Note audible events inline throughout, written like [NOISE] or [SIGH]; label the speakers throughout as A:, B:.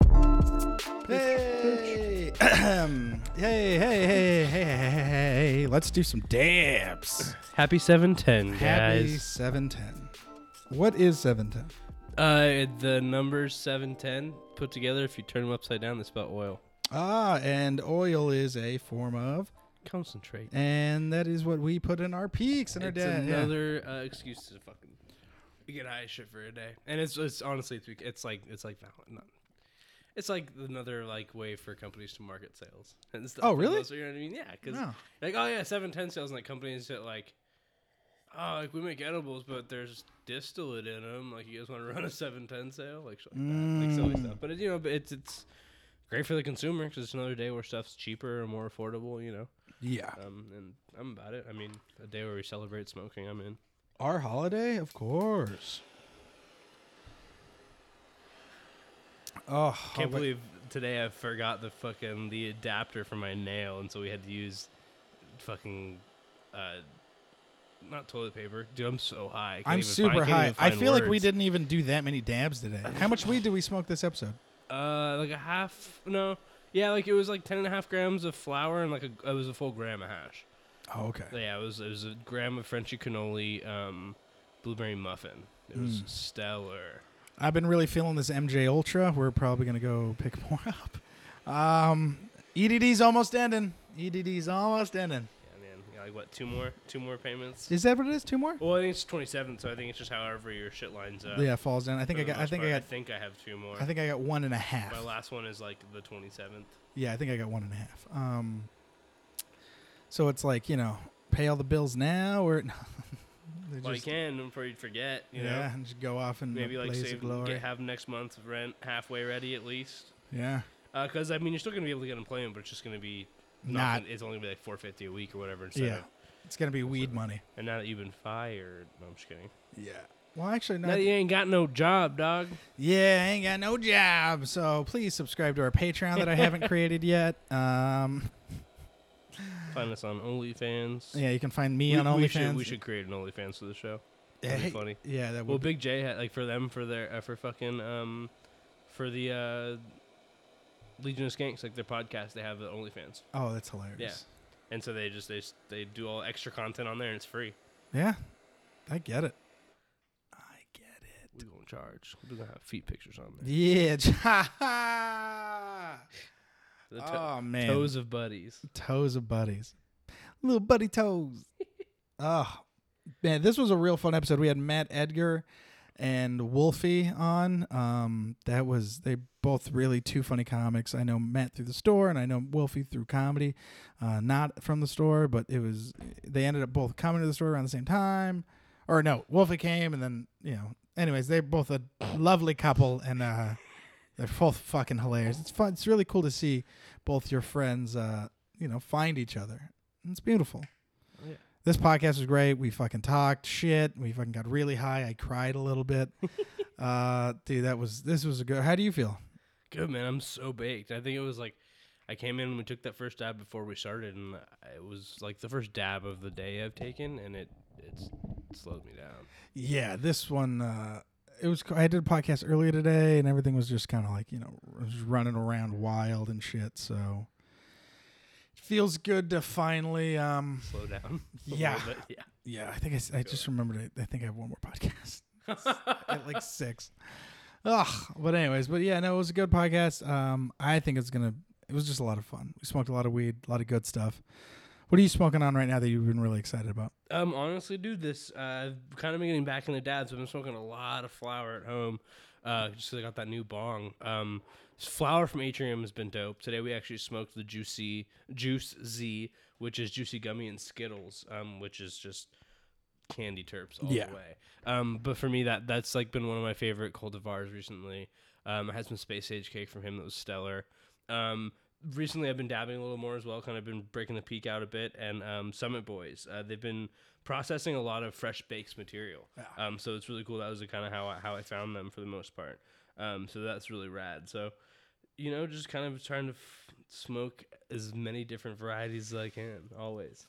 A: Hey, [CLEARS THROAT] hey, hey, hey, hey, hey, Let's do some dabs.
B: Happy 710,
A: Happy
B: guys.
A: 710. What is 710?
B: Uh, the number 710 put together, if you turn them upside down, they spell oil.
A: Ah, and oil is a form of,
B: Concentrate.
A: and that is what we put in our peaks and our
B: It's
A: dab. yeah.
B: another uh, excuse to fucking get high as shit for a day. And it's, it's honestly, it's, bec- it's like, it's like, Valen- not- it's like another like way for companies to market sales and stuff.
A: Oh,
B: And
A: really?
B: those- you know what I mean? Yeah, because
A: No.
B: like, oh yeah, 710 sales, and like companies that like, oh, like we make edibles, but there's distillate in them. Like, you guys want to run a 710 sale? Like, shit like that. Like, silly stuff. But, it, you know, but it's, it's great for the consumer because it's another day where stuff's cheaper or more affordable, you know?
A: Yeah.
B: Um, and I'm about it. I mean, a day where we celebrate smoking, I'm in.
A: Our holiday, of course. Oh,
B: Can't
A: oh, wait.
B: believe today I forgot the fucking the adapter for my nail, and so we had to use fucking uh, not toilet paper. Dude, I'm so high. I can't
A: I'm
B: even find-
A: super
B: can't even
A: high. I
B: find
A: feel like we
B: words.
A: didn't even do that many dabs
B: [LAUGHS]
A: today. How much weed did we smoke this episode?
B: uh like a half no yeah like it was like ten and a half grams of flour and like a it was a full gram of hash.
A: Oh, okay.
B: Yeah, it was it was a gram of Frenchy cannoli, um, blueberry muffin. It
A: Hmm.
B: was stellar.
A: I've been really feeling this MJ Ultra. We're probably gonna go pick [LAUGHS] more up. Um, EDD's almost ending. EDD's almost ending.
B: Yeah, man. Yeah, like what? Two more? Two more payments?
A: Is that what it is? Two more?
B: Well, I think it's 27, so I think it's just however your shit lines up.
A: Yeah, it falls down. I think I
B: for the
A: got. I
B: most
A: think I
B: part.
A: got.
B: think I have two more.
A: I think I got one and a
B: my
A: half.
B: last one is like the 27th.
A: Yeah, I think I got one and a half. Um, so it's like you know, pay all the bills now or. [LAUGHS] they
B: Well, you
A: just-
B: can before you forget, you
A: yeah,
B: know.
A: and just go off and
B: Maybe like
A: blaze of
B: save,
A: glory.
B: get, have next month's rent halfway ready at least.
A: yeah,
B: Because Uh, I mean, you're still gonna be able to get employment, but it's just gonna be
A: Not-
B: not. It's only gonna be like 450 a week or whatever. Instead
A: yeah.
B: of,
A: It's gonna be weed money.
B: and now that you've been fired, no, I'm just kidding.
A: Yeah. Well, actually, no.
B: Now that you ain't got no job, dog.
A: Yeah, I ain't got no job. So please subscribe to our Patreon that I haven't created yet. Um,
B: Find us on OnlyFans.
A: yeah, you can find me
B: We-
A: on OnlyFans.
B: we should, we should create an OnlyFans for the show.
A: yeah,
B: That'd be funny.
A: Yeah, that
B: Well,
A: would. be
B: Big J had like for them for their uh, for fucking um for the uh Legion of Skanks like their podcast they have the OnlyFans
A: oh, that's hilarious.
B: and so they just they s- they do all extra content on there and it's free.
A: Yeah. I get it. I get it.
B: We gonna charge. We gonna have feet pictures on there.
A: Yeah. [LAUGHS] j-
B: The to-
A: oh man,
B: toes of buddies.
A: toes of buddies, little buddy toes. oh man, this was a real fun episode. We had Matt Edgar and Wolfie on. Um, that was they both really two funny comics. I know Matt through the store, and I know Wolfie through comedy, uh, not from the store, but it was they ended up both coming to the store around the same time, or no, Wolfie came and then you know. Anyways, they're both a lovely couple, and uh, they're both fucking hilarious. It's fun. It's really cool to see both your friends, uh, you know, find each other. It's beautiful this podcast was great. We fucking talked shit. We fucking got really high. I cried a little bit. uh, dude, that was this was a good. How do you feel?
B: Good man, I'm so baked. I think it was like I came in and we took that first dab before we started and it was like the first dab of the day I've taken and it it's it slowed me down.
A: Yeah, this one. Uh, it was. I did a podcast earlier today, and everything was just kind of like you know, I was running around wild and shit. So it feels good to finally. Um,
B: Slow down. [LAUGHS] a
A: Yeah.
B: little bit, yeah.
A: yeah, I think I, s- I just remembered. I, I think I have one more
B: [LAUGHS]
A: podcast [LAUGHS] at like six. Ugh. But anyways, but yeah, no, it was a good podcast. Um, I think it's gonna. It was just a lot of fun. We smoked a lot of weed, a lot of good stuff. What are you smoking on right now that you've been really excited about?
B: Um, honestly, dude, this uh, I've kind of been getting back into dabs. I've been smoking a lot of flower at home. Uh, just 'cause I got that new bong. Um, flower from Atrium has been dope. Today we actually smoked the juicy Juice Z, which is juicy gummy and Skittles, um, which is just candy terps all
A: Yeah.
B: the way. Um, but for me, that that's like been one of my favorite cultivars recently. Um, I had some space age cake from him that was stellar. Um, recently, I've been dabbing a little more as well, kind of been breaking the peak out a bit. And um, Summit Boys, uh, they've been processing a lot of fresh baked material. Um, so it's really cool. That was kind of how I, how I found them for the most part. Um, so that's really rad. So you know, just kind of trying to f- smoke as many different varieties as I can. Always,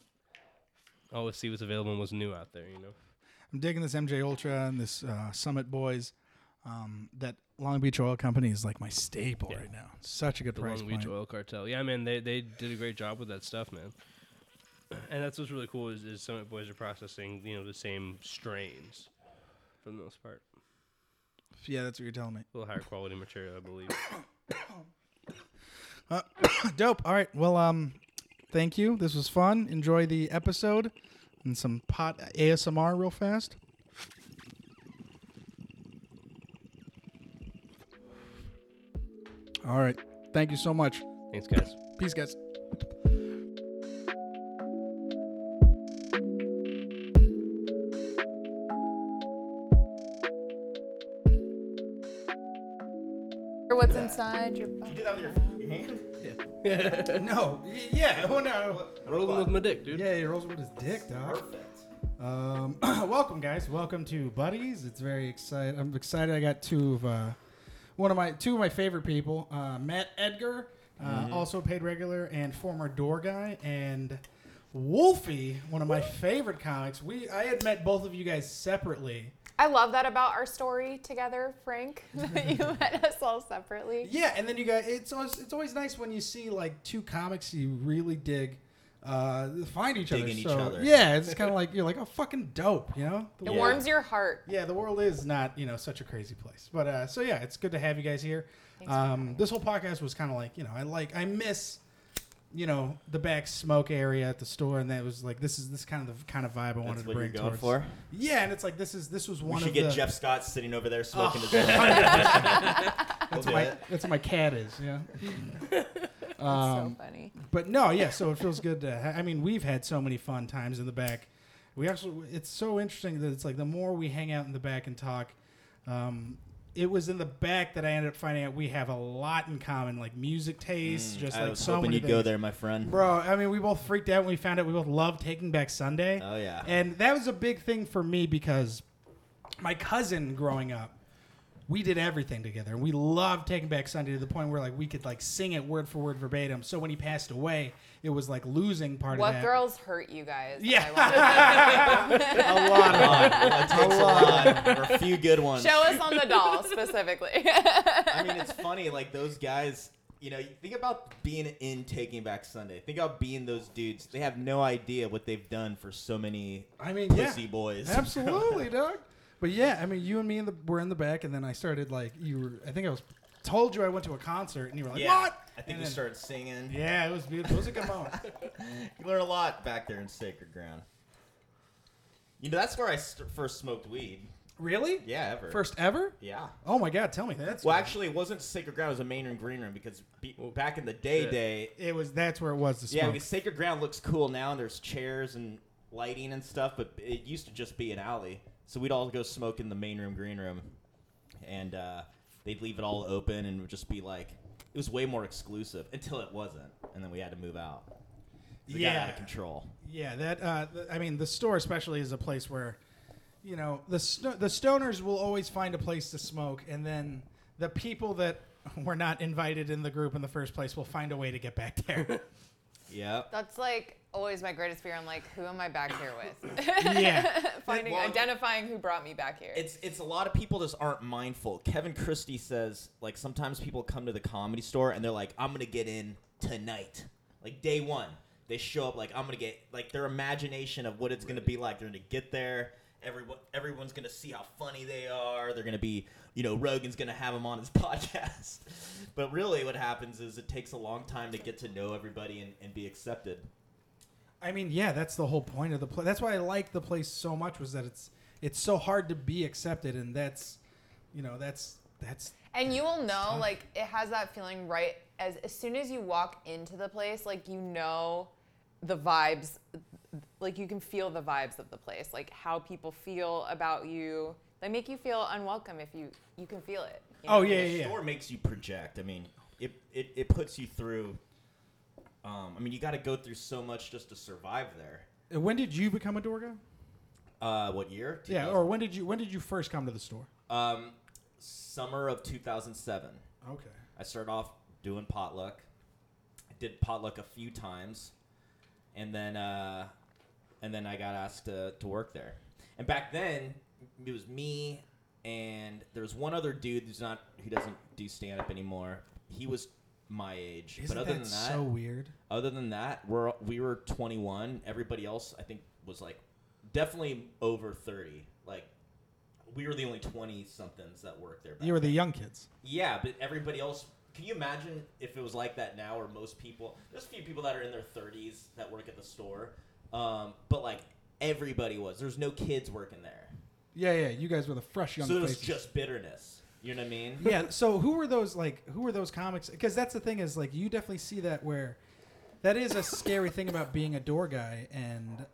B: always see what's available and what's new out there. You know.
A: I'm digging this MJ Ultra and this uh, Summit Boys. Um, that Long Beach Oil Company is like my staple
B: Yeah.
A: right now. Such a good
B: The
A: price
B: Long Beach
A: point.
B: Oil Cartel. Yeah, man, they, they did a great job with that stuff, man. [CLEARS THROAT] And that's what's really cool is, is Summit Boys are processing, you know, the same strains for the most part.
A: Yeah, that's what you're telling me.
B: A little higher quality material, I believe.
A: Dope. All right. Well, um, thank you. This was fun. Enjoy the episode and some pot ASMR real fast. All right. Thank you so much.
B: Thanks, guys.
A: Peace, guys.
C: Or what's inside your
D: Get out of your hand.
A: [LAUGHS] No. Yeah. [LAUGHS] Oh no.
B: Rolling with my dick, dude.
A: Yeah, he rolls with his dick, dog.
D: Perfect.
A: Um, welcome, guys. Welcome to Buddies. It's very excited. I'm excited. I got two of uh, one of my two of my favorite people, uh, Matt Edgar, uh,
D: Mm-hmm.
A: also a paid regular and former door guy, and Wolfie, one of my favorite comics. We I had met both of you guys separately.
C: I love that about our story together, Frank, [LAUGHS]
A: [LAUGHS]
C: that you met us all separately.
A: Yeah, and then you guys. It's always, it's always nice when you see like two comics you really dig. Uh, find each other.
D: Digging each
A: So,
D: other.
A: Yeah, it's
D: [LAUGHS]
A: kind of like you're like, oh, fucking dope, you know? The
C: It
A: world-
C: warms your heart.
A: yeah the world is not you know such a crazy place but uh so yeah it's good to have you guys here
C: Thanks for
A: um this whole podcast was kind of like you know i like i miss you know the back smoke area at the store and that was like this is this kind of the kind of vibe i wanted
D: That's
A: to
D: what you're
A: bring
D: going
A: towards.
D: for.
A: yeah and it's like this is this was one of
D: we should get
A: the
D: Jeff Scott sitting over there
A: Oh,
D: smoking his.
A: 100%. that's
D: We'll
A: my
D: do it.
A: that's what my cat is yeah
C: [LAUGHS] That's
A: um,
C: so funny.
A: but no, yeah. So it feels good to. Ha- I mean, we've had so many fun times in the back. We actually, it's so interesting that it's like the more we hang out in the back and talk. Um, it was in the back that I ended up finding out we have a lot in common, like music tastes, just
D: Mm, I
A: like
D: was
A: so
D: hoping
A: many
D: you'd go
A: things.
D: there, my friend.
A: bro. I mean, we both freaked out when we found out we both love Taking Back Sunday.
D: Oh yeah.
A: [LAUGHS] And that was a big thing for me because my cousin growing up, we did everything together. We loved Taking Back Sunday to the point where like we could like sing it word for word verbatim. So when he passed away, it was like losing part
C: What
A: of that.
C: girls hurt you guys?
A: Yeah.
C: I
A: [LAUGHS]
C: wanna know.
A: A
D: Come
A: lot.
D: on, it takes a lot. There are a few
A: [LAUGHS]
D: good ones.
C: Show us on the doll specifically. [LAUGHS]
D: I mean, it's funny. Like those guys. You know, you think about being in Taking Back Sunday. Think about being those dudes. They have no idea what they've done for so many
A: I mean, yeah,
D: pussy boys. [LAUGHS]
A: absolutely, dog. But yeah, I mean, you and me in the, were in the back, and then I started like you were. I think I was told you I went to a concert, and you were like,
D: yeah.
A: "What?"
D: I think
A: And
D: we
A: then-
D: started singing.
A: Yeah, it was beautiful. It was a good
D: [LAUGHS]
A: moment.
D: You learn a lot back there in sacred ground. You know, that's where I st- first smoked weed.
A: really?
D: Yeah, ever.
A: First ever?
D: Yeah.
A: Oh my god! Tell me that's
D: Well, actually, it wasn't Sacred Ground. It was a Main Room Green Room because be- back in the day,
B: shit.
D: day,
A: It was that's where it was. The smoke.
D: yeah, because Sacred Ground looks cool now, and there's chairs and lighting and stuff. But it used to just be an alley, so we'd all go smoke in the Main Room Green Room, and uh, they'd leave it all open, and it would just be like it was way more exclusive until it wasn't, and then we had to move out. 'Cause It got out
A: Yeah.
D: of control.
A: Yeah, that uh, th- I mean, the store especially is a place where, you know, the sto- the stoners will always find a place to smoke, and then the people that [LAUGHS] were not invited in the group in the first place will find a way to get back [LAUGHS] there.
D: Yeah.
C: That's like always my greatest fear. I'm like, who am I back here with?
A: Yeah.
C: [LAUGHS] Finding,
D: Well,
C: identifying who brought me back here.
D: It's it's a lot of people just aren't mindful. Kevin Christie says like sometimes people come to the comedy store and they're like, I'm gonna get in tonight, like day one. They show up like I'm gonna get like their imagination of what it's gonna be like. They're gonna get there. Everyone everyone's gonna see how funny they are. They're gonna be you know Rogan's gonna have them on his [LAUGHS] podcast. but really, what happens is it takes a long time to get to know everybody and, and be accepted.
A: I mean, yeah, that's the whole point of the place. That's why I like the place so much was that it's it's so hard to be accepted, and that's, you know, that's that's
C: And you will know, like, it has that feeling right as as soon as you walk into the place, like you know the vibes like you can feel the vibes of the place, like how people feel about you. They make you feel unwelcome if you you can feel it. you
A: Oh,
C: know?
A: yeah,
D: the
A: yeah, yeah.
D: store makes you project. I mean, it it, it puts you through. Um, I mean, you got to go through so much just to survive there.
A: When did you become a Dorga?
D: Uh, what year?
A: Yeah, or when did you when did you first come to the store?
D: um, summer of 2007.
A: Okay.
D: I started off doing potluck. I did potluck a few times, and then uh, and then I got asked to, to work there. And back then, it was me, and there's one other dude who's not who doesn't do stand up anymore. He was my age,
A: Isn't
D: but other
A: that,
D: than that,
A: so weird?
D: other than that, we're we were 21. Everybody else, I think, was like definitely over 30. Like we were the only 20 somethings that worked there. back
A: You were the
D: then.
A: young kids.
D: yeah, but everybody else. Can you imagine if it was like that now, or most people? There's a few people that are in their 30s that work at the store, um, but like everybody was. There's no kids working there,
A: Yeah, yeah. You guys were the fresh young
D: so it was
A: faces.
D: just bitterness. You know what I mean?
A: [LAUGHS] yeah. So who were those like? Who were those comics? Because that's the thing is like you definitely see that where that is a scary thing about being a door guy, and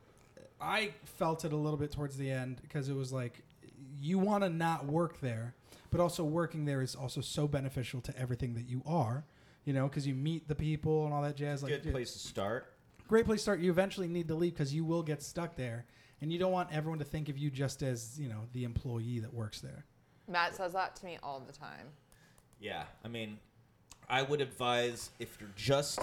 A: I felt it a little bit towards the end because it was like you want to not work there, but also working there is also so beneficial to everything that you are. You know, because you meet the people and all that jazz. Like,
D: Good
A: dude,
D: place to start.
A: great place to start. You eventually need to leave because you will get stuck there, and you don't want everyone to think of you just as you know the employee that works there.
C: Matt says that to me all
A: [LAUGHS]
C: the time.
D: Yeah, I mean, I would advise if you're just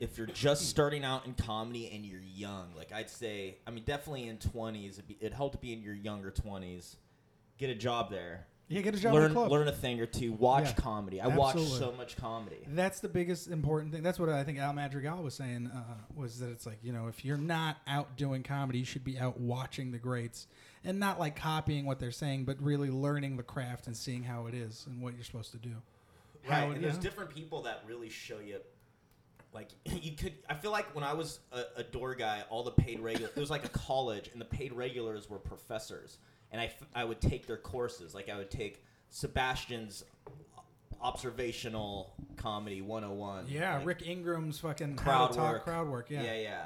D: if you're just starting out in comedy and you're young, like I'd say, I mean, definitely in twenties, it'd, be- it'd help to be in your younger twenties. Get a job there.
A: Yeah, get a job at
D: learn
A: a club.
D: learn a thing or two. Watch
A: Yeah,
D: comedy. I watch
A: absolutely.
D: so much comedy.
A: That's the biggest important thing. That's what I think Al Madrigal was saying uh, was that it's like you know if you're not out doing comedy, you should be out watching the greats and not like copying what they're saying, but really learning the craft and seeing how it is and what you're supposed to do.
D: Right,
A: How it-
D: and there's
A: yeah.
D: different people that really show you. Like [CLEARS THROAT] you could, I feel like when I was a, a door guy, all the paid regular it was like a college, and the paid regulars were professors, and I, f- I would take their courses. Like I would take Sebastian's observational comedy 101.
A: Yeah,
D: like,
A: Rick Ingram's fucking crowd
D: crowd
A: how to talk
D: work.
A: crowd work. Yeah.
D: yeah, yeah.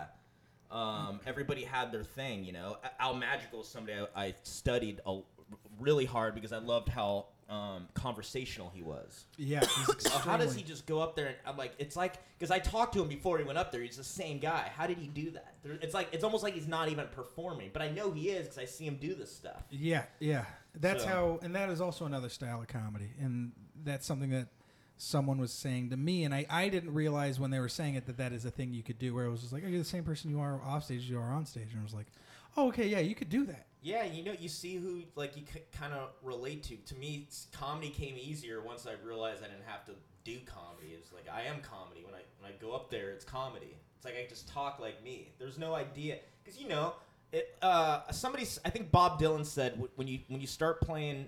D: Um, everybody had their thing, you know. A- Al Magical is somebody I, I studied a, really hard because I loved how um, conversational he was.
A: Yeah, he's
D: Uh, [CLEARS THROAT] how does
A: extremely-
D: he just go up there and I'm like, it's like, because I talked to him before he went up there. He's the same guy. How did he do that? There, it's like, it's almost like he's not even performing, but I know he is because I see him do this stuff.
A: Yeah, yeah. That's
D: So-
A: how, and that is also another style of comedy, and that's something that someone was saying to me, and I, I didn't realize when they were saying it that that is a thing you could do. Where it was just like, oh, you're the same person you are off stage as you are on stage, and I was like, oh, okay, yeah, you could do that.
D: Yeah, you know, you see who like you c- kind of relate to. To me, s- comedy came easier once I realized I didn't have to do comedy. It's like I am comedy when I when I go up there. It's comedy. It's like I just talk like me. There's no idea because you know, it, uh, somebody s- I think Bob Dylan said "Wh- when you when you start playing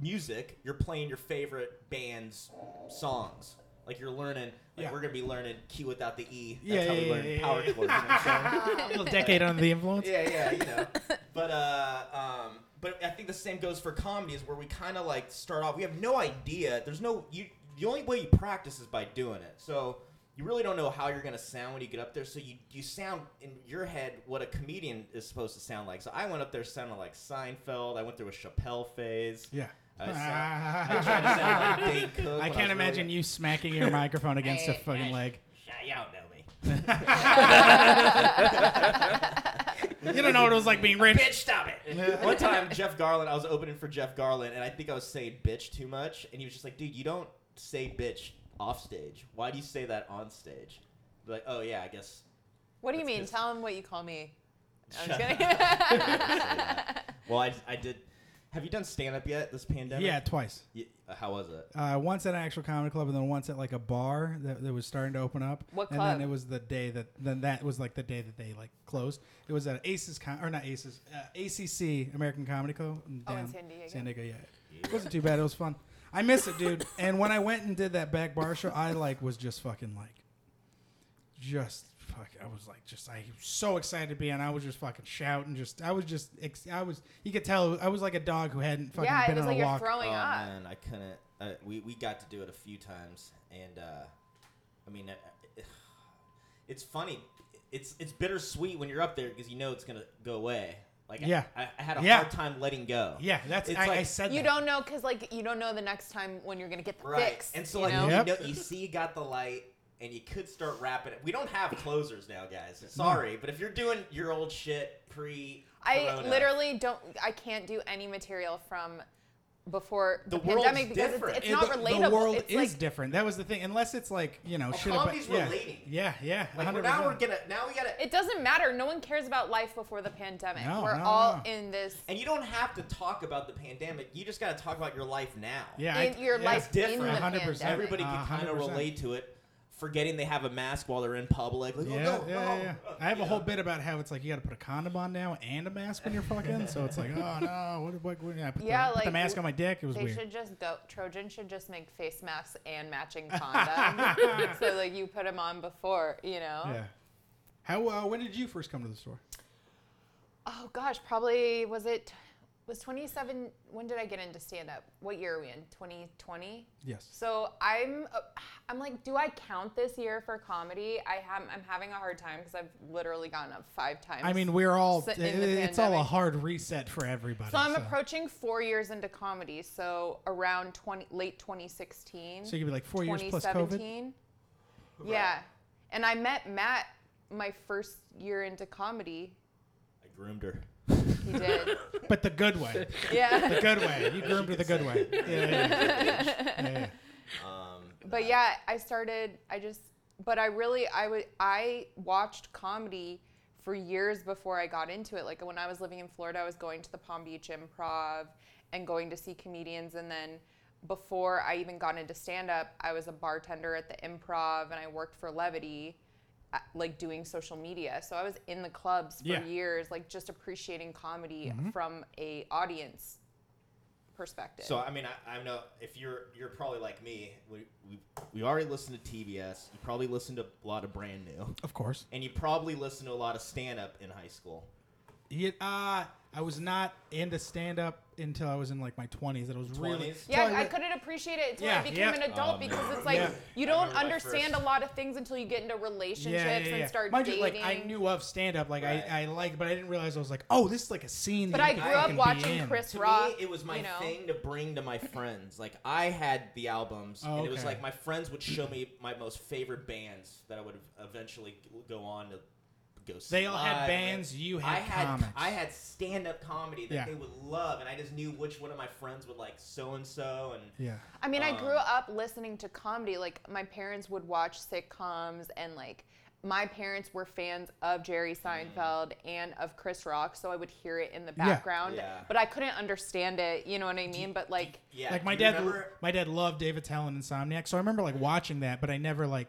D: music, you're playing your favorite band's songs. Like you're learning. Like
A: Yeah.
D: we're gonna be learning Q without the E. That's
A: Yeah,
D: how
A: yeah,
D: we
A: yeah,
D: learn
A: yeah,
D: power
A: yeah.
D: chords. You know what I'm saying?
A: [LAUGHS] A little decade under the influence.
D: Yeah, yeah, you know. but uh, um, but I think the same goes for comedy is where we kind of like start off. We have no idea. There's no you. The only way you practice is by doing it. So you really don't know how you're gonna sound when you get up there. So you you sound in your head what a comedian is supposed to sound like. So I went up there sounding like Seinfeld. I went through a Chappelle
A: [LAUGHS]
D: phase.
A: [LAUGHS] Yeah.
D: I, sound, I tried to sound like Dane Cook. when was really young.
A: you smacking
D: [LAUGHS]
A: your microphone
C: against a Hey,
A: fucking leg.
D: You don't know me.
C: [LAUGHS]
D: [LAUGHS]
A: You don't know what it was like being
D: bitch, stop it. One time, Jeff Garland, I was opening for Jeff Garland, and I think I was saying bitch too much, and he was just like, dude, you don't say bitch off stage. Why do you say that on stage? Be like, oh yeah, I guess.
C: What do you
D: That's
C: mean?
D: good.
C: Tell him what you
A: [LAUGHS]
C: call me. I'm just
D: Shut
C: kidding.
D: [LAUGHS] Well, I, I did. Have you done stand up yet this pandemic?
A: Yeah, twice.
D: Y- uh, how was it?
A: Uh, once at an actual comedy club, and then once at like a bar that, that was starting to open up.
C: What
A: and
C: club?
A: then it was the day that then that was like the day that they like closed. It was at Aces Com- or not Aces uh, ACC American Comedy Club.
C: Oh, in
A: down-
C: San Diego.
A: San Diego, yeah. It wasn't too bad. It was fun. I miss it,
C: [LAUGHS]
A: dude. and when I went and did that back bar show, I like was just fucking like, just fuck. I was like, just I was so excited to be on. I was just fucking shouting. Just I was just ex- I was. You could tell I was like a dog who hadn't fucking
C: yeah,
A: been
C: it
A: on
C: was like
A: a
C: you're
A: walk.
D: Oh
C: throwing up.
D: man, I couldn't. Uh, we we got to do it a few times, and uh, I mean, uh, [SIGHS] it's funny. It's it's bittersweet when you're up there because you know it's gonna go away. Like I-
A: Yeah.
D: I, I had a
A: Yeah.
D: hard time letting go.
A: yeah, that's
D: It's
A: I, I
D: like-
A: said
C: You
A: that.
C: don't know because like you don't know the next time when you're gonna get the
D: Right.
C: fix.
D: and so
C: you
D: like
C: know?
D: you,
A: Yep.
D: know, you see, you got the light, and you could start rapping it. We don't have closers now, guys. Sorry, but if you're doing your old shit pre,
C: I literally don't. I can't do any material from before the,
D: The world's
C: pandemic because it's,
D: different.
C: it's
A: It-
C: not
A: the,
C: relatable.
A: The world
C: it's
A: is
C: like,
A: different. That was the thing. Unless it's like you know,
D: Well,
A: shit about-
D: comedy's
A: yeah.
D: relating.
A: Yeah, yeah.
D: Like we're,
A: 100%.
D: now we're gonna now we gotta
C: It doesn't matter. No one cares about life before the pandemic.
A: No,
C: We're
A: no,
C: all
A: no.
C: in this
D: and you don't have to talk about the pandemic. You just gotta talk about your life now.
A: yeah, I-
C: in your
A: yeah.
C: life in
D: different.
C: the
A: 100%.
C: pandemic.
D: Everybody can
A: Uh,
D: kind of
A: 100%.
D: relate to it, forgetting they have a mask while they're in public. Like, oh,
A: Yeah,
D: no,
A: yeah,
D: no.
A: yeah, yeah. I have a whole bit about how it's like you got to put a condom on now and a mask when you're fucking. so it's like, oh no, what? what, what yeah, I put,
C: Yeah,
A: the, put the
C: like,
A: mask on my dick. It was
C: They
A: weird.
C: should just go. Trojan should just make face masks and
A: [LAUGHS]
C: matching condoms. so like you put them on before, you know.
A: Yeah. How? Uh, when did you first come to the store?
C: Oh gosh, probably was it was 27. When did I get into stand up? What year are we in? 2020.
A: Yes.
C: So I'm, uh, I'm like, do I count this year for comedy? I have, I'm having a hard time because I've literally gotten up five times.
A: I mean, we're all. uh,
C: So in the
A: It's all a
C: pandemic.
A: hard reset for everybody.
C: so I'm approaching four years into comedy. So around 20, late 2016.
A: So you could be like four years plus COVID.
C: Yeah. And I met Matt my first year into comedy.
D: I groomed her.
C: He did.
A: But the good way.
C: yeah.
A: The good way. You groomed her the good
C: [LAUGHS]
A: way. Yeah. yeah, yeah. yeah, yeah.
D: Um,
C: But yeah, I started I just but I really I would I watched comedy for years before I got into it. Like when I was living in Florida, I was going to the Palm Beach Improv and going to see comedians and then before I even got into stand up, I was a bartender at the Improv and I worked for Levity uh, like doing social media. So I was in the clubs for
A: Yeah.
C: years like just appreciating comedy from a audience perspective.
D: So I mean, I, I know if you're you're probably like me, we we we already listened to TBS. You probably listened to a lot of brand new,
A: Of course.
D: and you probably listened to a lot of stand up in high school.
A: Yeah, uh, I was not into stand up until I was in like my 20s. That I was really
D: 20s?
C: Yeah,
A: till
C: I
A: re-
C: couldn't appreciate it until
A: Yeah,
C: I became
A: yeah.
C: an adult
D: Oh, man.
C: because it's like
A: Yeah.
C: you
D: I
C: don't
D: remember my
C: understand a
D: first-
C: lot of things until you get into relationships and start
A: Mind
C: dating.
A: you, like I knew of stand up, like
D: Right.
A: I, I liked, but I didn't realize I was like, oh, this is like a scene.
C: but
A: that
C: I
A: you can
C: grew up
A: fucking be
C: watching
A: in.
C: Chris
D: to
C: Rock.
D: me, it was my
C: you know.
D: thing to bring to my friends. Like I had the albums,
A: Oh,
D: and it was
A: okay.
D: like my friends would show me my most favorite bands that I would eventually go on to go see.
A: They all had
D: live.
A: bands, you had
D: I had
A: comics.
D: I had stand-up comedy that
A: Yeah.
D: they would love, and I just knew which one of my friends would like so and so, and
A: Yeah,
C: I mean, I
D: Um,
C: grew up listening to comedy. Like my parents would watch sitcoms, and like my parents were fans of Jerry
D: Mm.
C: Seinfeld and of Chris Rock, so I would hear it in the
A: Yeah.
C: background,
D: Yeah.
C: but I couldn't understand it. You know what I mean? But like,
D: yeah.
A: like my
D: do you
A: dad,
D: remember-
A: my dad loved David Tell and Insomniac, so I remember like watching that, but I never like.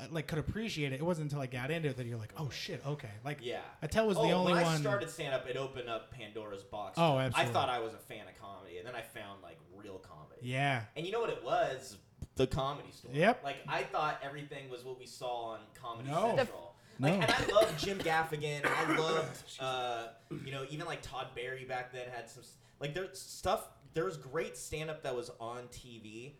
A: uh, Like could appreciate it. It wasn't until I got into it that you're like, oh shit, okay. Like,
D: Yeah.
A: Attell was
D: oh,
A: the only
D: when
A: one.
D: I started stand up, it opened up Pandora's box.
A: Oh,
D: to-
A: absolutely.
D: I thought I was a fan of comedy, and then I found like real comedy.
A: yeah,
D: And you know what it was? The comedy store.
A: Yep.
D: Like I thought everything was what we saw on Comedy
A: No.
D: Central.
A: No.
D: Like, and I loved Jim
A: [LAUGHS]
D: Gaffigan. I loved, uh, you know, even like Todd Barry back then had some s- like there's stuff. There was great stand up that was on TV,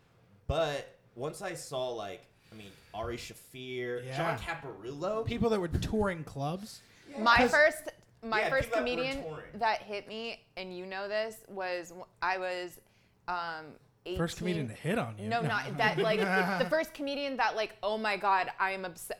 D: but once I saw like, I mean, Ari Shafir,
A: Yeah.
D: John Caparulo,
A: people that were touring clubs.
C: My
A: 'Cause-
C: first, my
D: Yeah,
C: first
D: people that were
C: comedian
D: touring.
C: that hit me, and you know this, was w- I was, um, 18.
A: First comedian to hit on you. [LAUGHS]
C: No, not that. Like
D: [LAUGHS]
C: the first comedian that, like, oh my god, I am obsessed.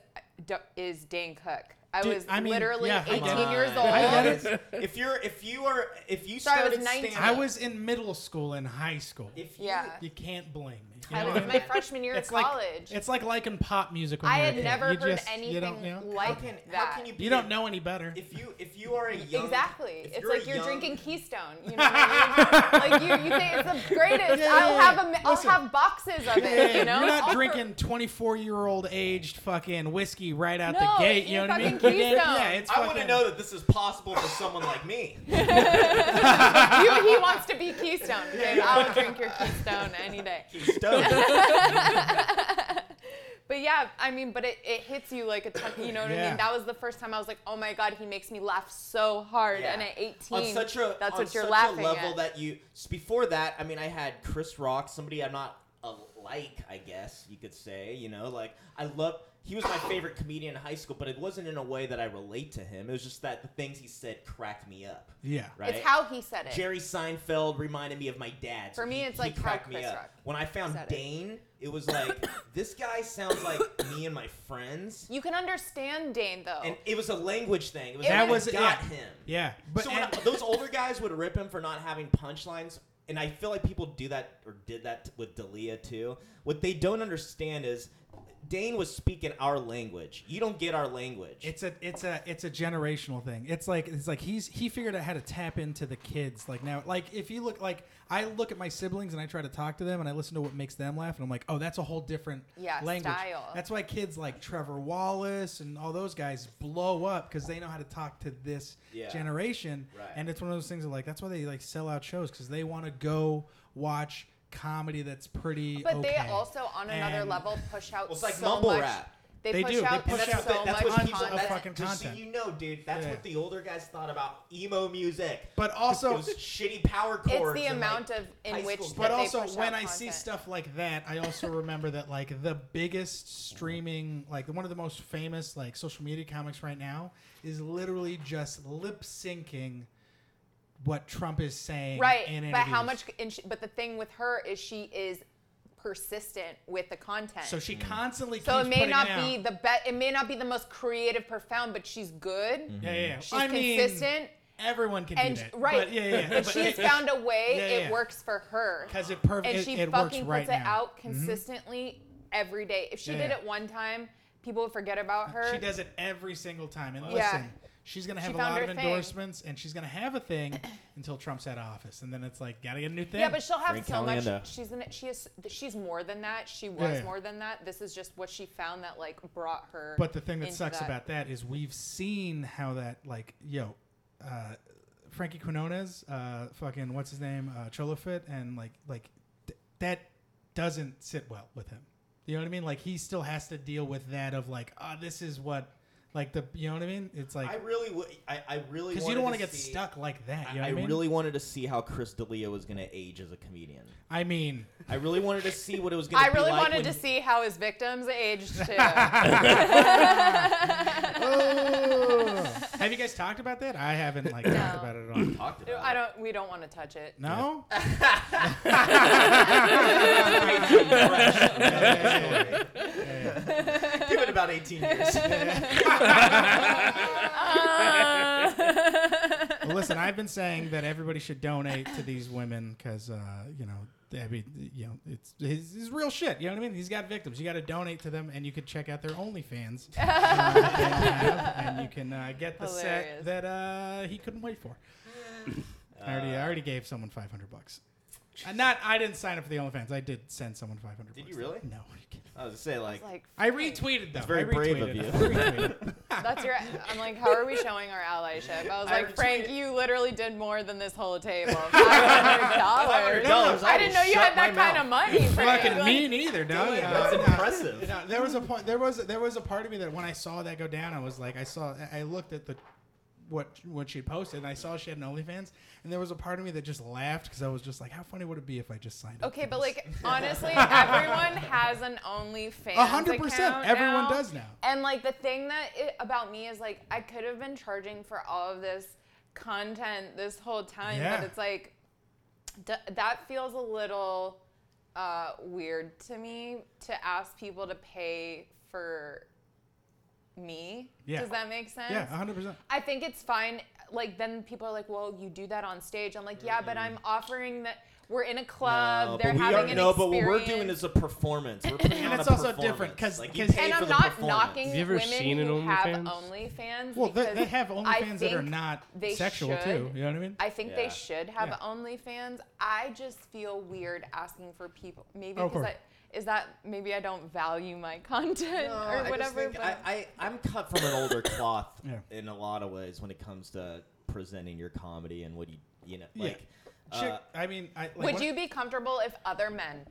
C: Is Dane Cook? I
A: Dude,
C: was
A: I mean,
C: literally
A: yeah, I get
C: 18
A: it.
C: years old.
A: I get it.
D: [LAUGHS] If you're, if you are, if you
C: Sorry, I was
D: started
C: 19.
D: stand
A: I was in middle school and high school.
D: if you,
C: Yeah.
A: you can't blame me. You
C: I
A: know
C: was
A: what
C: in
A: I
C: my
A: mean?
C: freshman year of
A: It's like-
C: college.
A: it's like liking pop music. When
C: I
A: you're a
C: had
A: kid.
C: never
A: You
C: heard
A: just-
C: anything
A: you don't know.
D: how
C: like
D: can,
C: that.
D: how can you? Be
A: You
D: a-
A: don't know any better.
C: [LAUGHS]
D: If you if you are a young
C: exactly.
D: if
C: It's
D: you're a
C: like you're
D: young-
C: drinking Keystone. You know what I mean? like you, you think it's
D: [LAUGHS]
C: the greatest.
A: Yeah,
C: I'll
A: yeah,
C: have
A: yeah.
C: a, I'll
A: Listen.
C: have boxes of
A: Yeah,
C: it. You know,
A: You're not
C: I'll- [LAUGHS]
A: drinking 24 year old aged fucking whiskey right out
C: No,
A: the gate.
C: you
A: You know what I mean?
C: fucking
A: Yeah,
C: Keystone.
A: yeah, it's
D: I want to
A: fucking-
D: know that this is possible for someone like me.
C: You- he wants to be Keystone. Babe. I'll drink your Keystone any day.
D: [LAUGHS] Stoked.
C: But yeah, I mean, but it, it hits you like a ton. You know what I
A: Yeah.
C: mean? That was the first time I was like, oh my god, he makes me laugh so hard.
D: Yeah.
C: And at 18,
D: on such a
C: that's
D: on
C: what you're
D: such
C: laughing
D: a level
C: at.
D: that you s- before that. I mean, I had Chris Rock, somebody I'm not alike, I guess you could say. You know, like I love. He was my favorite comedian in high school, but it wasn't in a way that I relate to him. It was just that the things he said cracked me up.
A: Yeah.
D: Right.
C: It's how he said it.
D: Jerry Seinfeld reminded me of my dad. so
C: For me,
D: he-
C: it's
D: he
C: like how
D: cracked me
C: Chris
D: up.
C: Rock
D: When I found
C: said it.
D: Dane, it. was like [COUGHS] this guy sounds like [COUGHS] me and my friends,
C: you can understand Dane though.
D: and it was a language thing. It was
C: It
D: that
A: That
C: was-
A: was
D: was got
A: yeah.
D: him.
A: Yeah. But
D: so
A: and-
D: when I- those older guys would rip him for not having punchlines, and I feel like people do that or did that with Dalia too. What they don't understand is Dane was speaking our language. You don't get our language.
A: It's a it's a it's a generational thing. It's like it's like he's he figured out how to tap into the kids. Like now, like if you look like I look at my siblings and I try to talk to them and I listen to what makes them laugh and I'm like, oh, that's a whole different
C: Yeah,
A: language.
C: style.
A: That's why kids like Trevor Wallace and all those guys blow up because they know how to talk to this
D: Yeah.
A: generation.
D: Right.
A: And it's one of those things that like that's why they like sell out shows because they want to go watch comedy that's pretty.
C: But they
A: okay.
C: also, on another
A: And-
C: level, push out
D: Well, it's like
C: so
D: mumble
C: much.
D: rap.
C: They,
A: They
C: push
A: do. They
C: out
A: push
C: so
A: out-
D: that- that's
C: much
D: what
A: tons
D: people
A: of
D: that's,
A: fucking
D: just
A: content.
D: so you know, dude. That's
A: Yeah.
D: what the older guys thought about emo music.
A: But also-
D: It was shitty power chords.
C: It's the
D: and, like,
C: amount of
D: high
C: in which
D: school
C: that
A: But
D: But
C: they
A: also,
C: push
A: when
C: out
A: I see
C: content.
A: stuff like that, I also remember that like the biggest streaming, like one of the most famous like social media comics right now is literally just lip syncing what Trump is saying.
C: right?
A: in
C: but how much?
A: interviews.
C: And she, but the thing with her is she is persistent with the content.
A: So she constantly.
C: So
A: keeps
C: it may
A: putting
C: not
A: out-
C: be the best. It may not be the most creative, profound, but she's good.
A: Yeah, yeah. yeah.
C: She's
A: Mm-hmm. I
C: consistent,
A: Mean, everyone can
C: and
A: do that,
C: right.
A: But yeah, yeah. yeah.
C: And
A: But
C: she's
A: it-
C: found a way.
A: Yeah,
C: it
A: yeah.
C: works for her.
A: 'Cause it perf-
C: And
A: it-
C: she
A: it works
C: fucking
A: right
C: puts it
A: now.
C: out consistently every day. If she
A: Yeah,
C: did
A: yeah.
C: it one time, people would forget about her.
A: She does it every single time. And
C: Yeah.
A: listen, she's going to have a
C: found
A: lot
C: her
A: of
C: thing.
A: endorsements and she's going to have a thing
C: [CLEARS THROAT]
A: until Trump's out of office. And then it's like, got to get a new thing.
C: Yeah, but she'll have
D: Frank
C: so much.
D: Caliendo.
C: She's in, she is she's more than that. She was
A: Yeah, yeah.
C: more than that. This is just what she found that like brought her.
A: But the thing that
C: into
A: sucks about that is we've seen how that like yo, uh, Frankie Quinones, uh, fucking what's his name, uh, Cholofit, and like like th- that doesn't sit well with him. You know what I mean? Like he still has to deal with that of like, oh, this is what like the you know what I mean? It's
D: I
A: like
D: really would. I, I really
A: because you don't
D: want to
A: get
D: see-
A: stuck like that.
D: I,
A: You know
D: I
A: what I mean?
D: really wanted to see how Chris D'Elia was gonna age as a comedian.
A: I mean,
D: I really wanted to see what it was gonna.
C: I
D: be
C: really
D: like
C: wanted
D: when-
C: to see how his
A: [LAUGHS]
C: victims aged too.
A: have you guys talked about that? I haven't like talked about it at all.
D: Talked about
C: I
D: it.
C: don't. We don't want to touch it.
A: No. [LAUGHS]
C: [LAUGHS]
D: [LAUGHS] Give it about
A: [LAUGHS]
D: 18 years.
C: Uh.
A: well, listen, I've been saying that everybody should donate to these women because, uh, you know, I mean, you know, it's his, his real shit. You know what I mean? He's got victims. You got to donate to them, and you could check out their OnlyFans, uh, that they have, and you can uh, get the set
C: Hilarious.
A: that uh, he couldn't wait for. I already, I already gave someone five hundred bucks. Uh, not, I didn't sign up for the OnlyFans. I did send someone five hundred.
D: Did you really?
A: No. Are you kidding?
D: I was gonna say like,
C: Like
A: I retweeted though.
D: very
A: I
D: brave of
A: retweeted.
D: you.
A: I retweeted.
C: that's your. I'm like, how are we showing our allyship? I was
D: I
C: like, Frank,
D: retweeted-
C: you literally did more than this whole table. Five hundred dollars.
D: $500,
C: I didn't know you
D: shut
C: had that
D: my
C: kind of money. Frank.
A: Fucking
C: Like,
A: me neither, dog.
D: Dude,
A: Uh,
D: that's impressive.
A: No, there was a point. There was there was a part of me that when I saw that go down, I was like, I saw, I looked at the what what she posted, and I saw she had an OnlyFans, and there was a part of me that just laughed because I was just like, how funny would it be if I just signed up?
C: Okay,
A: for
C: but
A: this? [LAUGHS]
C: like honestly, everyone has an OnlyFans.
A: a hundred percent,
C: account
A: everyone
C: now.
A: does now.
C: And like the thing that it, about me is like I could have been charging for all of this content this whole time,
A: Yeah.
C: but it's like d- that feels a little uh, weird to me to ask people to pay for me.
A: Yeah.
C: Does that make sense?
A: Yeah, a hundred percent.
C: I think it's fine. Like then people are like, "Well, you do that on stage." I'm like, "Yeah, but I'm offering that we're in a club. Uh, they're
D: Mm-hmm. Uh, but we
C: having
D: are,
C: an
D: no,
C: experience."
D: but what we're doing is a performance.
C: [LAUGHS]
D: We're putting
A: And
D: on
A: it's
D: a
A: also
D: performance.
A: different, 'cause-
D: like, you
A: 'cause-
D: pay
C: and
D: for
C: I'm
D: the
C: not
D: performance.
C: knocking
B: Have you ever
C: women
B: seen
C: who
B: an
C: have
B: OnlyFans?
C: OnlyFans.
A: Well, they, they
C: because
A: have
C: I
A: OnlyFans that are
C: think
A: not
C: they
A: sexual too.
C: should-
A: You know what I mean?
C: I think they
D: Yeah.
C: should have
A: Yeah.
C: OnlyFans. I just feel weird asking for people. Maybe
B: Oh,
A: Of
C: because
A: course.
C: I, is that maybe I don't value my [LAUGHS] content
D: No,
C: or
D: I just
C: whatever.
D: think
C: But
D: I, I, I'm cut from
C: [LAUGHS]
D: an older cloth
A: Yeah.
D: in a lot of ways when it comes to presenting your comedy and what you you know
A: Yeah.
D: like.
A: Chick-
D: uh,
A: I mean, I, like,
C: Would
A: what-
C: you be comfortable if other men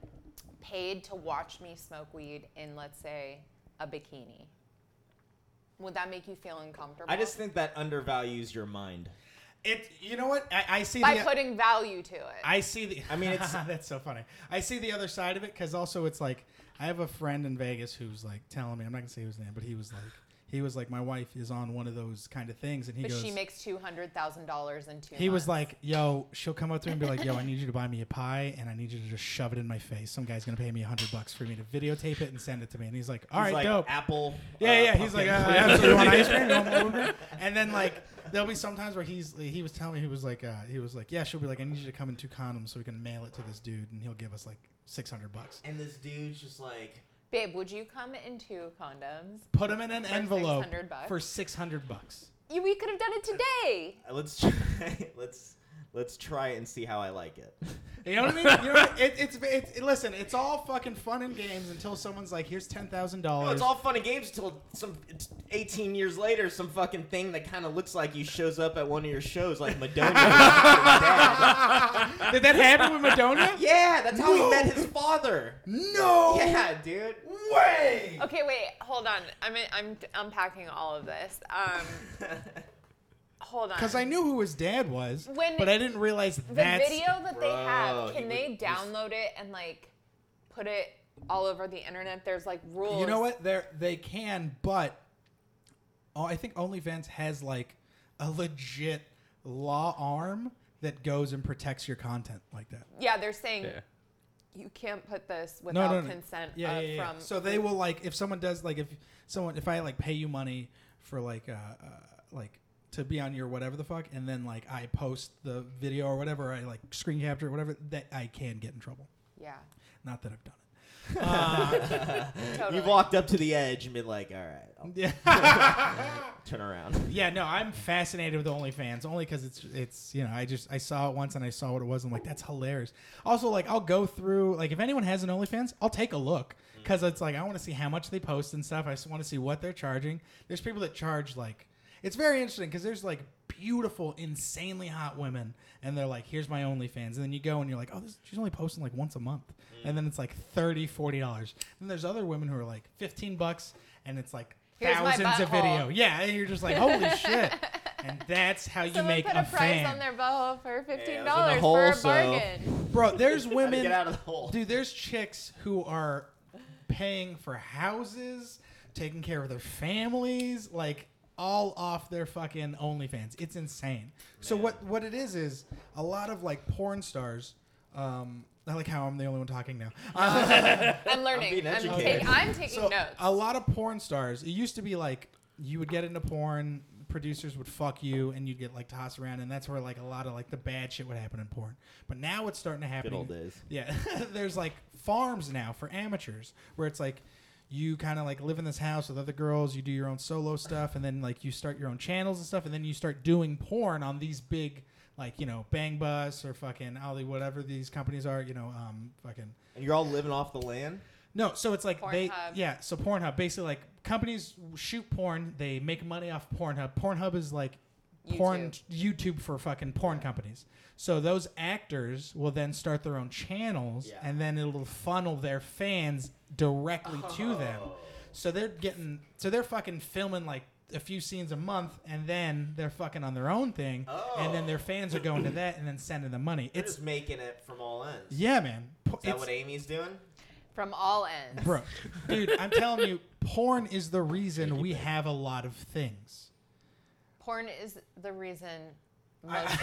C: paid to watch me smoke weed in, let's say, a bikini? Would that make you feel uncomfortable?
D: I just think that undervalues your mind.
A: It. You know what? I, I see.
C: by
A: the,
C: putting value to it.
A: I see the.
D: I
A: [LAUGHS]
D: mean, it's-
A: that's so funny. I see the other side of it because also it's like I have a friend in Vegas who's like telling me I'm not gonna say his name, but he was like he was like my wife is on one of those kind of things, and he
C: but
A: goes.
C: she makes two hundred thousand dollars in two.
A: he was
C: months.
A: like, "Yo," she'll come up to me and be like, "Yo, I need you to buy me a pie, and I need you to just shove it in my face. Some guy's gonna pay me a hundred bucks for me to videotape it and send it to me." And he's like, "All
D: He's
A: right,
D: like
A: dope."
D: Apple.
A: Yeah,
D: uh,
A: yeah. He's like,
D: pumpkin
A: uh,
D: cream. [LAUGHS]
A: absolutely want ice cream. You want more ice cream?" And then like There'll be sometimes where he's he was telling me he was like uh, he was like yeah she'll be like I need you to come in two condoms so we can mail it to this dude and he'll give us like six hundred bucks.
D: And this dude's just like,
C: Babe, would you come in two condoms?
A: Put him in an
C: For
A: envelope
C: 600 bucks?
A: for six hundred bucks.
C: You- We could have done it today.
D: let's try, [LAUGHS] let's let's try it and see how I like it.
A: You know what I mean? You know what I mean? It, it's it's it, listen. It's all fucking fun and games until someone's like, "Here's ten thousand
D: No,
A: dollars." [LAUGHS]
D: it's all fun and games until some it's 18 years later, some fucking thing that kind of looks like you shows up at one of your shows, like [LAUGHS] Madonna.
A: Did that happen with Madonna?
D: yeah, that's how
A: No.
D: he met his father.
A: No.
D: Yeah, dude.
A: Way.
C: Okay, wait, hold on. I'm I'm unpacking all of this. Um, hold on.
A: Because I knew who his dad was,
C: When-
A: but I didn't realize
C: the
A: that's.
C: video that they have.
D: Bro,
C: Can
D: you
C: they
D: would-
C: download it and like put it all over the internet? There's like rules.
A: You know what? They they can, but oh, I think OnlyFans has like a legit law arm that goes and protects your content like that.
C: Yeah, they're saying
B: Yeah.
C: you can't put this
A: no,
C: without
A: no, no.
C: consent
A: Yeah,
C: uh,
A: yeah, yeah.
C: from.
A: so they will like if someone does like if someone if I like pay you money for like uh, uh like to be on your whatever the fuck and then like I post the video or whatever I like screen capture or whatever that I can get in trouble.
C: Yeah,
A: Not that I've done
C: [LAUGHS]
A: it.
C: totally.
D: You've walked up to the edge and been like, all right, I'll
A: Yeah.
D: turn around. [LAUGHS]
A: yeah, no, I'm fascinated with OnlyFans only because it's it's you know I just I saw it once and I saw what it was. I'm like that's hilarious. Also, like I'll go through like if anyone has an OnlyFans, I'll take a look because it's like I want to see how much they post and stuff. I just want to see what they're charging. There's people that charge like it's very interesting because there's like beautiful, insanely hot women and they're like, here's my OnlyFans, and then you go and you're like, oh, this, she's only posting like once a month, and then it's like 30 40 dollars. Then there's other women who are like 15 bucks, and it's like
C: Here's my
A: thousands of
C: butthole.
A: video. Yeah, and you're just like, holy shit. And that's how you
C: Someone
A: make
C: put
A: a,
C: a, price
A: fan.
C: on their bow for fifteen
D: I was in
C: dollars for
D: the hole,
C: a
D: so-
C: bargain.
A: Bro, there's
D: How do you
A: women.
D: Get out of the hole.
A: [LAUGHS] Dude, there's chicks who are paying for houses, taking care of their families, like all off their fucking OnlyFans. It's insane. So what what it is is a lot of like porn stars. Um, I like how I'm the only one talking now. Uh,
C: I'm learning.
D: being
C: I'm, ta-
D: educated.
C: I'm taking
A: So uh,
C: notes.
A: a lot of porn stars. It used to be like you would get into porn, producers would fuck you, and you'd get like tossed around, and that's where like a lot of like the bad shit would happen in porn. But now it's starting to happen.
D: Good old days.
A: Yeah, [LAUGHS] there's like farms now for amateurs where it's like you kind of like live in this house with other girls, you do your own solo stuff, and then like you start your own channels and stuff, and then you start doing porn on these big. Like you know, Bang Bus or fucking Ollie, whatever these companies are, you know, um, fucking
D: And you're all living off the land?
A: no, so it's like they
C: Pornhub.
A: yeah, so Pornhub basically like companies shoot porn, they make money off Pornhub. Pornhub is like porn YouTube for fucking porn companies. So those actors will then start their own channels
D: Yeah.
A: and then it'll funnel their fans directly to them. So they're getting so they're fucking filming like a few scenes a month and then they're fucking on their own thing and then
D: Oh.
A: their fans are going to that and then sending them money.
D: You're
A: It's
D: just making it from all ends.
A: yeah, man. Po-
D: Is that
A: it's-
D: what Amy's doing?
C: from all
A: [LAUGHS]
C: ends.
A: Bro, dude, I'm telling you, porn is the reason we have a lot of things.
C: Porn is the reason most of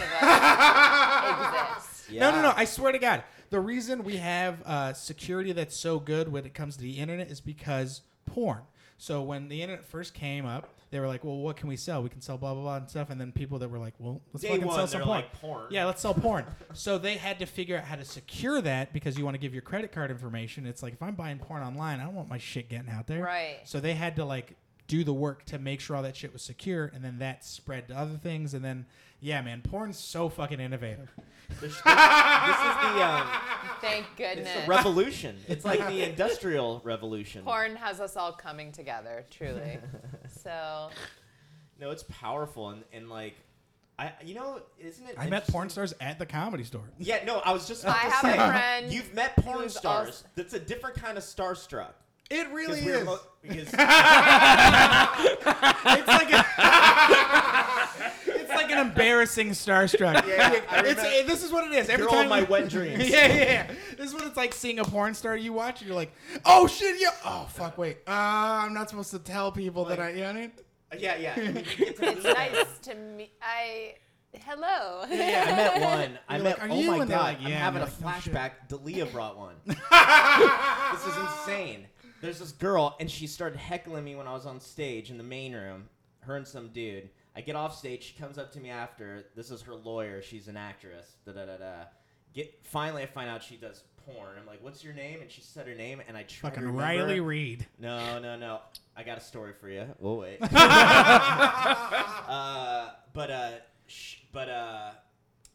A: [LAUGHS]
C: us exist.
A: No, no, no. I swear to God, the reason we have uh, security that's so good when it comes to the internet is because porn. So when the internet first came up, they were like, "Well, what can we sell? We can sell blah blah blah and stuff." And then people that were like, "Well, let's
D: Day
A: fucking
D: one,
A: sell some
D: they're
A: porn."
D: like, "Porn."
A: Yeah, let's sell porn. so they had to figure out how to secure that because you want to give your credit card information. It's like if I'm buying porn online, I don't want my shit getting out there.
C: Right.
A: So they had to like do the work to make sure all that shit was secure, and then that spread to other things, and then yeah, man, porn's so fucking innovative.
D: This, this is the um,
C: Thank
D: it's
C: goodness.
D: the revolution. It's like
C: [LAUGHS]
D: the industrial revolution.
C: Porn has us all coming together,
D: [LAUGHS]
C: truly. so
D: No, it's powerful and, and like I you know, isn't it
A: I met porn
D: interesting-
A: stars at the comedy store.
D: Yeah, no, I was just about
C: I
D: to
C: have a
D: say,
C: friend
D: You've met porn
C: who's
D: stars.
C: also-
D: That's a different kind of starstruck.
A: It really
D: 'Cause we're mo- because-
A: [LAUGHS] it's like a, [LAUGHS] it's like an embarrassing starstruck.
D: Yeah, I
A: it's,
D: remember-
A: this is what it is. Every
D: You're all
A: time
D: my
A: we- [LAUGHS]
D: wet dreams.
A: yeah, yeah, yeah. This is what it's like seeing a porn star you watch. And you're like, oh shit, yeah. Oh fuck, wait. Uh, I'm not supposed to tell people that I. You know what I mean?
D: yeah, yeah. I mean, you get to meet
C: it's nice to meet. I hello. [LAUGHS]
D: Yeah, I met one. I
A: You're
D: met.
A: like, "Are
D: oh
A: you?"
D: my
A: And they're
D: god!
A: like,
D: I'm
A: "Yeah."
D: having a
A: And you're like, "No
D: flashback. Dalia
A: [LAUGHS]
D: brought one. this is insane. There's this girl, and she started heckling me when I was on stage in the main room. Her and some dude. I get off stage. She comes up to me after. This is her lawyer. She's an actress. Da da da da. Get finally, I find out she does porn. I'm like, "What's your name?" And she said her name, and I tried to
A: Fucking
D: remember.
A: Riley [LAUGHS] Reed.
D: No, no, no. I got a story for you.
A: [LAUGHS]
D: We'll wait. [LAUGHS] uh, but uh, sh- but uh,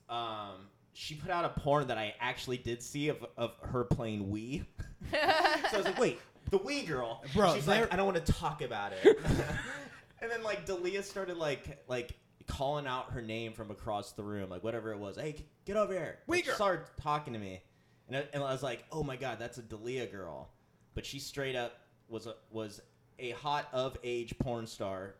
D: um, she put out a porn that I actually did see of of her playing Wii. [LAUGHS] so I was like, wait, the Wii girl.
A: Bro,
D: she's
A: there-
D: like, I don't want to talk about [LAUGHS] it. and then like Dalia started like like calling out her name from across the room, like whatever it was. Hey, g- get over here.
A: Wii
D: Like,
A: girl.
D: Started talking to me, and I, and I was like, oh my god, that's a Dalia girl. But she straight up was a, was a hot of age porn star.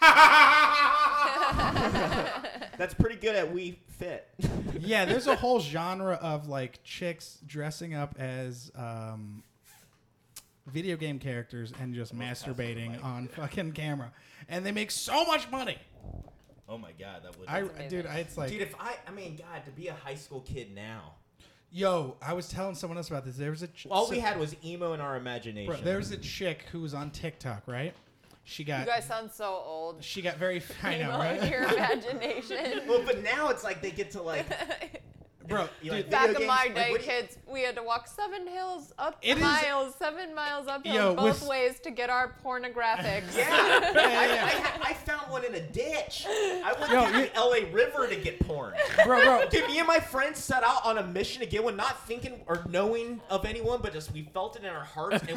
D: That's pretty good at Wii Fit. [LAUGHS]
A: yeah, there's a whole genre of like chicks dressing up as um, video game characters and just masturbating on fucking camera, and they make so much money.
D: oh my god, that would.
A: I
C: amazing.
A: dude, I, it's like,
D: Dude, if I, I mean, God, to be a high school kid now,
A: yo, I was telling someone else about this. There was a ch-
D: all we
A: so-
D: had was emo in our
A: bro,
D: imagination.
A: there was a chick who was on TikTok, right? She got
C: You guys sound so old.
A: she got [LAUGHS] very I know,
C: Emo in
A: right? [LAUGHS]
D: [LAUGHS]
C: your imagination.
D: well, but now it's like they get to [LAUGHS] like.
A: Bro,
D: You're
A: dude,
D: like,
C: [LAUGHS] Back
D: Video
C: in my
D: games, like,
C: day,
D: what do you-
C: kids, we had to walk seven hills up
A: It is-
C: miles, seven miles uphill
A: Yo,
C: both
A: with-
C: ways to get our pornographics.
D: [LAUGHS] Yeah,
A: yeah, yeah.
D: I, I, I found one in a ditch. I went
A: Yo,
D: to
A: you-
D: the LA River to get porn.
A: bro, bro, [LAUGHS]
D: Dude, me and my friends set out on a mission to get one, not thinking or knowing of anyone, but just we felt it in our hearts. And
A: [LAUGHS]
D: we,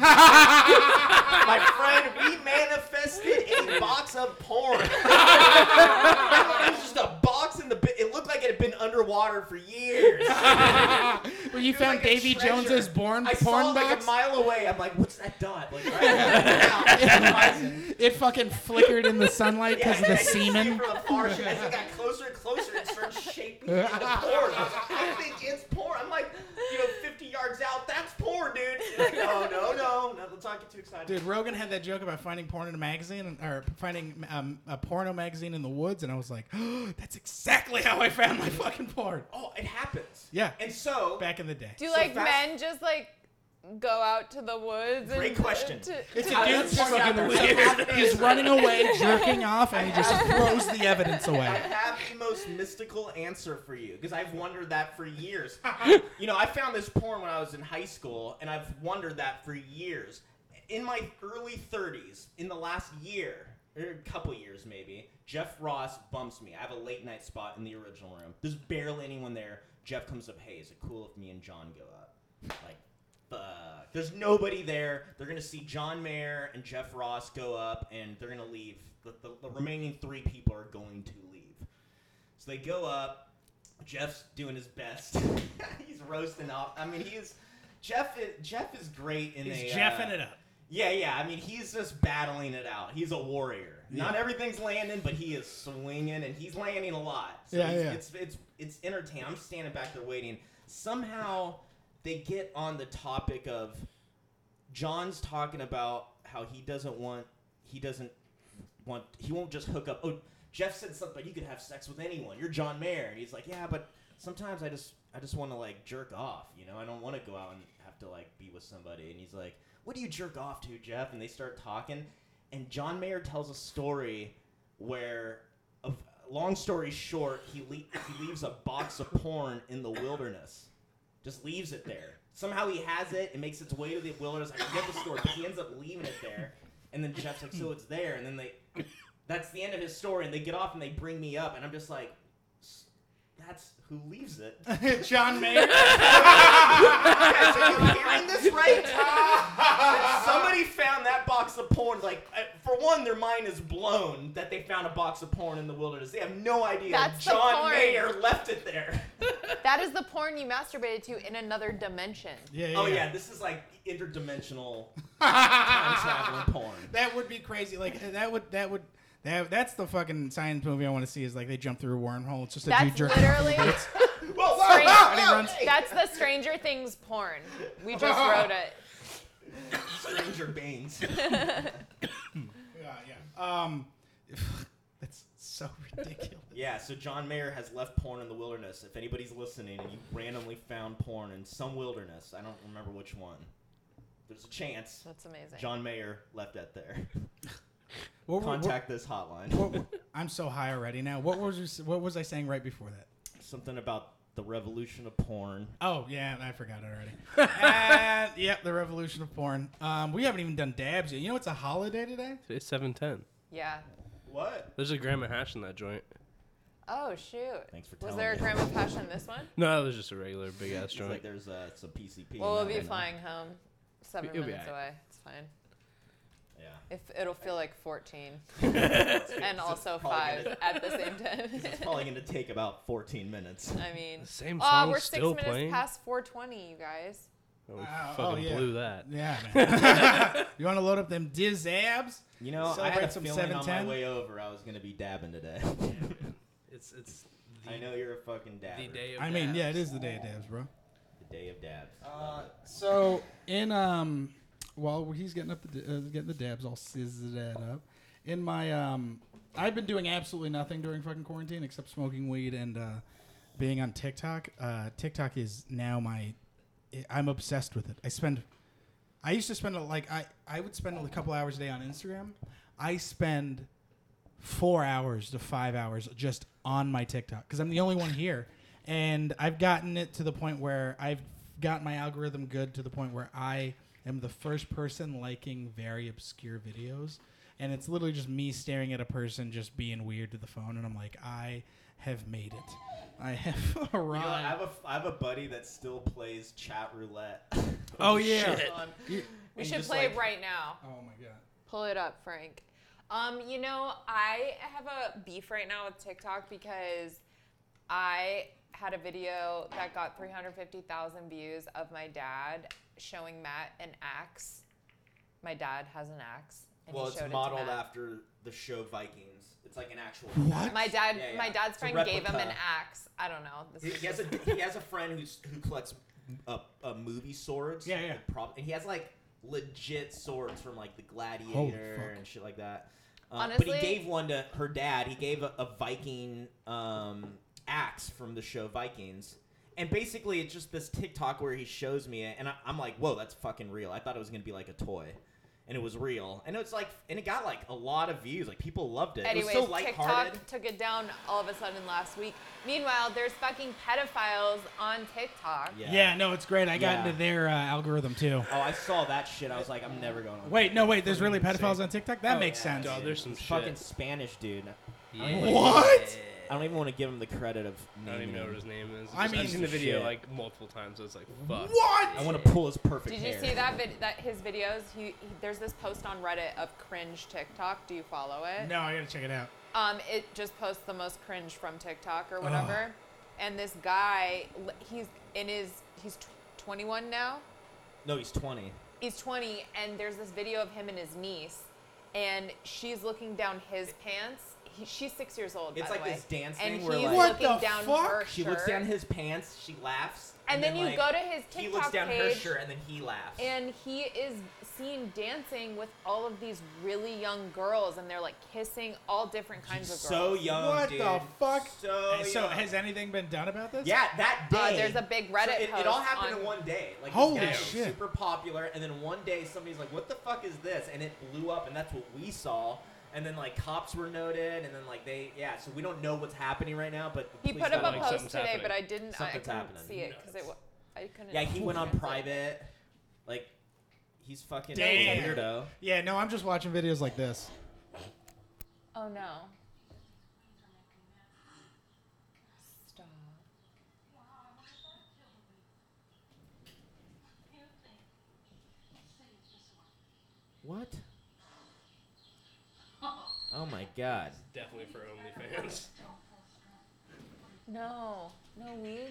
D: my friend, we manifested a box of porn.
A: [LAUGHS]
D: it was just a box in the. bi- It looked like it had been underwater for years.
A: Where you
D: It was
A: found
D: like a
A: Davy
D: treasure.
A: Jones's born
D: I
A: porn
D: saw it
A: box.
D: like a mile away. I'm like, what's that dot?
A: [LAUGHS]
D: Like, right now.
A: it fucking flickered in the sunlight because of
D: I
A: the
D: could see it
A: semen.
D: From afar, as it got closer and closer, it started shaping
A: [LAUGHS]
D: into porn. I think it's porn. I'm like, you know, 50 yards out, that's porn, dude. You're like, no, no, no, no, let's not get too excited.
A: Dude, Rogan had that joke about finding porn in a magazine or finding um, a porno magazine in the woods, and I was like, [GASPS] that's exactly how I found my fucking porn
D: Oh, it happens.
A: Yeah.
D: And so,
A: back in the day.
C: Do
D: So
C: like
D: fast-
C: men just like go out to the woods?
D: Great
C: and,
D: question.
C: to-
A: It's
C: to-
A: a dude
D: that's
A: just
D: porn
A: fucking
D: out
A: weird. [LAUGHS]
D: there.
A: He's running away, jerking off, and he just throws the evidence
D: I
A: away.
D: have the most mystical answer for you because I've wondered that for years. you know, I found this porn when I was in high school, and I've wondered that for years. In my early 30s, in the last year, or a couple years maybe, Jeff Ross bumps me. I have a late night spot in the original room. There's barely anyone there. Jeff comes up, hey, is it cool if me and John go up? Like, fuck. There's nobody there. They're going to see John Mayer and Jeff Ross go up, and they're going to leave. The, the, the remaining three people are going to leave. So they go up. Jeff's doing his best. [LAUGHS] He's roasting off. I mean, he's Jeff. Is, Jeff is great in a.
A: He's
D: uh,
A: jeffing it up.
D: Yeah, yeah. I mean, he's just battling it out. He's a warrior. Not everything's landing, but he is swinging, and he's landing a lot. So
A: Yeah,
D: he's-
A: yeah.
D: It's it's it's entertaining. I'm standing back there waiting. Somehow they get on the topic of John's talking about how he doesn't want he doesn't want he won't just hook up. Oh, Jeff said something. You could have sex with anyone. You're John Mayer. And he's like, yeah, but sometimes I just I just want to like jerk off. You know, I don't want to go out and have to like be with somebody. And he's like, what do you jerk off to, Jeff? And they start talking, and John Mayer tells a story where, of long story short, he le- he leaves a box of porn in the wilderness just leaves it there. Somehow he has it. It makes its way to the wilderness. I forget the story, but he ends up leaving it there. And then Jeff's like, "So it's there." And then they, that's the end of his story. And they get off and they bring me up, and I'm just like, "S- "That's who leaves it."
A: [LAUGHS] John Mayer.
D: Guys, are you hearing this right? If Somebody found that box of porn. Like, uh, for one, their mind is blown that they found a box of porn in the wilderness. They have no idea
C: That's the
D: John
C: porn.
D: Mayer left it there.
C: [LAUGHS] that is the porn you masturbated to in another dimension.
A: Yeah, yeah,
D: Oh
A: yeah.
D: yeah, this is like [LAUGHS] interdimensional time traveling porn.
A: That would be crazy. Like that would that would that that's the fucking science movie I want to see. Is like they jump through a wormhole. It's just a
C: That's
A: dude jerking. off.
C: [LAUGHS] literally
D: [LAUGHS] Whoa, whoa,
C: Stranger-
D: whoa,
A: And he
D: whoa,
A: runs-
D: hey!
C: [LAUGHS] that's the Stranger Things porn. We
D: [LAUGHS]
C: just wrote it.
D: Stranger Banes.
A: Yeah, yeah. Um, [LAUGHS] that's so ridiculous.
D: yeah, so John Mayer has left porn in the wilderness. If anybody's listening and you randomly found porn in some wilderness, I don't remember which one. There's a chance
C: That's amazing.
D: [LAUGHS] John Mayer left that there.
A: What were-
D: Contact this hotline.
A: what- what- I'm so high already now. What was what was I saying right before that?
D: Something about the revolution of porn.
A: Oh yeah, I forgot already. [LAUGHS] uh, yep, the revolution of porn. Um, we haven't even done dabs yet. You know it's a holiday today.
B: It's seven ten.
C: Yeah.
D: What?
B: There's a gram of hash in that joint.
C: Oh shoot.
D: Thanks for
C: Was
D: telling
C: there a
D: me.
C: gram of passion in this one?
B: No, that was just a regular big ass
D: It's like
B: joint.
D: there's uh, some PCP.
C: Well, we'll
D: in that
C: be
D: right now.
C: flying home. 7
B: You'll be
C: minutes
B: all right.
C: away. It's fine.
D: Yeah.
C: If it'll feel like 14 [LAUGHS]
D: It's
C: and also
D: probably
C: 5
D: gonna-
C: at the same [LAUGHS]
D: It's
C: time.
D: probably going to take about 14 minutes.
C: I mean,
B: The same
C: oh,
B: song
C: we're 6
B: still
C: minutes
B: playing.
C: past 420, you guys.
B: Oh, we
A: Wow, oh,
B: fucking
A: yeah.
B: blew that.
A: Yeah, man. [LAUGHS] you want to load up them diz abs?
D: You know, I
A: Celebrate
D: had a
A: some
D: feeling on
A: 710?
D: my way over I was going to be dabbing today. [LAUGHS]
B: It's it's
D: I know you're a fucking dabber.
B: of
A: I mean, yeah, it is the day of dabs, bro.
D: The day of dabs.
C: Um,
A: So in um, while he's getting up the d- uh, getting the dabs all sizzled up, in my um, I've been doing absolutely nothing during fucking quarantine except smoking weed and uh, being on TikTok. Uh, TikTok is now my, I- I'm obsessed with it. I spend, I used to spend uh, like I I would spend a couple hours a day on Instagram. I spend four hours to five hours just on my TikTok because I'm the only one here. And I've gotten it to the point where I've got my algorithm good to the point where I am the first person liking very obscure videos. And it's literally just me staring at a person just being weird to the phone. And I'm like, I have made it. I have [LAUGHS]
D: You know, I,
A: arrived.
D: have a, I have a buddy that still plays chat roulette.
A: Oh, yeah.
C: Hold on.
A: You-
C: We
D: And
C: should
D: just,
C: play
D: like-
C: it right now.
A: oh my God.
C: Pull it up, Frank. Um, you know, I have a beef right now with TikTok because I had a video that got 350,000 views of my dad showing Matt an axe. My dad has an axe. And
D: well,
C: he
D: it's
C: showed it
D: modeled
C: to Matt.
D: after the show Vikings. It's like an actual.
A: What?
C: My dad,
D: Yeah, yeah.
C: my dad's
D: It's a
C: friend gave him an
D: replica.
C: axe. I don't know. This
D: He,
C: is
D: he has a he has a friend who's who collects uh, uh, movie swords.
A: Yeah, yeah.
D: Like, prob- and he has like legit swords from like the
A: fuck.
D: Gladiator and shit like that. Uh, but
C: Honestly-
D: he gave one to her dad. He gave a, a Viking um, axe from the show Vikings. And basically, it's just this TikTok where he shows me it, and I, I'm like, "Whoa, that's fucking real." I thought it was gonna be like a toy, and it was real. And it's like, and it got like a lot of views. Like people loved it.
C: Anyways,
D: it was so lighthearted.
C: TikTok took it down all of a sudden last week. Meanwhile, there's fucking pedophiles on TikTok.
A: Yeah. no, it's great. I got
D: Yeah.
A: into their uh, algorithm too.
D: Oh, I saw that shit. I was like, I'm never going. on
A: Wait, no, wait. There's really
D: Freaking
A: pedophiles
D: sick.
A: on TikTok? That
D: Oh,
A: makes
D: yeah,
A: sense.
B: Dog,
D: dude.
B: there's some
D: This fucking
B: shit.
D: Spanish dude.
B: Yeah.
D: I don't even wanna
A: What?
D: give- I don't even want to give him the credit of.
B: I don't even
D: naming
B: know
D: him.
B: what his name is.
A: I
B: I mean,
A: mean-
B: I've seen the video
D: Shit.
B: like multiple times. I was like, fuck.
D: I want to pull his perfect
C: Did
D: hair.
C: you see that vid- that his videos? He, he there's this post on Reddit of cringe TikTok. Do you follow it?
A: No, I gotta check it out.
C: Um, it just posts the most cringe from TikTok or whatever. And this guy, l- he's in his he's tw 21 now.
D: No, he's 20.
C: He's 20, and there's this video of him and his niece, and she's looking down his pants. He, she's six years old.
D: It's
C: by
D: like
C: the way.
D: this dance
C: and
D: thing where,
C: he's
D: like-
A: What
C: looking
A: the
C: down
A: fuck?
C: her
D: She looks
C: shirt.
D: down his pants. She laughs.
C: And then you
D: like,
C: go to his
D: He
C: TikTok
D: looks down her
C: page,
D: shirt, and then he laughs.
C: and he is seen dancing with all of these really young girls and they're like kissing all different kinds of
D: so
C: girls
D: young,
A: what
D: dude.
A: the fuck?
D: So
A: Uh, so
D: young.
A: has anything been done about this?
D: Yeah, that day.
C: Uh, there's a big Reddit
D: so it, it all
C: post
D: happened
C: on-
D: in one day. Like,
A: Holy
D: this guy was
A: shit.
D: super popular, and then one day somebody's like, "What the fuck is this?" And it blew up, and that's what we saw. And then like cops were noted, and then like they yeah. So we don't know what's happening right now, but
C: he
D: please
C: put
D: don't,
C: up
B: like
C: a post
B: something's
C: today
B: happening.
C: but i didn't i, I
D: Something's
C: couldn't
D: happening.
C: see it because it wa- i couldn't
D: Yeah, he went on
C: translate it.
D: private. Like, he's fucking
A: Damn.
D: a weirdo.
A: Yeah, no, I'm just watching videos like this.
C: oh no stop
D: What? Oh my god.
B: Definitely for OnlyFans.
C: no no
D: [LAUGHS]
C: weeds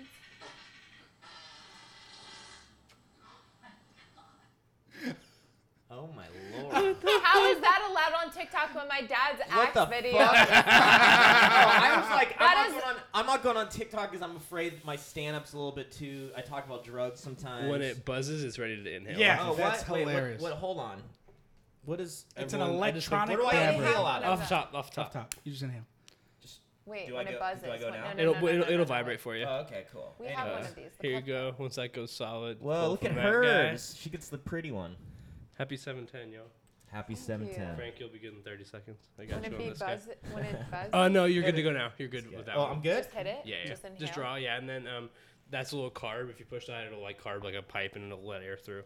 D: Oh
C: [LAUGHS]
D: my lord.
C: how is that allowed on tiktok when my dad's
D: What
C: axe
D: the
C: video
D: fuck? Oh, I was like, I'm
C: That
D: not,
C: is-
D: going on, I'm not going on TikTok because I'm afraid my stand up's a little bit too. I talk about drugs sometimes.
B: When it buzzes, it's ready to inhale.
A: Yeah.
D: Oh,
A: That's
D: what? Wait, what-
A: hilarious.
D: what, Hold on. What is.
A: It's an
B: Everyone- I just think,
A: electronic
D: what do I
A: fabric.
D: inhale out of?
B: Off top, off top.
A: Off top. You just inhale.
C: wait
D: Do I
C: when
D: go-
C: it
D: do
C: buzzes
D: I go
C: when- no,
D: now?
C: no,
B: It'll,
C: no, no,
B: it'll,
C: no, no,
B: it'll
C: no.
B: vibrate for you. Uh,
D: Oh, okay, cool.
C: We have
D: Anyway.
C: one of these. the
B: Here you
C: clip-
B: go. Once that goes solid.
D: Whoa,
B: pull
D: look
B: from
D: at
B: that guy.
D: hers. She gets the pretty one.
B: Happy 710, yo.
D: Happy seven
C: you.
D: ten.
B: Frank, you'll be good in 30 seconds. I got
C: When
B: you
C: it
B: on
C: be
B: this guy.
C: buzz, when it
B: [LAUGHS]
C: buzz,
B: Uh, no, you're good to go now. You're good
D: Yeah.
B: with that
D: Oh,
B: one.
D: I'm good.
C: just hit it.
B: Yeah, yeah.
C: Just inhale.
B: draw, yeah, and then um, that's a little carb. If you push that, it'll like carb like a pipe, and it'll let air through.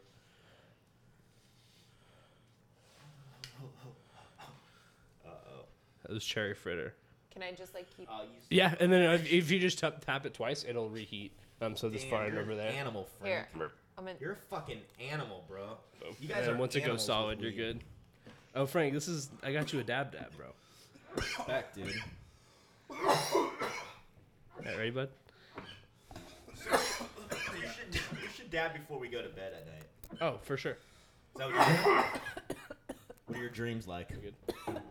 B: That was cherry fritter.
C: Can I just like keep?
D: I'll use
B: Yeah, and then uh, if you just tap, tap it twice, it'll reheat. Um, so this
D: Damn,
B: fire
D: you're
B: over
D: an
B: there.
D: Animal,
C: Here,
D: Frank.
C: I'm in.
D: You're a fucking animal, bro. You
B: and
D: guys are
B: then Oh, once it
D: animals
B: goes
D: with
B: solid, you're
D: weed.
B: good. Oh, Frank, this is I got you a dab dab, bro.
D: Respect, [LAUGHS] dude.
B: All right, ready, bud?
D: you, should, you should dab before we go to bed at night.
B: Oh, for sure.
D: Is that what, you do? what are your dreams like?
B: You're good.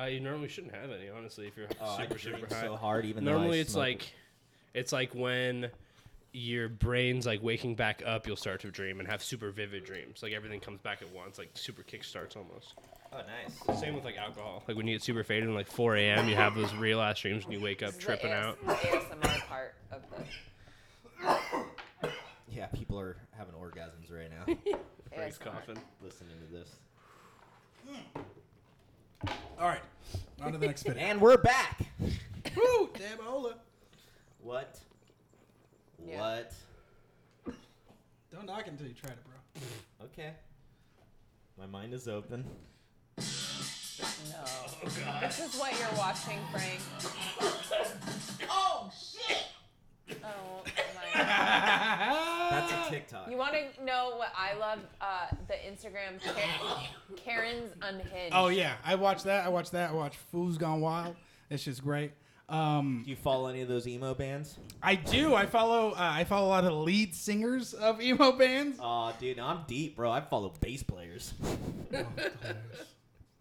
B: Uh, you normally shouldn't have any, honestly, if you're
D: Oh, I
B: super
D: dream
B: super high.
D: so hard, even though I
B: normally it's
D: smoke.
B: like it's like when your brain's like waking back up you'll start to dream and have super vivid dreams like everything comes back at once like super kickstarts almost
D: oh nice.
B: same with like alcohol like when you get super faded and like 4 a.m you have those real ass dreams and you wake up
C: this is the
B: tripping
C: AS
B: out
C: The ASMR part of the
D: Yeah, people are having orgasms right
B: [LAUGHS]
D: now
B: Frank's
C: ASMR.
B: coughing
D: listening to this.
A: All right, on to the next bit.
D: And we're back.
A: [LAUGHS] Woo, damn Ola.
D: What?
C: Yeah.
D: What?
A: Don't knock it until you try it, [LAUGHS] bro.
D: Okay. My mind
C: [GASPS]
D: is open.
C: No. This is what you're watching, Frank. Oh shit. Oh my.
D: That's a TikTok.
C: You want to know what I love? Uh, the Instagram Karen, Karen's Unhinged.
A: Oh yeah, I watched that. I watched that. I watched Fools Gone Wild. It's just great. Um,
D: Do you follow any of those emo bands?
A: I do. I follow. Uh, I follow a lot of lead singers of emo bands.
D: Oh, dude, I'm deep, bro. I follow bass players.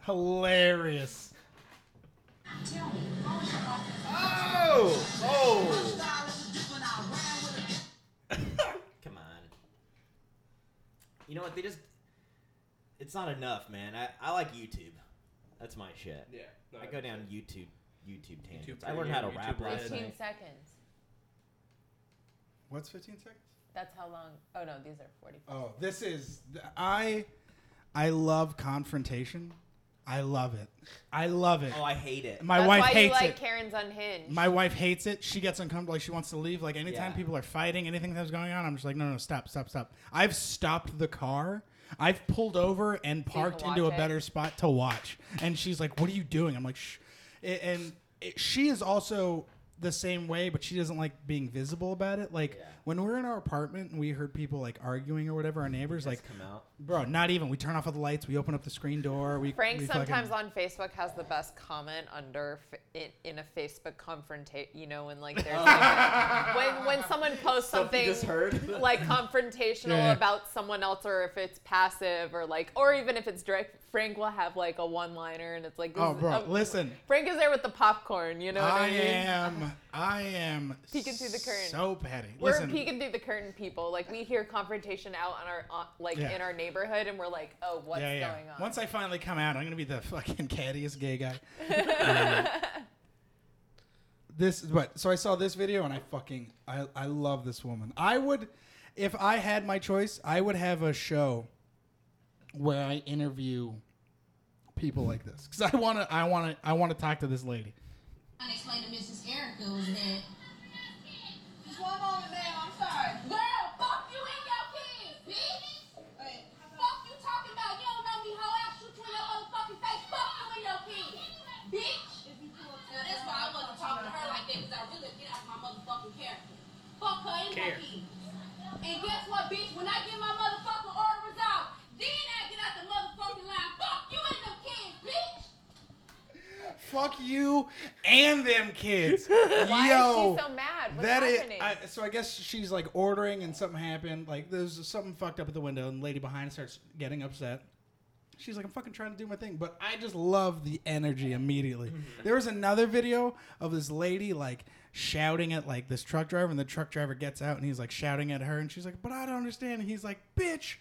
A: Hilarious.
D: Oh! Oh! Come on. You know what? They just. It's not enough, man. I, I like YouTube. That's my shit.
B: yeah
D: I go down YouTube YouTube tangents.
B: YouTube
D: I learned how to
B: Premium,
D: rap
B: YouTube
D: last
B: Red.
C: 15
D: night.
C: seconds.
A: What's 15 seconds?
C: That's how long. Oh no, these are 40.
A: Oh, this is I. I love confrontation. I love it. I love it.
D: Oh, I hate it.
A: My
C: That's
A: wife
C: why you
A: hates
C: like
A: it.
C: Karen's Unhinged.
A: My wife hates it. She gets uncomfortable. Like she wants to leave. Like anytime
D: Yeah.
A: people are fighting, anything that's going on, I'm just like, no, no, stop, stop, stop. I've stopped the car. I've pulled over and parked into a
C: watch it?
A: better spot to watch. And she's like, "What are you doing?" I'm like, Shh. A- and it, she is also the same way, but she doesn't like being visible about it. Like
D: Yeah.
A: when we were in our apartment and we heard people like arguing or whatever, our neighbors like.
D: come out.
A: Bro, not even. We turn off all the lights. We open up the screen door. We
C: Frank
A: we fucking-
C: sometimes on Facebook has the best comment under f- in, in a Facebook confrontation. You know, when
A: [LAUGHS]
C: like there's like, when when someone posts
D: Stuff
C: something
D: you just [LAUGHS] heard.
C: like confrontational
A: Yeah.
C: about someone else, or if it's passive, or like, or even if it's direct. Frank will have like a one-liner, and it's like, this
A: Oh,
C: is-
A: bro,
C: um,
A: listen. Ah,
C: Frank is there with the popcorn. You know what I,
A: I
C: mean?
A: am. I am.
C: Peeking through the curtain.
A: So petty.
C: We're
A: Listen,
C: peeking through the curtain, people. Like we hear confrontation out on our on like
A: Yeah.
C: in our neighborhood, and we're like, "Oh, what's
A: yeah, yeah.
C: going on?"
A: Once I finally come out, I'm gonna be the fucking cattiest gay
C: [LAUGHS]
A: guy. Um, this is what. So I saw this video and I fucking I I love this woman. I would, if I had my choice, I would have a show where I interview people like this because I wanna I wanna I wanna talk to this lady.
E: trying to explain to Mrs. Erica was that. Just one moment, ma'am. I'm sorry. Girl, fuck you and your kids, bitch. Fuck you talking about. You don't know me, hoe. I'll shoot you in your motherfucking face. Fuck you and your kids, bitch. Now, that's why I wasn't talking to her like that because I really get out of my motherfucking character. Fuck her and her
B: Care.
E: kids. And guess what, bitch? When I get my motherfucking orders out, then I get out the motherfucking line. Fuck you and them kids, bitch.
A: Fuck you and them kids.
C: [LAUGHS] Why
A: Yo.
C: is she so mad? What's
A: That is,
C: happening?
A: I, so I guess she's like ordering and something happened. Like there's something fucked up at the window, and the lady behind starts getting upset. She's like, I'm fucking trying to do my thing, but I just love the energy immediately. There was another video of this lady like shouting at like this truck driver, and the truck driver gets out and he's like shouting at her, and she's like, But I don't understand. And he's like, Bitch,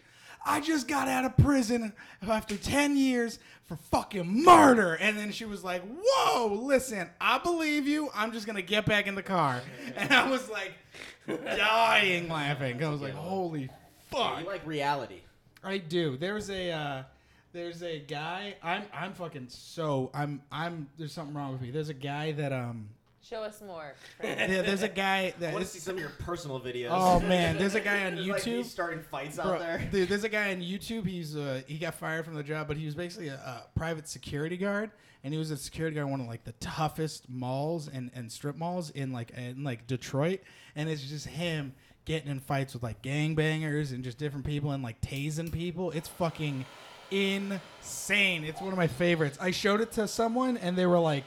A: I just got out of prison after 10 years for fucking murder. And then she was like, Whoa, listen, I believe you. I'm just gonna get back in the car. And I was like, dying laughing. I was like, Holy fuck.
D: You like reality.
A: I do. There's a uh, There's a guy. I'm I'm fucking so I'm I'm. There's something wrong with me. There's a guy that um.
C: Show us
A: [LAUGHS]
C: more.
A: Yeah, there's a guy
D: I
A: that.
D: want to see some of your personal videos.
A: Oh man, there's a guy on
D: It's [LAUGHS] like me
A: YouTube.
D: starting fights
A: Bro,
D: out there.
A: Dude, there's a guy on YouTube. He's uh, he got fired from the job, but he was basically a, a private security guard, and he was a security guard in one of like the toughest malls and, and strip malls in like in like Detroit, and it's just him getting in fights with like gangbangers and just different people and like tasing people. It's fucking insane. It's one of my favorites. I showed it to someone, and they were like.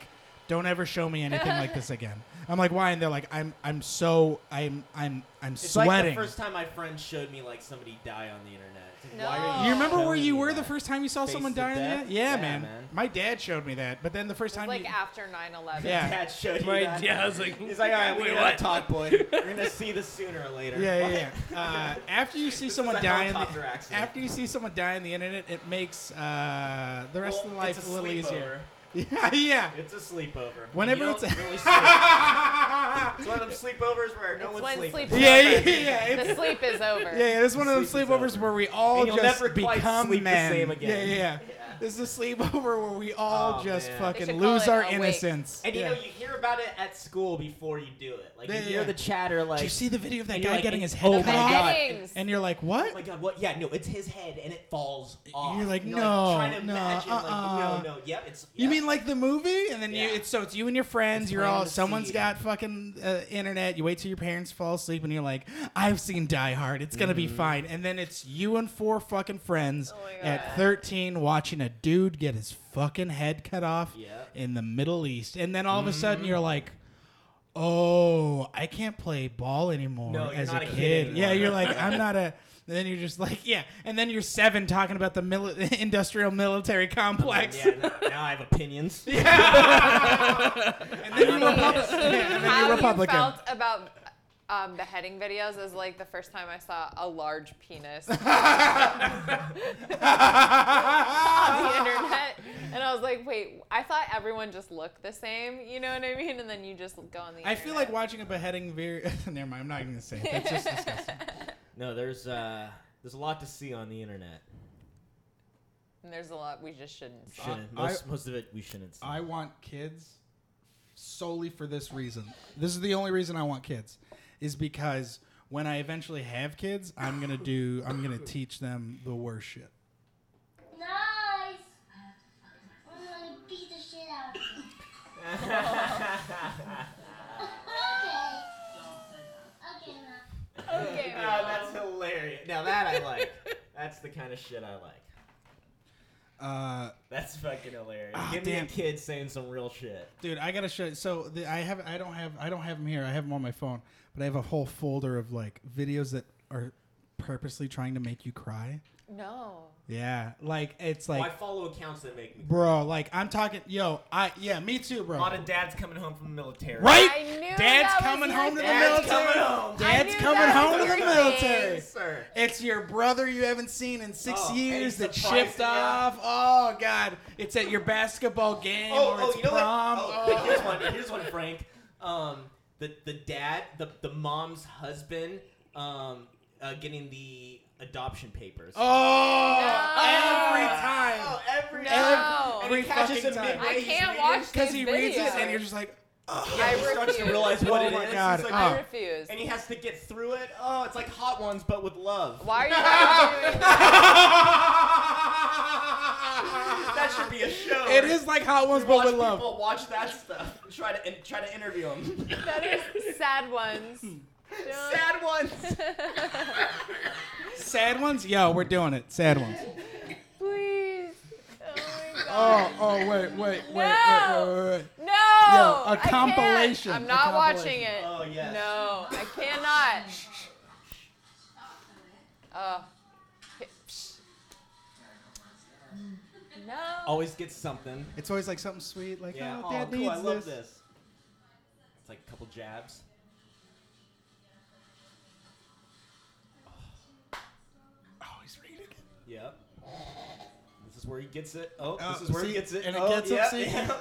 A: Don't ever show me anything like
D: [LAUGHS]
A: this again. I'm like, why? And they're like, I'm, I'm so, I'm, I'm, I'm
D: It's
A: sweating.
D: like the first time my friend showed me like somebody die on the internet. It's like, why are
C: No.
A: You remember
D: showing
A: where you
D: me
A: were
D: that?
A: the first time you saw
D: Face
A: someone
D: to
A: die on the
D: death?
A: internet? Yeah,
D: Yeah,
A: man.
D: man.
A: My dad showed me that, but then the first
C: It's
A: time,
C: like
A: you, [LAUGHS]
C: after 9/11.
A: Yeah.
D: Dad showed you
B: Right,
D: that.
B: yeah, I was [LAUGHS] like,
D: he's like, all right, we
B: wait,
D: gotta
B: what? [LAUGHS]
D: talk, boy. We're gonna see this sooner or later.
A: yeah, yeah, yeah. Uh, after you see
D: This is
A: someone
D: a
A: die, on
D: helicopter
A: the,
D: accident.
A: after you see someone die on the internet, it makes uh, the rest
D: Well,
A: of the life
D: it's
A: a,
D: a
A: little easier.
D: sleepover.
A: [LAUGHS] Yeah, yeah.
D: It's a sleepover.
A: Whenever
D: You
A: it's
D: don't
A: a- [LAUGHS]
D: really sleep. It's one of them sleepovers where no
C: It's
D: one's
C: when
D: sleeping.
C: sleep-
A: yeah, yeah, yeah. It's,
C: The sleep is over.
A: Yeah, yeah, this is one of those
D: Sleep is
A: sleepovers
D: over.
A: where we all
D: And you'll
A: just
D: never quite
A: become
D: sleep the
A: men.
D: same again.
A: Yeah, yeah, yeah.
D: Yeah.
A: This is a sleepover where we all
D: Oh,
A: just
D: man. They
A: fucking
C: should call
A: lose
C: it uh,
A: our
C: Awake.
A: innocence.
D: And you
A: yeah.
D: know, you hear about it at school before you do it. Like
A: Yeah,
D: you hear
A: yeah.
D: the chatter, like,
A: Did you
D: [LAUGHS]
A: see the video of that
D: and you're
A: guy
D: like,
A: getting
D: it-
A: his head
D: oh
A: cut
D: my
A: off?
D: God.
C: Beheadings.
A: And you're like, what?
D: oh my god, what? Yeah, no, it's his head, and it falls off.
A: You're like, no,
D: trying to
A: no,
D: imagine,
A: uh-uh.
D: like, no, no, yep, it's.
A: You
D: yeah.
A: mean like the movie, and then
D: Yeah.
A: you it's so it's you and your friends.
D: It's
A: you're
D: playing
A: all
D: the
A: someone's
D: seed.
A: got fucking uh, internet. You wait till your parents fall asleep, and you're like, I've seen Die Hard. It's gonna be
D: Mm.
A: fine. And then it's you and four fucking friends
C: Oh my
A: at
C: God.
A: 13 watching a dude get his fucking head cut off
D: Yep.
A: in the Middle East, and then all
D: Mm-hmm.
A: of a sudden you're like. Oh, I can't play ball anymore
D: No, you're
A: as
D: not
A: a
D: a kid
A: kid. yeah,
D: anymore.
A: you're like,
D: [LAUGHS]
A: I'm not a. And then you're just like, yeah. And then you're seven talking about the mili- [LAUGHS] industrial military complex.
D: Yeah, no, [LAUGHS] now I have opinions.
A: And then you're Republican. and then
C: How
A: you're Republican.
C: you felt about um, beheading videos is like the first time I saw a large penis [LAUGHS] on the internet, and I was like, wait, I thought everyone just looked the same. You know what I mean? And then you just go on the.
A: I feel like watching a beheading. Very [LAUGHS] never mind. I'm not even gonna say it. That's just disgusting.
D: No, there's uh, there's a lot to see on the internet.
C: And there's a lot we just shouldn't. See.
D: Shouldn't,
A: Uh, I-
D: most, most of it we shouldn't see.
A: I want kids solely for this reason. This is the only reason I want kids, is because when I eventually have kids, I'm gonna do. I'm gonna teach them the worst shit.
E: Nice. I'm gonna beat the shit out of you. okay. Okay, now.
C: Okay.
D: Oh, that's hilarious. Now that I like. That's the kind of shit I like.
A: Uh,
D: That's fucking hilarious.
A: Ah,
D: Give
A: damn.
D: me a kid saying some real shit.
A: dude, I gotta show. So the, I have. I don't have. I don't have them here. I have them on my phone, but I have a whole folder of like videos that are purposely trying to make you cry.
C: No.
A: Yeah, like it's like
D: Well, I follow accounts that make me.
A: Bro, like I'm talking, yo, I yeah, me too, bro.
D: A lot of dads coming home from the military.
A: right?
C: I knew
A: Dad's
C: that was
A: coming
C: your
A: home to the
C: dad.
D: Dad's
A: military.
D: coming home.
A: Dad's
C: I knew
A: coming
C: that
A: home to
C: was
A: the
C: your
A: military.
D: Yes, sir.
A: It's your brother you haven't seen in six
D: Oh, and
A: years
D: he's
A: that
D: surprised
A: shipped
D: you.
A: off. Oh God, it's at your basketball game
D: Oh,
A: or
D: oh,
A: it's
D: you know
A: prom.
D: what? Oh,
A: Oh.
D: Here's one. Here's one, Frank. Um, the the dad, the the mom's husband, um, uh, getting the adoption papers.
A: Oh,
C: No.
A: every time
D: Oh, every
C: No.
D: time. And
A: Every
D: he catches
A: fucking
D: him
A: time.
D: midway.
C: I
D: he's
C: can't
D: reading.
C: watch
A: because
C: these
A: he reads it
C: videos.
A: and you're just
D: [LAUGHS]
A: like, oh.
D: Yeah,
C: I
D: he starts to
C: refuse.
D: realize what
A: Oh
D: it
A: my
D: is.
A: God.
D: He's like,
A: Ah.
C: I refuse.
D: And he has to get through it. Oh, it's like hot ones, but with love.
C: Why
A: [LAUGHS]
C: are you guys doing that?
D: [LAUGHS] that should be a show.
A: It is like Hot Ones, but
D: Watch
A: with love.
D: people watch that stuff. and Try to and try to interview them.
A: [LAUGHS]
C: That is sad ones.
D: Sad ones.
A: Sad ones, yo, we're doing it. Sad ones.
C: [LAUGHS] Please. Oh my god.
A: Oh, oh, wait, wait, wait,
C: No.
A: wait, wait, wait, wait.
C: No.
A: Yo, a
C: I can't.
A: compilation,
C: I'm
A: a
C: not watching
A: compilation.
C: it.
D: Oh, yes.
C: No, I
D: [LAUGHS]
C: cannot. Oh. No.
D: Always get something.
A: It's always like something sweet, like
D: Yeah.
A: oh,
D: Oh,
A: dad
D: cool.
A: needs
D: I love this.
A: this.
D: It's like a couple jabs.
A: Oh, he's reading. it.
D: Yep. This is where he gets it. Oh,
A: Oh,
D: this is where
A: see,
D: he gets it.
A: and it
D: oh,
A: gets up,
D: yeah,
A: see?
D: [LAUGHS] yeah.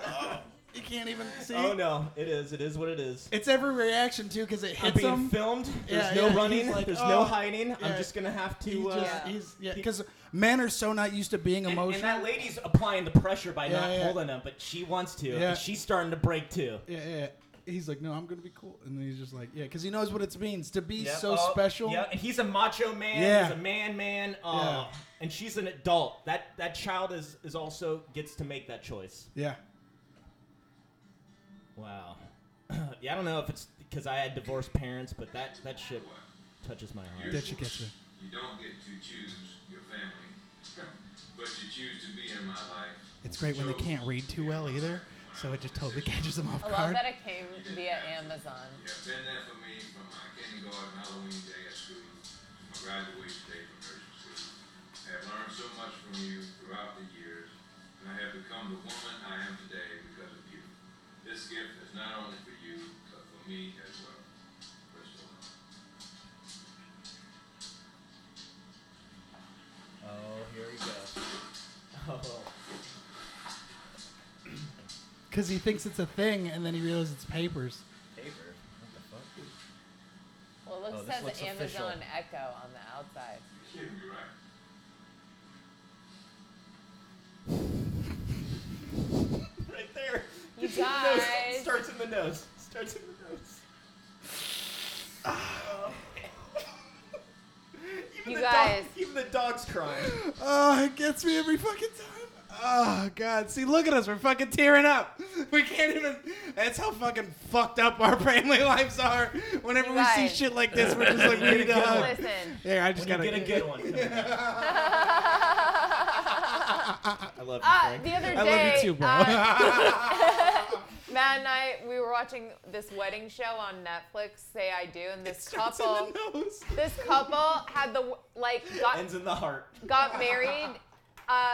A: You can't even see.
D: Oh no, it is. It is what it is.
A: It's every reaction too, because it
D: I'm
A: hits
D: being
A: him.
D: filmed. There's
A: um, Yeah,
D: no
A: yeah,
D: running.
A: he's like,
D: There's
A: oh,
D: no hiding.
A: yeah.
D: I'm just gonna have
A: He
D: to. Uh,
A: just, he's yeah,
D: he-
A: because men are so not used to being
D: And,
A: emotional.
D: and that lady's applying the pressure by
A: Yeah,
D: not
A: yeah.
D: holding him, but she wants to.
A: Yeah.
D: And she's starting to break too.
A: yeah, yeah. He's like, no, I'm gonna be cool, and then he's just like, yeah, because he knows what it means to be
D: Yep.
A: so
D: Oh,
A: special.
D: Yeah, and he's a macho man.
A: Yeah.
D: He's a man man. Uh,
A: Yeah.
D: And she's an adult. That that child is, is also gets to make that choice.
A: Yeah.
D: Wow. [CLEARS THROAT] yeah, I don't know if it's because I had divorced parents, but that, that shit touches my heart.
A: That shit gets me.
F: You don't get to choose your family, but you choose to be in my life.
A: It's great when they can't read too well either, so it just totally [LAUGHS] catches them off
C: I love
A: guard.
C: that it came via Amazon.
F: You have been there for me from my kindergarten Halloween day at school, my graduation day from nursing school. I have learned so much from you throughout the years, and I have become the woman I am today because of you. This gift is not only for you, but for me as well. Crystal.
D: Oh, here we go. [LAUGHS] Oh.
A: Because he thinks it's a thing, and then he realizes it's papers.
D: Paper. What the fuck?
C: Well, it looks,
D: Oh, this
C: says
D: looks official.
C: Amazon Echo on the outside.
D: [LAUGHS]
F: You're kidding me, right?
D: Right there.
C: You
D: It's in the nose.
C: guys.
D: Starts in the nose. Starts in
C: [LAUGHS]
D: the nose. Oh. even
C: You
D: the dog-
C: guys.
D: even the dog's crying.
A: Oh, it gets me every fucking time. Oh God! See, look at us. We're fucking tearing up. [LAUGHS] We can't even. That's how fucking fucked up our [LAUGHS] family lives are. Whenever
C: You
A: we see
C: guys.
A: shit like this, we're just like, we need to hug.
C: Listen,
A: Yeah, I just
D: When
A: gotta
D: you get
A: [LAUGHS]
D: a good one. come here. I love you,
C: [LAUGHS] Uh,
D: Frank.
C: the other day,
A: I love you too, bro. [LAUGHS]
C: uh, Matt and I, we were watching this wedding show on Netflix, Say I Do, and this
A: Starts in the
C: couple,
A: nose.
C: this couple had the, like, got,
D: Ends in the heart.
C: got married. Uh,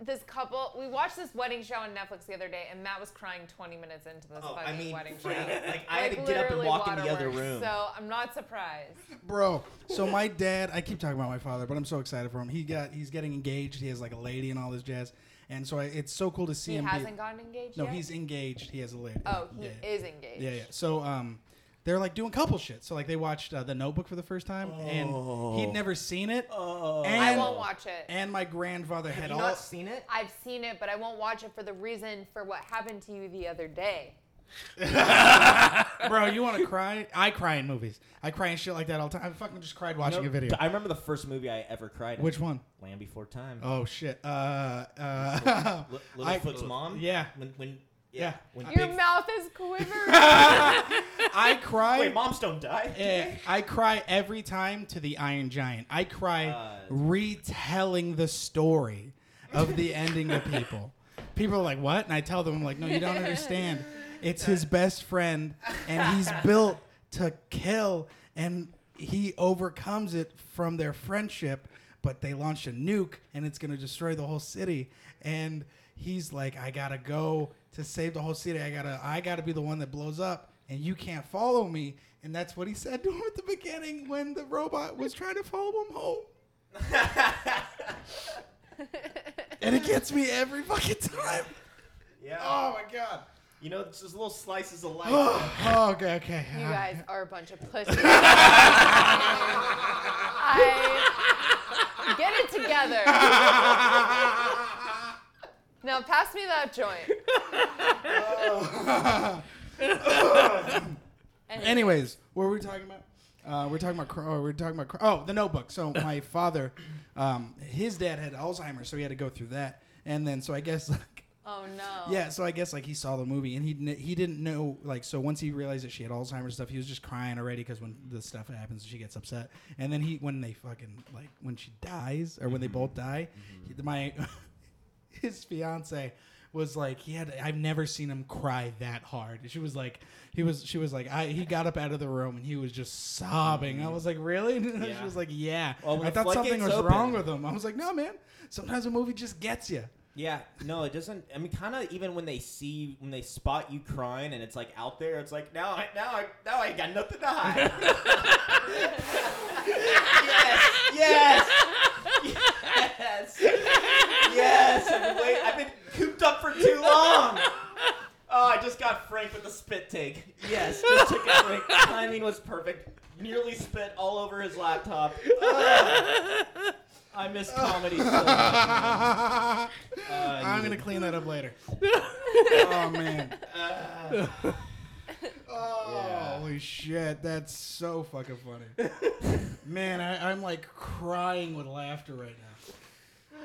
C: this couple, we watched this wedding show on Netflix the other day, and Matt was crying 20 minutes into this
D: Oh,
C: fucking
D: I mean,
C: wedding show.
D: Frank, like I had
C: Like,
D: to get up and
C: literally
D: walk in the other
C: waterworks,
D: room.
C: So I'm not surprised.
A: Bro, so my dad, I keep talking about my father, but I'm so excited for him. He got he's getting engaged. He has like a lady and all this jazz. And so I, it's so cool to see
C: He
A: him. be-
C: hasn't gotten engaged
A: no,
C: yet.
A: he's engaged. He has a lady.
C: Oh, he
A: Yeah, yeah.
C: is engaged.
A: Yeah, yeah. So um, they're like doing couple shit. So like they watched uh, The Notebook for the first time, and he'd never seen it.
D: Oh.
A: and,
C: I won't watch it.
A: And my grandfather had
D: Have you
A: all.
D: not seen it?
C: I've seen it, but I won't watch it for the reason for what happened to you the other day.
A: Bro, you want to cry? I cry in movies. I cry in shit like that all the time. I fucking just cried watching
D: No,
A: a video.
D: I remember the first movie I ever cried. in.
A: Which one?
D: Land Before Time.
A: Oh shit. Uh, uh, [LAUGHS]
D: [LAUGHS] Li-
A: I-
D: Littlefoot's mom.
A: Yeah.
D: When when
A: Yeah.
D: When
C: Your
D: Big-
C: mouth is
D: [LAUGHS]
C: quivering.
A: I cry.
D: Wait, moms don't die.
A: Yeah, I cry every time to the Iron Giant. I cry
D: Uh,
A: [LAUGHS] retelling the story of the ending to people. People are like, "What?" And I tell them, "I'm like, no, you don't understand. It's his best friend, and he's built to kill, and he overcomes it from their friendship. But they launch a nuke, and it's gonna destroy the whole city. And he's like, I gotta go to save the whole city. I gotta, I gotta be the one that blows up, and you can't follow me. And that's what he said to him at the beginning when the robot was trying to follow him home. And it gets me every fucking time.
D: Yeah.
A: Oh my god.
D: You know, it's just little slices of
A: [SIGHS]
D: life. [LAUGHS]
A: Oh, [SIGHS] oh, okay, okay.
C: you
A: all
C: guys
A: right.
C: are a bunch of pussies. I get it together. Now pass me that joint. And
A: [LAUGHS] Anyways, what were we talking about? Uh, we're talking about cr- oh, we're talking about cr- oh the notebook. [LAUGHS] So my father, um, his dad had Alzheimer's, so he had to go through that, and then so I guess like
C: Oh no.
A: yeah, so I guess like he saw the movie and he kn- he didn't know like so once he realized that she had Alzheimer's and stuff, he was just crying already because when the stuff happens, she gets upset, and then he when they fucking like when she dies or when they
D: Mm-hmm.
A: both die, he- my [LAUGHS] his fiance was like he had I've never seen him cry that hard. She was like he was she was like I he got up out of the room and he was just sobbing. I was like really? [LAUGHS] she
D: Mm-hmm. Yeah.
A: was like yeah.
D: Well, when
A: I
D: the
A: thought something
D: floodgates
A: was wrong
D: open.
A: with him. I was like no man. Sometimes a movie just gets
D: [LAUGHS]
A: you.
D: Yeah. No, it doesn't. I mean, kind of even when they see when they spot you crying and it's like out there, it's like now I now I now I got nothing to hide. yes. Yes. Yes. Yes. I've been, wait, I've been cooped up for too long. Oh, I just got Frank with the spit take. Yes, just took it Frank. Timing was perfect. Nearly spit all over his laptop. Ugh. Oh, I miss comedy so much. Uh, man.
A: I'm gonna clean that up later. oh man. Oh, Holy shit, that's so fucking funny. Man, I, I'm like crying with laughter right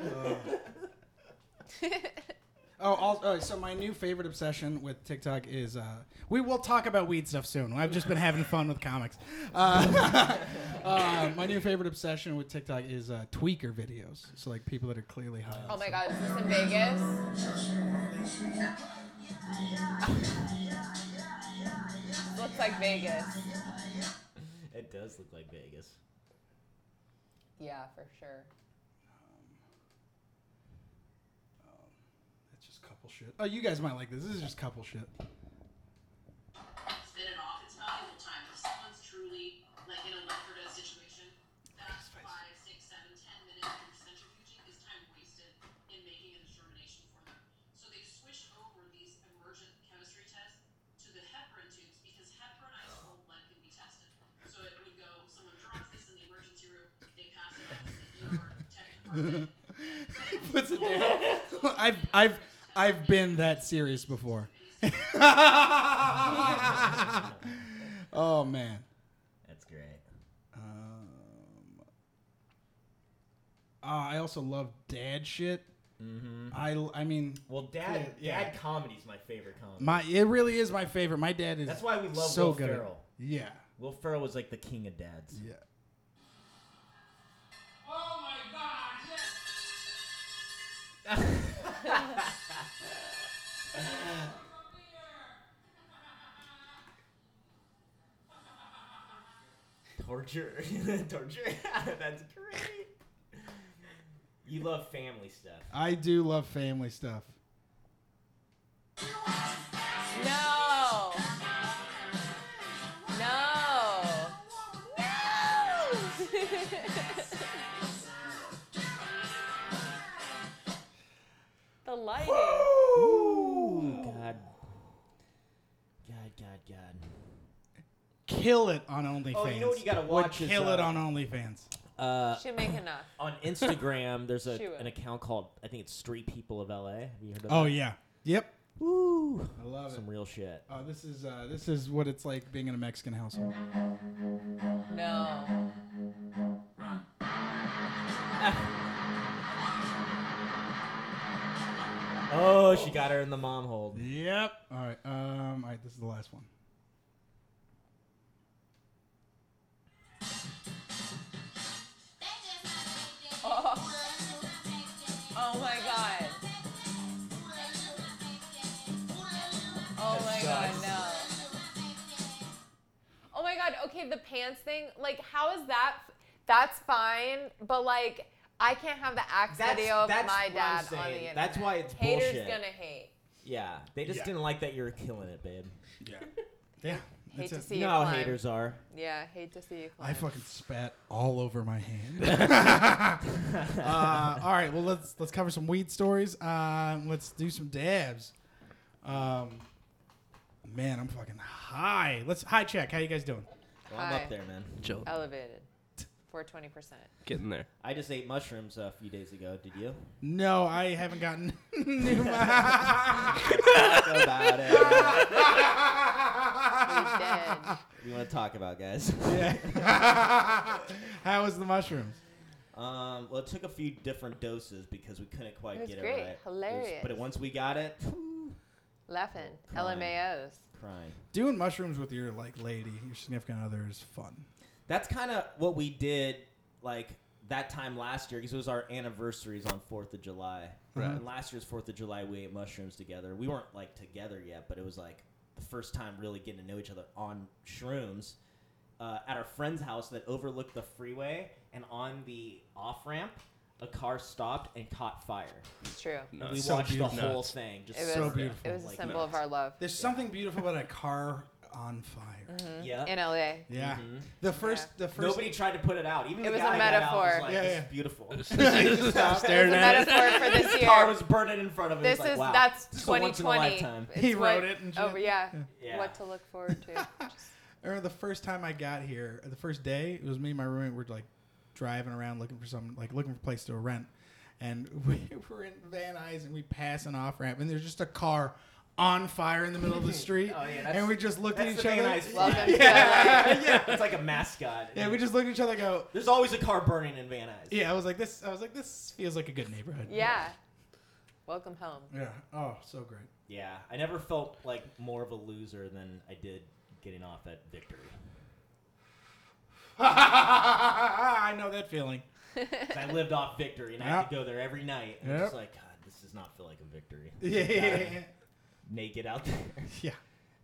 A: now. Oh. oh, also, oh, so my new favorite obsession with TikTok is uh, we will talk about weed stuff soon. I've just been having fun with comics. Uh, [LAUGHS] uh, my new favorite obsession with TikTok is uh, tweaker videos. So like people that are clearly high.
C: [LAUGHS] Oh my god, is this in Vegas? [LAUGHS] Looks like Vegas.
D: It does look like Vegas.
C: Yeah, for sure.
A: It's just couple shit. Oh, you guys might like this. This is just couple shit.
G: spin it off. It's valuable time. If someone's truly like in a Lefferta situation, that five, six, seven, ten minutes of centrifuging is time wasted in making a determination for them. So they switched over these emergent chemistry tests to the heparin tubes because heparinized whole blood can be tested. So it would go, someone drops this in the emergency room, they pass it off to the ER tech department.
A: Puts it down. I've I've I've been that serious before. [LAUGHS] oh man. Um,
D: That's great.
A: Uh, I also love dad shit.
D: Mm-hmm.
A: I I mean
D: Well, dad,
A: Yeah.
D: dad comedy's my favorite comedy.
A: my it really is my favorite. My dad is
D: That's why we love
A: so
D: Will
A: good. at-
D: Ferrell.
A: yeah.
D: Will Ferrell was like the king of dads.
A: Yeah.
F: Oh my God! Yes.
D: Torture, [LAUGHS] torture. That's great. You love family stuff.
A: I do love family stuff.
C: No! No! the lighting.
D: Ooh, God, God, God, God.
A: Kill it on OnlyFans.
D: Oh, you know what you gotta watch
A: Would
D: is,
A: kill it
D: uh,
A: on OnlyFans.
D: Uh,
C: Should make enough.
D: [LAUGHS] on Instagram, there's a,
C: She will.
D: an account called I think it's Street People of LA. Have you heard of
A: Oh
D: that?
A: yeah. Yep.
D: Ooh,
A: I love it.
D: some real shit.
A: Oh, this is uh, this is what it's like being in a Mexican household.
C: No.
D: Oh, she got her in the mom hold.
A: Yep. All right. Um. All right. This is the last one.
C: Oh. Oh my god. Oh my god, no. Oh my god, okay, the pants thing, like, how is that? That's fine, but like, I can't have the axe
D: That's-
C: video of
D: that's
C: my
D: what I'm
C: dad on the
D: saying.
C: internet.
D: That's why it's
C: Haters
D: bullshit.
C: gonna hate.
D: Yeah, they just
A: Yeah.
D: didn't like that you were killing it, babe.
A: Yeah. [LAUGHS] Yeah. That's
C: Hate to
A: it.
C: see
D: You
C: you
D: know how
C: climb.
D: haters are.
C: Yeah, hate to see you climb.
A: I fucking spat all over my [LAUGHS] hand. uh, all right, well let's let's cover some weed stories. Um, let's do some dabs. Um, man, I'm fucking high. Let's high check. How you guys doing?
D: Well, I'm
C: Hi.
D: up there, man.
B: Chill.
D: [LAUGHS]
C: Elevated. For 20%.
B: Getting there.
D: I just ate mushrooms a few days ago. Did you?
A: No, I haven't gotten. [LAUGHS]
D: Talk about it.
C: [LAUGHS]
D: What
C: He's dead.
D: [LAUGHS] do you want to talk about, guys?
A: Yeah. [LAUGHS] How was the mushrooms?
D: Um, well, it took a few different doses because we couldn't quite
C: It was
D: get
C: great.
D: it right. It was-
C: Hilarious.
D: but once we got it,
C: Laughing.
D: Crying.
C: LMAOs.
D: crying.
A: Doing mushrooms with your like lady, your significant other is fun.
D: That's kind of what we did, like that time last year, because it was our anniversaries on Fourth of July.
A: Right.
D: And last year's Fourth of July, we ate mushrooms together. We weren't like together yet, but it was like the first time really getting to know each other on shrooms uh, at our friend's house that overlooked the freeway. And on the off ramp, a car stopped and caught fire.
C: It's true.
D: And we
B: Nuts.
A: So
D: watched the
A: beautiful.
D: whole
B: Nuts.
D: thing. Just
C: It was,
A: So
D: sit there
A: beautiful.
C: It was a
D: like
C: symbol of our
D: [LAUGHS]
C: love.
A: There's something beautiful about a car on fire.
D: Yeah. Mm-hmm.
C: In LA.
A: Yeah. The first, the first.
D: Nobody tried to put it out. Even
C: It
D: the
C: was a
D: guy got out, was
C: metaphor.
D: like,
A: Yeah,
D: this
A: yeah.
D: is beautiful.
C: It's a
B: Staring at it.
C: metaphor for
D: [LAUGHS]
C: this year.
D: car was burning in front of him.
C: This
D: It's like,
C: is
D: wow,
C: that's
D: this is a once in a
C: 2020.
D: lifetime.
C: It's
A: He
C: what-
A: wrote it and
C: Oh
A: shit.
C: yeah.
D: Yeah.
C: What to look
D: [LAUGHS]
C: forward to.
A: I remember the first time I got here, the first day, it was me and my roommate were like driving around looking for some like looking for a place to rent, and [LAUGHS] we were in Van Nuys and we pass an off ramp and there's just a car on fire in the middle of the street,
D: [LAUGHS] Oh, yeah, that's-
A: and we just looked at
D: That's
A: each
D: the
A: other.
D: thing I see.
C: Welcome to [LAUGHS]
A: [LAUGHS]
D: yeah, yeah. It's like a mascot.
A: yeah, we just looked at each other. and Go.
D: There's always a car burning in Van Nuys.
A: Yeah, I was like this. I was like this feels like a good neighborhood.
C: Yeah. Welcome home.
A: Yeah. Oh, so great.
D: Yeah, I never felt like more of a loser than I did getting off at Victory.
A: [LAUGHS] I know that feeling.
D: 'Cause
C: [LAUGHS]
D: I lived off Victory, and I had to go there every night. And I'm just
A: Yep.
D: like, God, this does not feel like a
A: [LAUGHS]
D: Victory. uh,
A: Yeah.
D: Naked out there. [LAUGHS]
A: Yeah.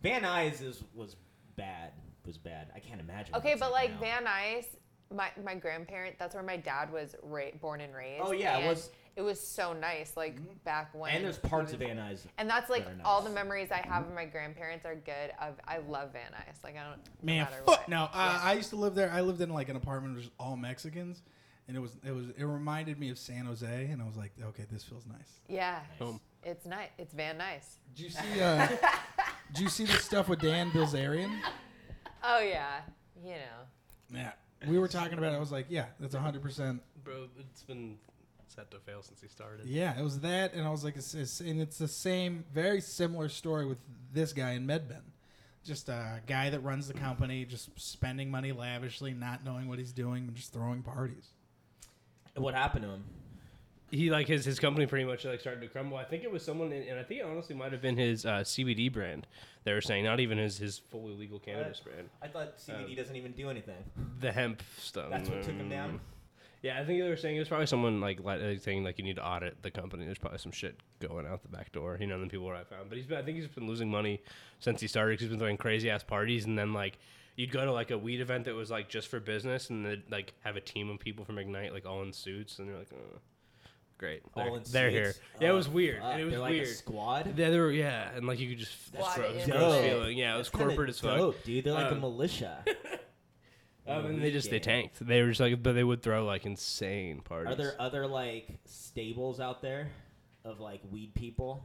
D: Van Nuys is, was bad. Was bad. I can't imagine. what
C: Okay,
D: it's
C: but like
D: now.
C: Van Nuys, my my grandparent, that's where my dad was ra- born and raised.
D: Oh, yeah, it
C: and
D: was- Mm-hmm.
C: It was so nice, like back when.
D: and there's
C: he
D: parts of
C: was-
D: Van Nuys.
C: And that's like
D: that are
C: all
D: nice.
C: the memories I have of my grandparents are good. Of I love Van Nuys. Like I don't. no
A: Man,
C: matter
A: fuck
C: what.
A: no. Uh,
C: Yeah.
A: I used to live there. I lived in like an apartment with just all Mexicans, and it was it was it reminded me of San Jose, and I was like, okay, this feels nice.
C: Yeah.
B: Home.
C: It's nice. It's Van Nuys.
A: Did [LAUGHS] you see? Uh, did you see the stuff with Dan Bilzerian?
C: Oh yeah. You know.
A: Yeah, we were talking about. it. I was like, yeah, that's hundred percent.
B: Bro, it's been set to fail since he started.
A: Yeah, it was that, and I was like, it's, it's and it's the same, very similar story with this guy in Medben. Just a guy that runs the company, just spending money lavishly, not knowing what he's doing, and just throwing parties.
D: What happened to him?
B: He like his his company pretty much like started to crumble. I think it was someone, in, and I think it honestly might have been his uh, CBD brand. They were saying not even his his fully legal cannabis brand,
D: I thought CBD
B: Um,
D: doesn't even do anything.
B: the hemp stuff. Mm.
D: That's what took him down.
B: Yeah, I think they were saying it was probably someone like, li- like saying like you need to audit the company. There's probably some shit going out the back door. You know, and the people I found. But he's been, I think he's been losing money since he started. he he's been throwing crazy ass parties, and then like you'd go to like a weed event that was like just for business, and they'd like have a team of people from Ignite like all in suits, and you're like, oh, great,
D: All
B: they're,
D: in
B: they're here.
D: suits?
B: Yeah, it
D: Oh,
B: was weird.
D: fuck.
B: and it was
D: They're like a
B: weird.
D: squad.
B: yeah, they were, yeah, and like you could just
C: That's
B: it was a
C: kinda
B: gross
C: dope.
B: feeling. Yeah, it was
D: That's kinda
B: corporate as fuck.
D: dope, dude. They're like a
B: Um, [LAUGHS]
D: militia. Oh,
B: Um, and they just they
D: Yeah.
B: tanked. They were just like, but they would throw like insane parties.
D: Are there other like stables out there of like weed people?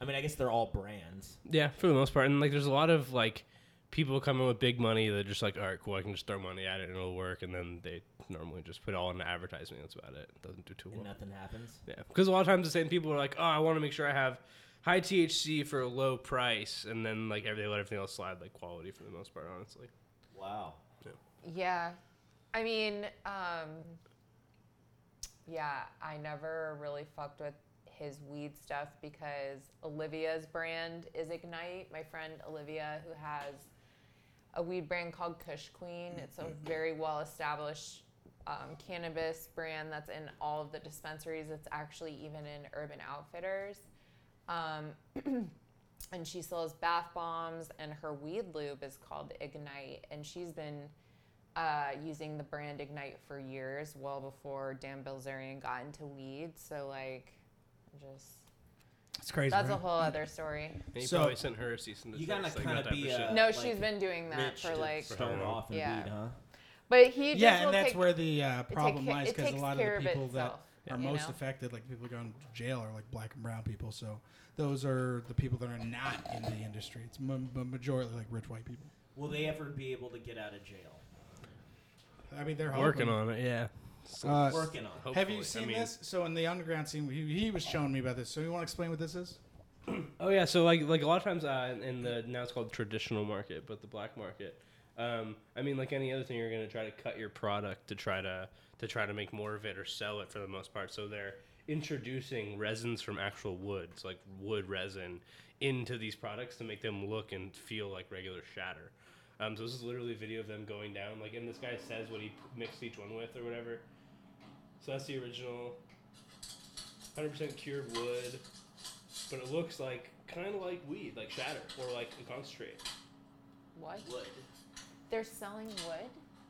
D: I mean, I guess they're all brands.
B: Yeah, for the most part. And like there's a lot of like people coming with big money that are just like, all right, cool, I can just throw money at it and it'll work and then they normally just put it all in advertising. That's about it. doesn't do too
D: and
B: well.
D: nothing happens.
B: Yeah. Because a lot of times the same people are like, Oh, I want to make sure I have high THC for a low price and then like every they let everything else slide like quality for the most part, honestly.
D: Wow.
C: Yeah. I mean, um, yeah. I never really fucked with his weed stuff because Olivia's brand is Ignite. My friend Olivia, who has a weed brand called Kush Queen. It's a very well established um, cannabis brand that's in all of the dispensaries. It's actually even in Urban Outfitters. Um, [CLEARS THROAT] and she sells bath bombs, and her weed lube is called Ignite. And she's been uh, using the brand Ignite for years, well before Dan Bilzerian got into weed. So, like, just
A: It's crazy.
C: that's a
A: right?
C: whole other story.
B: And he
A: So-
B: probably sent her a cease and
D: You
B: desist.
D: gotta
B: like,
D: kinda
B: that type
D: be,
B: of shit.
D: uh,
C: No,
D: like,
C: she's been doing that
D: Rich
C: for
D: to
C: like,
B: for-
D: start
B: how long?
D: off in
C: Yeah.
D: weed, huh?
C: but he just
A: yeah,
C: will
A: and that's
C: take
A: where the uh, problem
C: ca-
A: lies
C: it
A: because a
C: takes
A: lot of
C: care
A: the
C: of
A: people
C: itself,
A: that are
C: you
A: most
C: know?
A: affected, like people going to jail, are like black and brown people. So those are the people that are not in the industry. It's ma- ma- majority like rich white people.
D: Will they ever be able to get out of jail?
A: I mean, they're
B: working
A: hoping.
B: on it, yeah. So,
A: Uh,
D: Working on. it.
A: Have you
B: hopefully.
A: seen
B: I mean-
A: this? So in the underground scene, he, he was showing me about this. So you want to explain what this is?
B: Oh yeah, so like like a lot of times uh, in the now it's called traditional market, but the black market. Um, I mean, like any other thing, you're gonna try to cut your product to try to to try to make more of it or sell it for the most part. So they're introducing resins from actual woods, like wood resin, into these products to make them look and feel like regular shatter. Um, so this is literally a video of them going down, like, and this guy says what he p- mixed each one with or whatever. So that's the original, hundred percent cured wood but it looks like kind of like weed, like shatter or like a concentrate.
C: What?
D: Wood.
C: They're selling wood?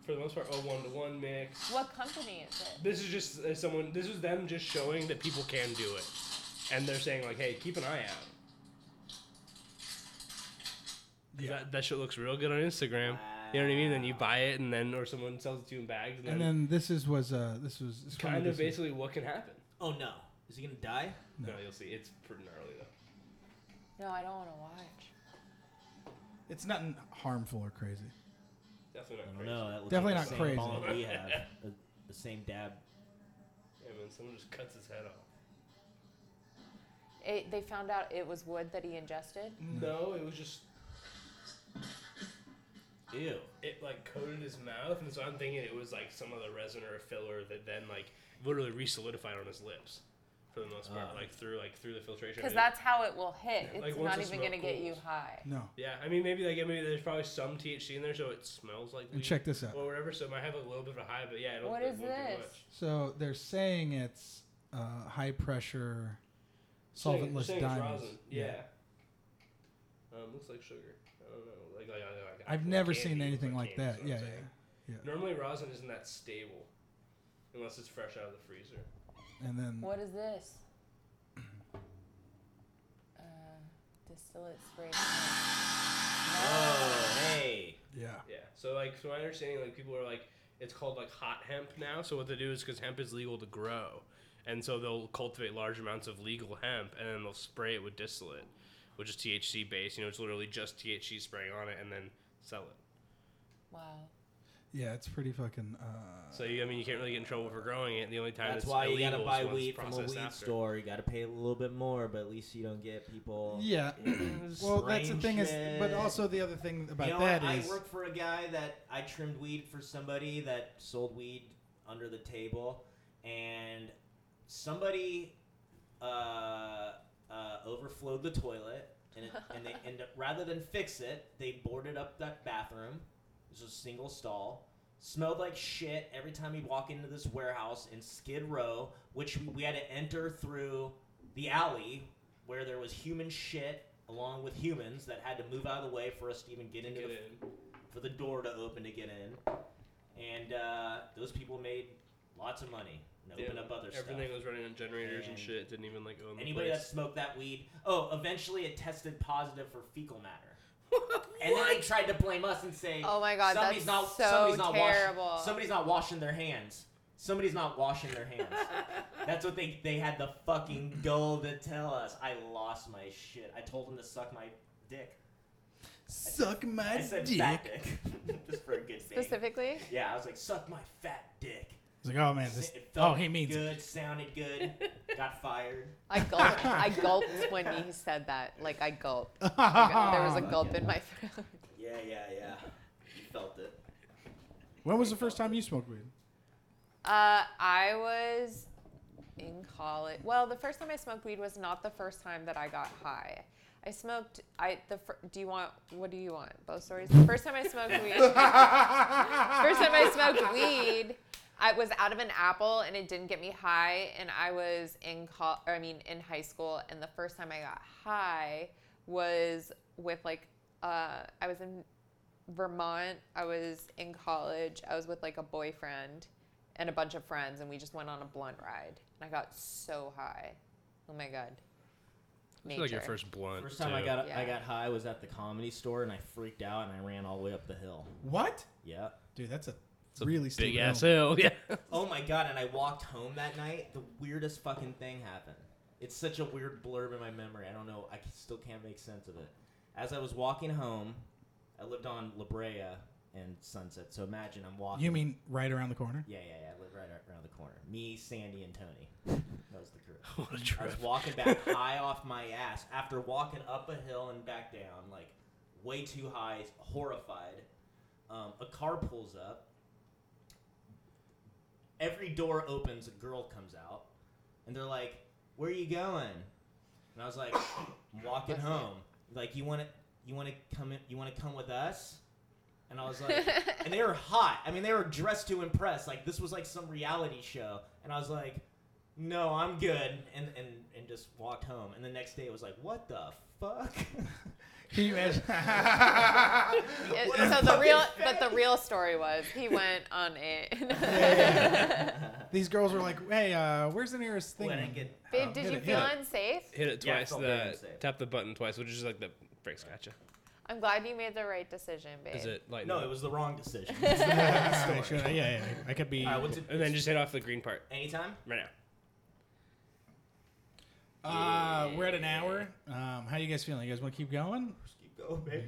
B: For the most part, a one to one mix.
C: What company is it?
B: This is just uh, someone. This is them just showing that people can do it, and they're saying like, "Hey, keep an eye out." That, that shit looks real good on Instagram. You know what I mean? Then you buy it, and then or someone sells it to you in bags, and,
A: And
B: then,
A: then this is was uh this was this
B: kind of basically what can happen.
D: Oh no. Is he gonna die?
B: No. you'll see. It's pretty gnarly though.
C: No, I don't want to watch.
A: It's nothing harmful or crazy.
B: Definitely not
D: I
B: crazy.
D: don't know. That looks
A: Definitely
D: like
A: not
D: the same
A: crazy.
B: [LAUGHS]
D: Bong we have. Uh, the same dab.
B: Yeah, man, someone just cuts his head off.
C: It, they found out it was wood that he ingested.
B: No, it was just
D: Ew.
B: it like coated his mouth, and so I'm thinking it was like some other resin or a filler that then like literally resolidified on his lips, for the most part,
D: Ah.
B: like through like through the filtration.
C: Because
B: I mean,
C: that's how it will hit. It's
B: Like, once
C: not
B: the
C: even
B: smoke
C: going to get you
B: cools.
C: high.
A: No.
B: Yeah, I mean maybe like maybe there's probably some THC in there, so it smells like.
A: And
B: weed
A: check this out.
B: Or whatever, so it might have a little bit of a high, but yeah, it'll
C: What
B: it
C: is
B: won't do
C: this?
B: much.
A: So they're saying it's uh, high pressure
B: Saying-
A: solventless
B: saying it's
A: diamonds.
B: rosin, Yeah. Um, looks like sugar. I don't know. Like, like, like, like
A: I've
B: actual
A: never
B: candy,
A: seen anything like
B: candy is
A: that.
B: what I'm
A: Yeah, yeah.
B: saying. Normally rosin isn't that stable, unless it's fresh out of the freezer.
A: yeah. And then
C: What is this? Uh, distillate spray.
D: Oh, hey.
A: yeah.
B: Yeah. So like, so my understanding, like people are like, it's called like hot hemp now. So what they do is because hemp is legal to grow, and so they'll cultivate large amounts of legal hemp, and then they'll spray it with distillate, which is THC based. You know, it's literally just THC spraying on it, and then sell it.
C: Wow.
A: Yeah, it's pretty fucking uh,
B: So you, I mean, you can't really get in trouble for growing it. The only time
D: That's
B: it's
D: why you
B: illegal
D: gotta
B: is
D: buy
B: when it's
D: weed from a
B: processed
D: weed
B: after.
D: store. You gotta pay a little bit more, but at least you don't get people.
A: Yeah. [CLEARS THROAT] well, that's the
D: Strange
A: thing is
D: shit.
A: but also the other thing about
D: you know
A: that is.
D: what? I work for a guy that I trimmed weed for somebody that sold weed under the table, and somebody uh, uh, overflowed the toilet, and, it, and they
A: [LAUGHS]
D: end up rather than fix it, they boarded up that bathroom. It was a single stall. Smelled like shit every time you walk into this warehouse in Skid Row, which we, we had to enter through the alley where there was human shit along with humans that had to move out of the way for us to even get into
B: Get
D: the,
B: in.
D: for the door to open to get in. And uh, those people made lots of money and opened
B: Yeah,
D: up other stuff.
B: Everything was running on generators and
D: And
B: shit. Didn't even like own the
D: Anybody that
B: place.
D: smoked that weed, oh, eventually it tested positive for fecal matter. [LAUGHS] And then they tried to blame us and say,
C: [LAUGHS] Oh my God,
D: somebody's
C: that's
D: not,
C: so
D: somebody's not
C: terrible."
D: Washing,
C: [LAUGHS]
D: somebody's not washing their hands. Somebody's not washing their hands. that's what they they had the fucking goal to tell us. I lost my shit. I told them to suck my dick.
A: Suck my
D: I said
A: dick.
D: fat dick, [LAUGHS] just for a good thing. [LAUGHS]
C: Specifically?
D: Yeah, I was like, suck my fat dick.
A: It's like, oh man, this,
D: It felt
A: oh he means it.
D: good. Sounded good. Got fired.
C: I gulped. I gulped when he said that. Like I
D: [LAUGHS]
C: gulped. Like, [LAUGHS] there
A: [LAUGHS]
C: was a gulp in my throat.
D: Yeah, yeah, yeah. You felt it.
A: When was the first time you smoked weed?
C: Uh, I was in college. Well, the first time I smoked weed was not the first time that I got high. I smoked. I the. Fir- do you want? What do you want? Both stories. The [LAUGHS] first time I smoked weed.
A: [LAUGHS]
C: first time I smoked weed. I was out of an apple and it didn't get me high, and I was in col- or I mean in high school, and the first time I got high was with like uh, I was in Vermont. I was in college. I was with like a boyfriend and a bunch of friends, and we just went on a blunt ride. And I got so high. Oh my god.
B: It's like your
C: [LAUGHS]
B: first blunt.
D: First time I
B: too.
D: got I
C: Yeah.
D: got high was at the comedy store and I freaked out and I ran all the way up the hill.
A: What?
D: Yeah.
A: Dude, that's a
B: It's a
A: really steep
B: big [LAUGHS] ass
A: hill.
B: hill. Yeah.
D: Oh my god! And I walked home that night. The weirdest fucking thing happened. It's such a weird blurb in my memory. I don't know. I c- still can't make sense of it. As I was walking home, I lived on La Brea and Sunset. So imagine I'm walking.
A: You mean right around the
B: [LAUGHS]
A: corner?
D: Yeah, yeah, yeah. I live right ar- around the corner. Me, Sandy, and
A: [LAUGHS]
D: Tony. That was the crew.
B: what a
D: I
B: trip.
D: was walking back high off my ass after walking up a hill and back down, like way too high, horrified. Um, a car pulls up. Every door opens, a girl comes out, and they're like, "Where are you going?" And I was like, "I'm "Walking home." Like, you want to, you want to come, in, you want to come with us? And I was like, and they were hot. I mean, they were dressed to impress. Like this was like some reality show, and I was like, no, I'm good, and and and just walked home. And the next day, it was like, what the fuck?
A: Can you imagine?
C: It-
D: [LAUGHS] What a
C: so the
D: fucking
C: real,
D: fake.
C: but the real story was he went on a.
A: [LAUGHS] [LAUGHS]
D: [LAUGHS]
A: These girls were like, hey, uh, where's the nearest thing?
D: When I get
C: Babe,
B: Oh.
D: home.
A: hit
C: did you
A: it,
C: feel
A: hit
C: unsafe?
B: Hit it
D: Yeah, I
B: twice.
D: felt very
B: the,
D: unsafe.
B: tap the button twice, which is like the brakes gotcha.
C: I'm glad you made the right decision, babe.
B: Is it like
D: no, it was the wrong
A: [LAUGHS]
D: decision.
A: [LAUGHS] yeah, should I- yeah, yeah, I could be.
D: All right, what's [LAUGHS] it?
B: And then just hit off the green part
D: anytime.
B: right now.
A: Uh, we're at an hour. Um, how you guys feeling? You guys want to keep going?
D: Just keep going, babe.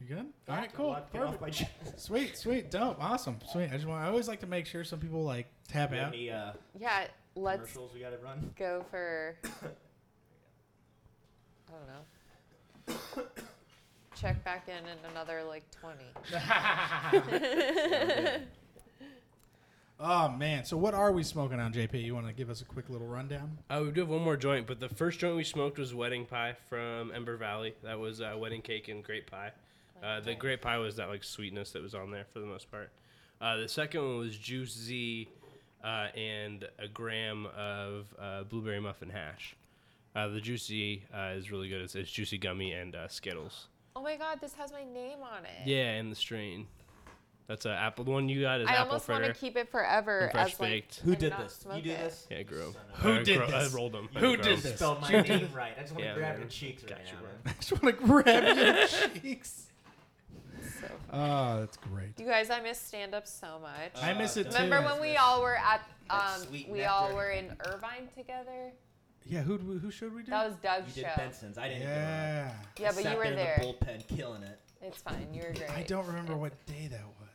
A: You good? All right, cool.
D: Lock it off
A: Perfect.
D: by Jeff.
A: [LAUGHS] Sweet, sweet, dope, awesome, sweet. I just want. I always like to make sure some people like tap out.
D: Any uh,
C: Yeah, let's
D: commercials we gotta run?
C: go
B: [COUGHS]
C: for. I don't know. Check back in in another like 20.
B: [LAUGHS]
A: Oh man, so what are we smoking on, JP? You want to give us a quick little rundown? [LAUGHS]
B: Uh, we do have one more joint, but the first joint we smoked was wedding pie from Ember Valley. That was uh, wedding cake and grape pie. Uh, the grape pie was that like sweetness that was on there for the most part. Uh, the second one was Juice Z uh, and a gram of uh, blueberry muffin hash. Uh, the Juice Z uh, is really good. It's, it's juicy gummy and uh, Skittles.
C: [LAUGHS] Oh my god, this has my name on it.
B: Yeah, and the strain. That's uh, apple. The one you got is
C: I
B: apple
C: almost want to
B: fritter.
C: keep it forever
B: and fresh
C: as like
B: baked.
D: Who
C: and
D: did
C: not
D: this? You
C: smoke
D: did
C: it.
D: this?
B: Yeah, Grove.
A: Who
B: Uh,
A: did
B: Gro-
A: this?
B: I rolled them.
A: Who
B: Grove.
A: did this?
B: [LAUGHS]
D: Spelled my name right. I just want to
B: Yeah,
D: grab
B: man.
D: your cheeks right
B: Got you,
D: now.
B: bro.
A: I just want to grab
C: [LAUGHS]
A: your cheeks.
C: So fun.
A: Oh, that's great.
C: You guys, I miss stand up so much.
B: Uh,
A: I miss
D: Uh,
A: it too.
C: Remember when we all were at
D: That
C: um,
D: sweet
C: we all
D: nectar.
C: were in Irvine together?
A: yeah, who who should we do?
C: That was Doug's
D: You did
C: show.
D: Benson's. I didn't. do
A: yeah,
D: it.
C: Yeah,
D: I
C: but
D: sat
C: you were
D: there,
C: there.
D: In the bullpen, killing it.
C: It's fine. You were great.
A: I don't remember what day that was.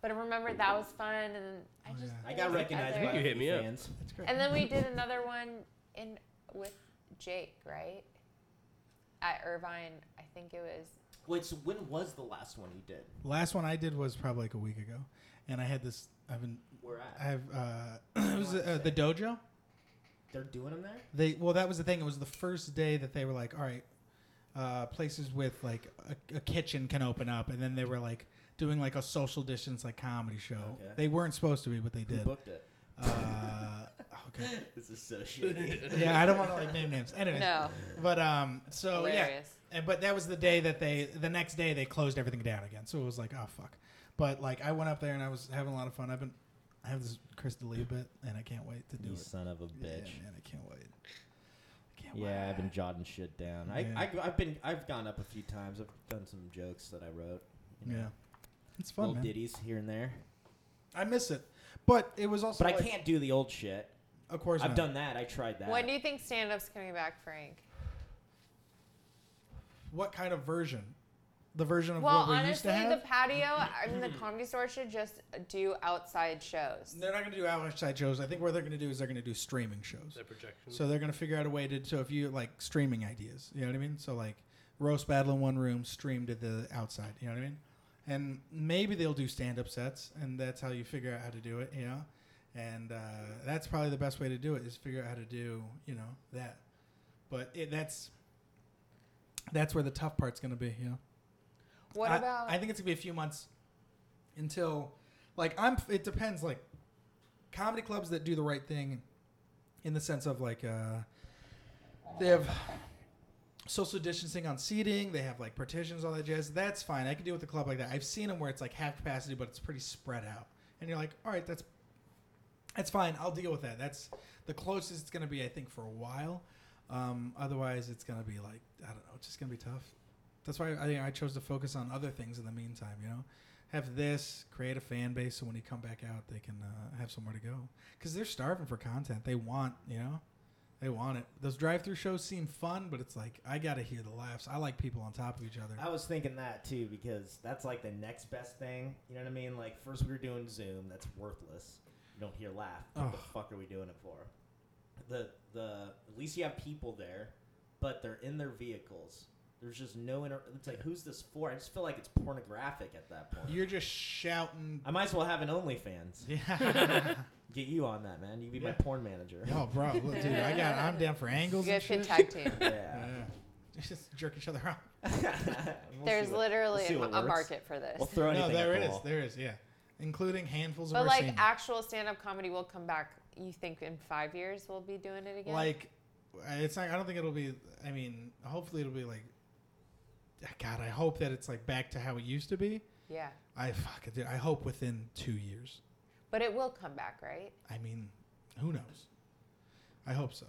C: But I remember that was fun, and then I
A: Oh,
C: just
A: yeah.
D: I got
C: was
D: recognized
C: together.
D: by
B: you hit me up.
D: fans.
A: That's great.
C: And then we did another one in with Jake, right? At Irvine, I think it was.
D: Wait, so when was the last one you did?
A: [LAUGHS] Last one I did was probably like a week ago, and I had this. I've been.
D: Where
A: I
D: at?
A: have. Uh, [CLEARS THROAT] it was uh, the dojo.
D: They're doing them there?
A: They well, that was the thing. It was the first day that they were like, all right, uh, places with like a, a kitchen can open up, and then they were like doing like a social distance like comedy show.
D: Okay.
A: They weren't supposed to be, but they
D: Who
A: did.
D: booked it?
A: Uh, [LAUGHS] okay.
D: This is so [LAUGHS] shitty.
A: Yeah, I don't want to like name names. Anyways,
C: No,
A: but um, so
C: hilarious.
A: yeah, and, but that was the day that they the next day they closed everything down again. So it was like, oh fuck. But like I went up there and I was having a lot of fun. I've been I have this Chris D'Elia bit, and I can't wait to do
D: you
A: it.
D: son of a
A: Yeah,
D: bitch.
A: man, I can't wait. I can't
D: Yeah,
A: wait.
D: I've been jotting shit down.
A: Yeah.
D: I, I, I've been, I've gone up a few times. I've done some jokes that I wrote. you know,
A: Yeah, it's fun,
D: little
A: man.
D: ditties here and there.
A: I miss it, but it was also.
D: But I
A: like-
D: can't do the old shit.
A: Of course,
D: I've
A: not.
D: done that. I tried that.
C: When do you think stand up's coming back, Frank?
A: What kind of version? The version of
C: Well,
A: what we used
C: honestly,
A: to have.
C: the patio, I mean, the comedy store should just do outside shows.
A: they're not going to do outside shows. I think what they're going to do is they're going to do streaming shows.
B: The projection.
A: So they're gonna figure out a way to. So if you like streaming ideas, you know what I mean. So like roast battle in one room, stream to the outside. You know what I mean. And maybe they'll do stand up sets, and that's how you figure out how to do it. You know, and uh, that's probably the best way to do it is figure out how to do you know that. But it, that's that's where the tough part's gonna be. You know.
C: What
A: I,
C: about?
A: I think it's gonna be a few months until, like, I'm. It depends. Like, comedy clubs that do the right thing, in the sense of like, uh, they have social distancing on seating. They have like partitions, all that jazz. That's fine. I can deal with a club like that. I've seen them where it's like half capacity, but it's pretty spread out, and you're like, all right, that's that's fine. I'll deal with that. That's the closest it's gonna be, I think, for a while. Um, otherwise, it's gonna be like I don't know. It's just gonna be tough. That's why I, I chose to focus on other things in the meantime. You know, have this create a fan base, so when you come back out, they can uh, have somewhere to go because they're starving for content. They want you know, they want it. Those drive-through shows seem fun, but it's like I gotta hear the laughs. I like people on top of each other.
D: I was thinking that too because that's like the next best thing. You know what I mean? Like first we were doing Zoom, that's worthless. You don't hear laugh. What the
A: Ugh.
D: fuck are we doing it for? The the at least you have people there, but they're in their vehicles. There's just no inter. It's like who's this for? I just feel like it's pornographic at that point.
A: You're just shouting. [LAUGHS]
D: [LAUGHS] I might as well have an OnlyFans.
A: Yeah.
D: Get you on that, man. You could be
A: Yeah.
D: my porn manager.
A: oh, bro, look, dude, I got. I'm down for
C: you
A: angles. and
C: guys should
A: shit.
C: tag team.
D: [LAUGHS] yeah. [LAUGHS]
A: Yeah. Just jerk each other out.
D: We'll
C: There's
D: see what-
C: literally
D: we'll see
C: a,
D: what
C: a
D: works.
C: market for this.
D: We'll throw anything
A: no, there
D: at the
A: is.
D: wall.
A: There is. Yeah, including handfuls of
C: but
A: our
C: like
A: seniors.
C: actual stand up comedy will come back. You think in five years we'll be doing it again?
A: Like, it's not. I don't think it'll be. I mean, hopefully it'll be like. God, I hope that it's like back to how it used to be.
C: yeah,
A: I fuck it. dude, I hope within two years.
C: but it will come back, right?
A: I mean, who knows? I hope so.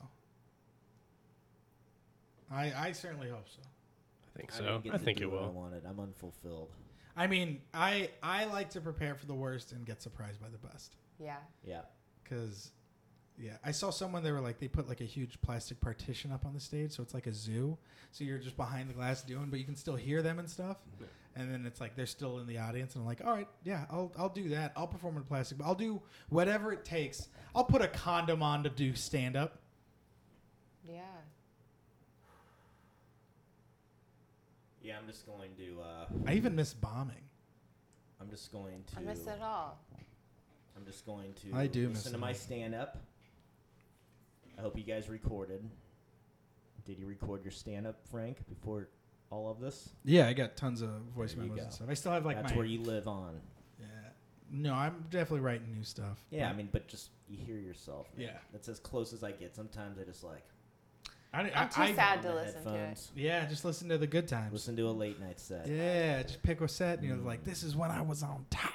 A: I I certainly hope so.
B: I think
D: I didn't
B: so.
D: get
B: I
D: to
B: think
D: do
B: it
D: what I [LAUGHS]
B: will.
D: wanted. I'm unfulfilled.
A: I mean, I I like to prepare for the worst and get surprised by the best
C: Yeah.
D: Yeah.
A: because Yeah, I saw someone. They were like, they put like a huge plastic partition up on the stage, so it's like a zoo. So you're just behind the glass doing, but you can still hear them and stuff. And then it's like they're still in the audience, and I'm like, all right, yeah, I'll I'll do that. I'll perform in plastic, but I'll do whatever it takes. I'll put a condom on to do stand up.
C: Yeah.
D: Yeah, I'm just going to. Uh,
A: I even miss bombing.
D: I'm just going to.
C: I miss it all.
D: I'm just going to.
A: I do miss
D: listen to
A: it.
D: my stand up. I hope you guys recorded. Did you record your stand up, Frank, before all of this?
A: Yeah, I got tons of voice
D: There you
A: memos
D: go.
A: and stuff. I still have like
D: That's
A: my.
D: where you live on.
A: yeah. No, I'm definitely writing new stuff.
D: Yeah, I mean, but just you hear yourself. man.
A: Yeah.
D: that's as close as I get. Sometimes I just like
A: I, I,
C: I'm too
A: I-
C: sad
D: on
C: to
D: the
C: listen to it.
D: headphones,
A: Yeah, just listen to the good times.
D: listen to a late night set. Yeah.
A: Yeah, just pick a set, and you're like, this is when I was on top.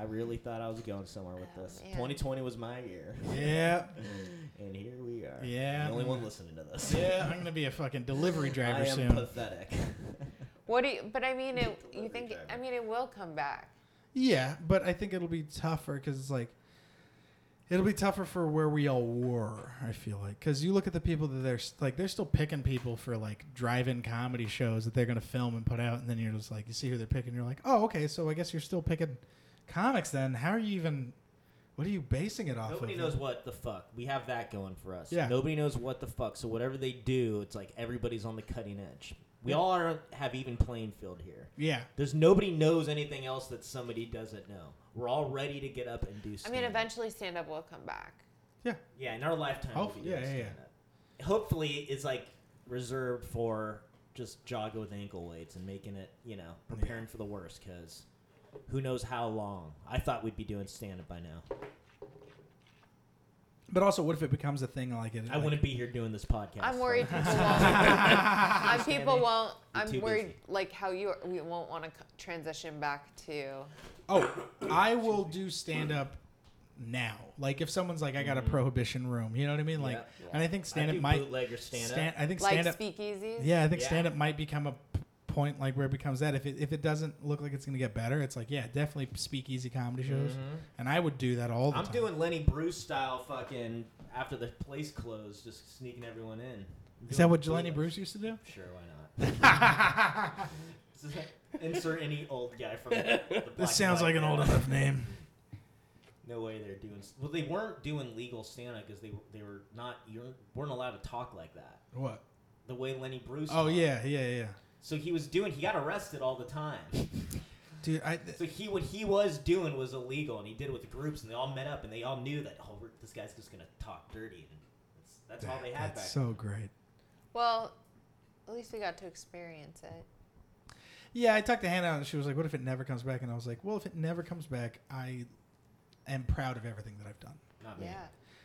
D: I really thought I was going somewhere with
C: Oh,
D: this.
C: man.
D: 2020 was my year,
A: Yeah,
D: [LAUGHS] and here we are.
A: Yeah.
D: the only one listening to this.
A: yeah, I'm gonna be a fucking delivery
D: I
A: driver
D: am
A: soon.
D: pathetic.
A: [LAUGHS]
C: What do you? But I mean, it. You
D: Delivery
C: think? it- I
D: driver.
C: mean, it will come back.
A: yeah, but I think it'll be tougher because it's like, it'll be tougher for where we all were. I feel like because you look at the people that they're s- like, they're still picking people for like drive-in comedy shows that they're gonna film and put out, and then you're just like, you see who they're picking, you're like, oh, okay, so I guess you're still picking comics then. How are you even? What are you basing it off
D: Nobody
A: of?
D: knows what the fuck. We have that going for us.
A: Yeah.
D: Nobody knows what the fuck. So whatever they do, it's like everybody's on the cutting edge. We all are have even playing field here.
A: Yeah,
D: There's nobody knows anything else that somebody doesn't know. We're all ready to get up and do.
C: I
D: Stand
C: mean, eventually, stand up will come back.
A: yeah,
D: Yeah, in our lifetime.
A: Hopef-
D: we'll be doing
A: yeah, yeah, yeah.
D: stand-up. Hopefully, it's like reserved for just jogging with ankle weights and making it, you know, preparing for the worst. Because who knows how long? I thought we'd be doing stand up by now.
A: but also, what if it becomes a thing like it?
D: I
A: like-
D: wouldn't be here doing this podcast.
C: I'm worried people
D: [LAUGHS]
C: won't. I'm people won't. I'm
D: too
C: worried,
D: busy.
C: like how you we won't want to c- transition back to.
A: Oh, I will do stand up now. Like if someone's like, I got a prohibition room, you know what I mean? [LAUGHS] Like,
D: Mm-hmm. Yeah.
A: and I think stand
D: do
A: up might
D: bootleg or stand-up.
A: stan- I think
C: Like
A: stand up.
C: speakeasies?
A: Yeah, I think
D: Yeah.
A: stand up might become a p- point like where it becomes that. If it if it doesn't look like it's gonna get better, it's like yeah, definitely speakeasy comedy shows. And I would do that all the
D: Mm-hmm. I'm
A: time.
D: doing Lenny Bruce style fucking after the place closed, just sneaking everyone in. I'm
A: Is
D: doing
A: that what
D: bootlegs.
A: Jelani Bruce used to do?
D: Sure, why not? Insert any old guy from the, the
A: [LAUGHS]
D: Black
A: This sounds
D: Lives
A: like an old
D: Matter. [LAUGHS]
A: enough name.
D: No way they're doing. Well, they weren't doing legal stand up because they they were not. You weren't allowed to talk like that.
A: What?
D: The way Lenny Bruce.
A: Oh
D: talked.
A: yeah, yeah, yeah.
D: So he was doing. He got arrested all the time.
A: Dude, I
D: So he what he was doing was illegal, and he did it with groups, and they all met up, and they all knew that oh, we're, this guy's just gonna talk dirty, and that's, that's all they had back.
A: that's so great.
C: Well, at least we got to experience it.
A: Yeah, I talked to Hannah and she was like, "What if it never comes back?" And I was like, "Well, if it never comes back, I am proud of everything that I've done."
D: Not me.
C: Yeah.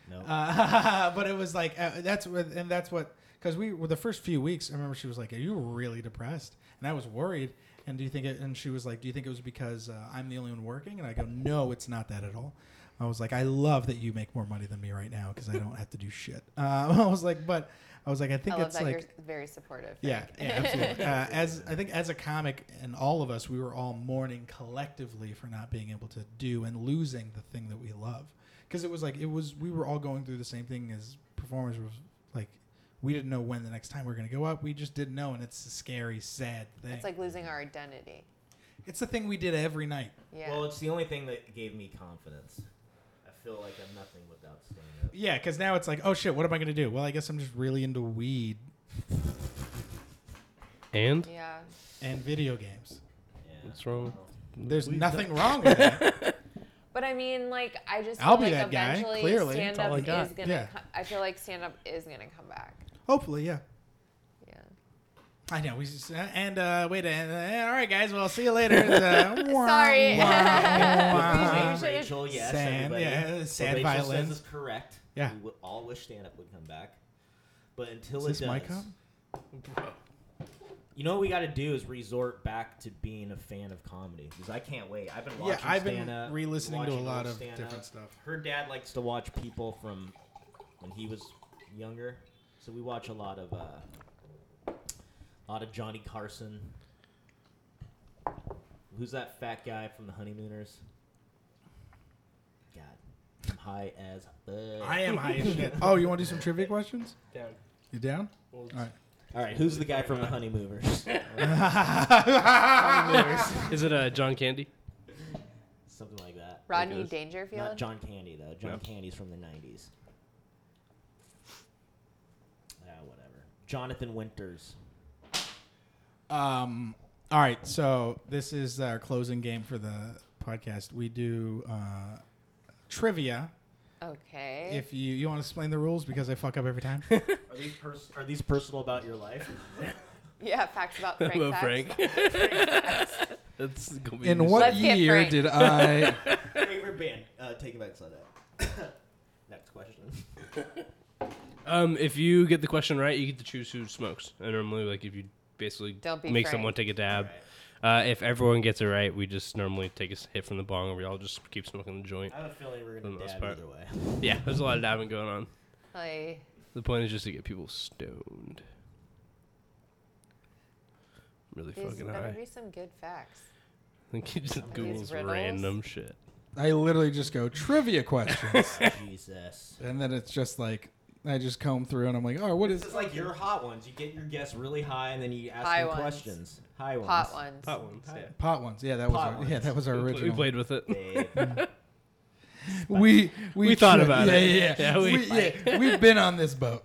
D: No.
A: Uh, [LAUGHS] but it was like uh, that's what, and that's what because we were the first few weeks. I remember she was like, "Are you really depressed?" And I was worried. And do you think? It, and she was like, "Do you think it was because uh, I'm the only one working?" And I go, "No, it's not that at all." I was like, "I love that you make more money than me right now because I don't have to do shit." [LAUGHS] Uh, I was like, "But I was like, I think
C: I love
A: it's
C: that
A: like."
C: you're very supportive.
A: Yeah,
C: Frank.
A: yeah, absolutely. uh, as I think, as a comic, and all of us, we were all mourning collectively for not being able to do and losing the thing that we love, because it was like it was we were all going through the same thing as performers. Was like we didn't know when the next time we were going to go up. We just didn't know, and it's a scary, sad thing.
C: [LAUGHS] It's like losing our identity.
A: it's the thing we did every night.
C: Yeah.
D: Well, it's the only thing that gave me confidence. I feel like I'm nothing without stand up.
A: Yeah, because now it's like, oh shit, what am I going to do? Well, I guess I'm just really into weed
B: And
C: yeah.
A: and video games.
D: Yeah.
B: what's wrong?
C: [LAUGHS]
A: There's nothing wrong with that.
C: But I mean, like, I just
A: I'll
C: feel
A: be that
C: like
A: guy,
C: eventually
A: clearly.
C: stand
A: That's all
C: up
A: I
C: is
A: got.
C: gonna.
A: Yeah.
C: co- I feel like stand up is gonna come back.
A: Hopefully, yeah.
C: Yeah.
A: I know. We just, and uh, wait. Uh, all right, guys. Well, see you later. It's,
C: [LAUGHS]
A: uh, wah,
C: Sorry.
A: wah,
D: Rachel,
A: wah.
C: should-
D: Rachel, yes,
A: Sad-
D: everybody.
A: yeah,
D: What
A: sad
D: Rachel says
A: violins.
D: is correct.
A: Yeah.
D: we would all wish stand up would come back, but until
A: Is
D: it
A: this
D: does,
A: my cup?
D: you know what we got to do is resort back to being a fan of comedy because I can't wait. I've been
A: Yeah,
D: watching
A: I've been
D: stand-up,
A: re-listening to a
D: watching
A: lot
D: old
A: of
D: stand-up.
A: different stuff.
D: Her dad likes to watch people from when he was younger, so we watch a lot of uh, a lot of Johnny Carson. Who's that fat guy from the Honeymooners? God, I'm high as fuck.
H: I am high as shit.
A: [LAUGHS] Oh, you want to do some trivia questions?
H: Down.
A: You down?
H: Well,
A: All right.
D: [LAUGHS] All right, who's the guy from the Honey Movers?
A: [LAUGHS]
B: Is it uh, John
C: [LAUGHS]
B: Candy?
D: Something like that.
C: Rodney
B: goes-
C: Dangerfield.
D: Not John Candy though. John
B: No.
D: Candy's from the '90s. Ah, whatever. Jonathan Winters.
A: Um, all right, so this is our closing game for the podcast. We do uh, trivia.
C: okay.
A: If you you want to explain the rules because I fuck up every time.
D: Are these pers- Are these personal about your life?
C: [LAUGHS] yeah, facts about
B: [LAUGHS]
C: Frank.
B: Hello,
C: facts.
B: Frank. That's gonna be
A: In
B: used.
A: what
C: Let's get
A: year
C: Frank.
A: did
C: [LAUGHS]
A: I?
D: [LAUGHS] Favorite band? Uh, Take It Back Sunday. [COUGHS] Next question.
B: Um, if you get the question right, you get to choose who smokes. And normally, like if you basically
C: Don't be
B: make
C: Frank.
B: someone take a dab. Uh, if everyone gets it right, we just normally take a s- hit from the bong, and we all just keep smoking the joint.
D: I have a feeling we're
B: For the
D: gonna
B: most
D: dab
B: part.
D: either way.
B: [LAUGHS] Yeah, there's a lot of dabbing going on.
C: Like,
B: The point is just to get people stoned. Really
C: these
B: fucking
C: better
B: high.
C: be some good facts.
B: I think he just googles
C: riddles.
B: random shit.
A: I literally just go trivia questions, [LAUGHS]
D: Jesus.
A: and then it's just like I just comb through, and I'm like, oh, what is?
D: This is like your hot ones. You get your guests really high, and then you ask
C: High
D: them
C: ones.
D: questions. High ones.
C: Hot ones.
B: Hot ones, yeah.
A: Pot ones, yeah, that was
D: Pot
A: our,
D: ones.
A: yeah, that was our
B: We pl- We
A: original.
B: played with it. [LAUGHS]
D: Babe.
A: We we,
B: We thought
A: tri-
B: about
A: yeah,
B: it.
A: Yeah, yeah,
B: Yeah, we-
A: we,
B: [LAUGHS]
A: yeah. We've been on this boat.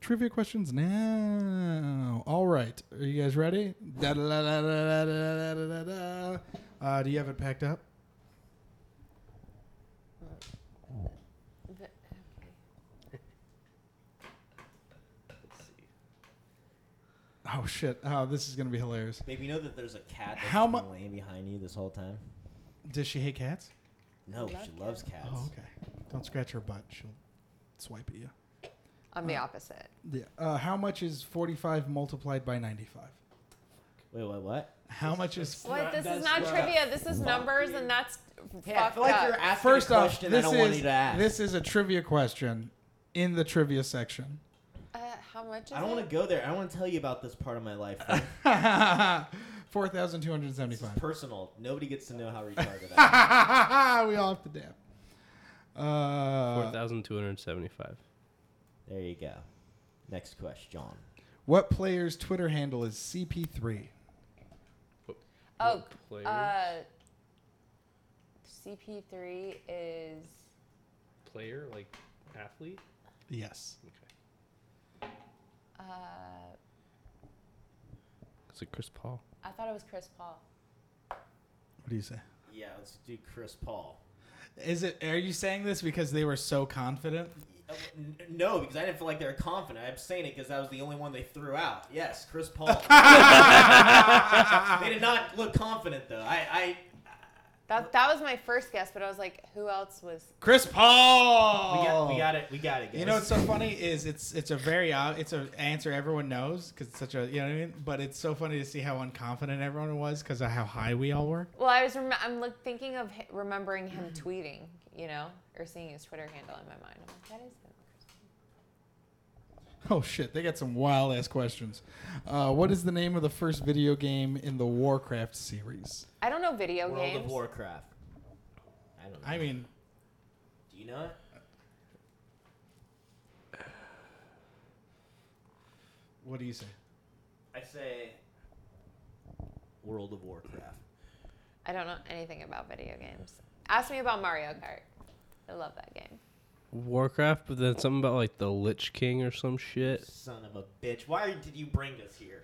A: Trivia questions now. All right, are you guys ready? Da, da, da, da, da, da, da, da, da, da. Uh, do you have it packed up?
C: Th-
A: Oh shit! Oh, this is gonna be hilarious.
D: Babe, you know that there's a cat that's
A: How mu-
D: been laying behind you this whole time?
A: Does she hate cats?
D: No, she loves cats.
A: Oh, okay. Don't scratch her butt. She'll swipe at you.
C: I'm the opposite.
A: Yeah. Uh, how much is forty-five multiplied by ninety-five?
D: Wait, what? What?
A: How much is
C: What? This is not trivia. This is numbers, and that's
D: I
C: fucked
D: feel like
C: up.
D: you're asking
A: First
D: a
A: off,
D: question
A: this
D: I don't want you
A: is
D: to ask.
A: this is a trivia question in the trivia section. [LAUGHS]
C: uh, how much is
D: I don't
C: it?
D: want to go there. I don't want to tell you about this part of
A: [LAUGHS]
D: my life. though.
A: Four thousand two hundred
D: This is
A: seventy-five.
D: personal. Nobody gets to know how retarded I
A: [LAUGHS]
D: am.
A: we all have to dab. Uh,
B: 4,275.
D: There you go. Next question, John.
A: what player's Twitter handle is CP3?
C: Oh,
B: Player.
C: uh, CP3 is
B: player? Like athlete?
A: Yes.
B: Okay.
C: uh,
B: It's like Chris Paul.
C: I thought it was Chris Paul.
A: What do you say?
D: Yeah, let's do Chris Paul.
A: Is it? Are you saying this because they were so [LAUGHS] confident?
D: Uh, n- No, because I didn't feel like they were confident. I'm saying it because that was the only one they threw out. Yes, Chris
A: [LAUGHS]
D: Paul. they did not look confident though. I,
C: That that was my first guess, but I was like, who else was?
A: Chris
D: I
A: Paul.
D: we got we got it we got it. Guys.
A: Oh. You know what's so funny is it's it's a very ob- it's an answer everyone knows because it's such a you know what I mean. But it's so funny to see how unconfident everyone was because of how high we all were.
C: Well, I was rem- I'm like thinking of hi- remembering
D: [CLEARS THROAT]
C: him tweeting, you know, or seeing his Twitter handle in my mind. I'm like, that is him.
A: [LAUGHS] Oh shit, they got some wild ass questions. Uh, what is the name of the first video game in the Warcraft series?
C: I don't know video
D: World
C: games.
D: of Warcraft. I don't know.
A: I mean,
D: do you know it?
A: what do you say?
D: I say World of Warcraft.
C: I don't know anything about video games. Ask me about Mario Kart. I love that game.
B: Warcraft, but then something about like the Lich King or some shit.
D: Son of a bitch! Why did you bring us here?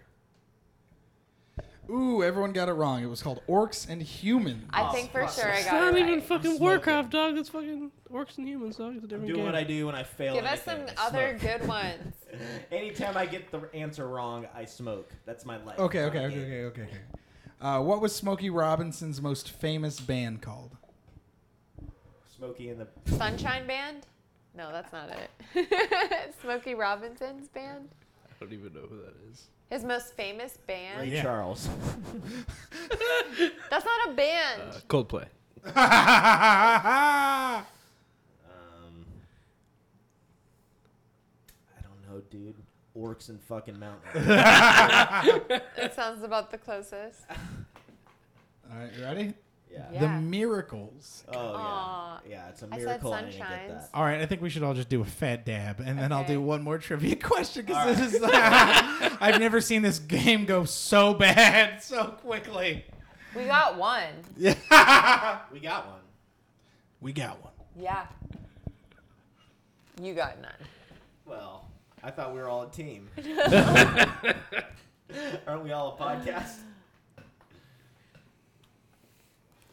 A: Ooh, everyone got it wrong. It was called Orcs and Humans.
C: I
D: Oh,
C: think for
D: fuck.
C: sure I
B: It's
C: got
B: not
C: it
B: even
C: right.
B: fucking
D: smoking.
B: Warcraft, dog. It's fucking Orcs and Humans, dog. It's a
D: I'm
B: different
D: doing
B: game.
D: what I do when I fail.
C: Give
D: at
C: us some
D: anything. I
C: other
D: smoke.
C: good ones.
D: [LAUGHS] Anytime I get the answer wrong, I smoke. That's my life.
A: Okay,
D: It's
A: okay,
D: not a
A: okay,
D: game.
A: okay, okay. okay. Uh, what was Smokey Robinson's most famous band [LAUGHS] called?
D: Smokey and the
C: Sunshine Band? No, that's not it. [LAUGHS] Smokey Robinson's band?
B: I don't even know who that is.
C: His most famous
D: Ray
C: band?
D: Charles.
C: That's not a band.
B: Uh, Coldplay.
D: Um, I don't know, dude. Orcs and fucking mountains. [LAUGHS]
C: That sounds about the closest.
A: All right, you ready?
D: Yeah.
A: The
C: Yeah.
A: miracles.
D: Oh
C: Aw.
D: yeah. Yeah, it's a
C: I said
D: miracle I, didn't get
C: sunshines.
D: that.
A: All right, I think we should all just do a fat dab, and then I'll
C: Okay.
A: do one more trivia [LAUGHS] question because
D: All
A: this is. [LAUGHS] I've never seen this game go so bad [LAUGHS] so quickly.
C: We got one.
D: We got one.
A: We got one.
C: Yeah. You got none.
D: Well, I thought we were all a
C: [LAUGHS]
D: team. [LAUGHS] Aren't we all a podcast?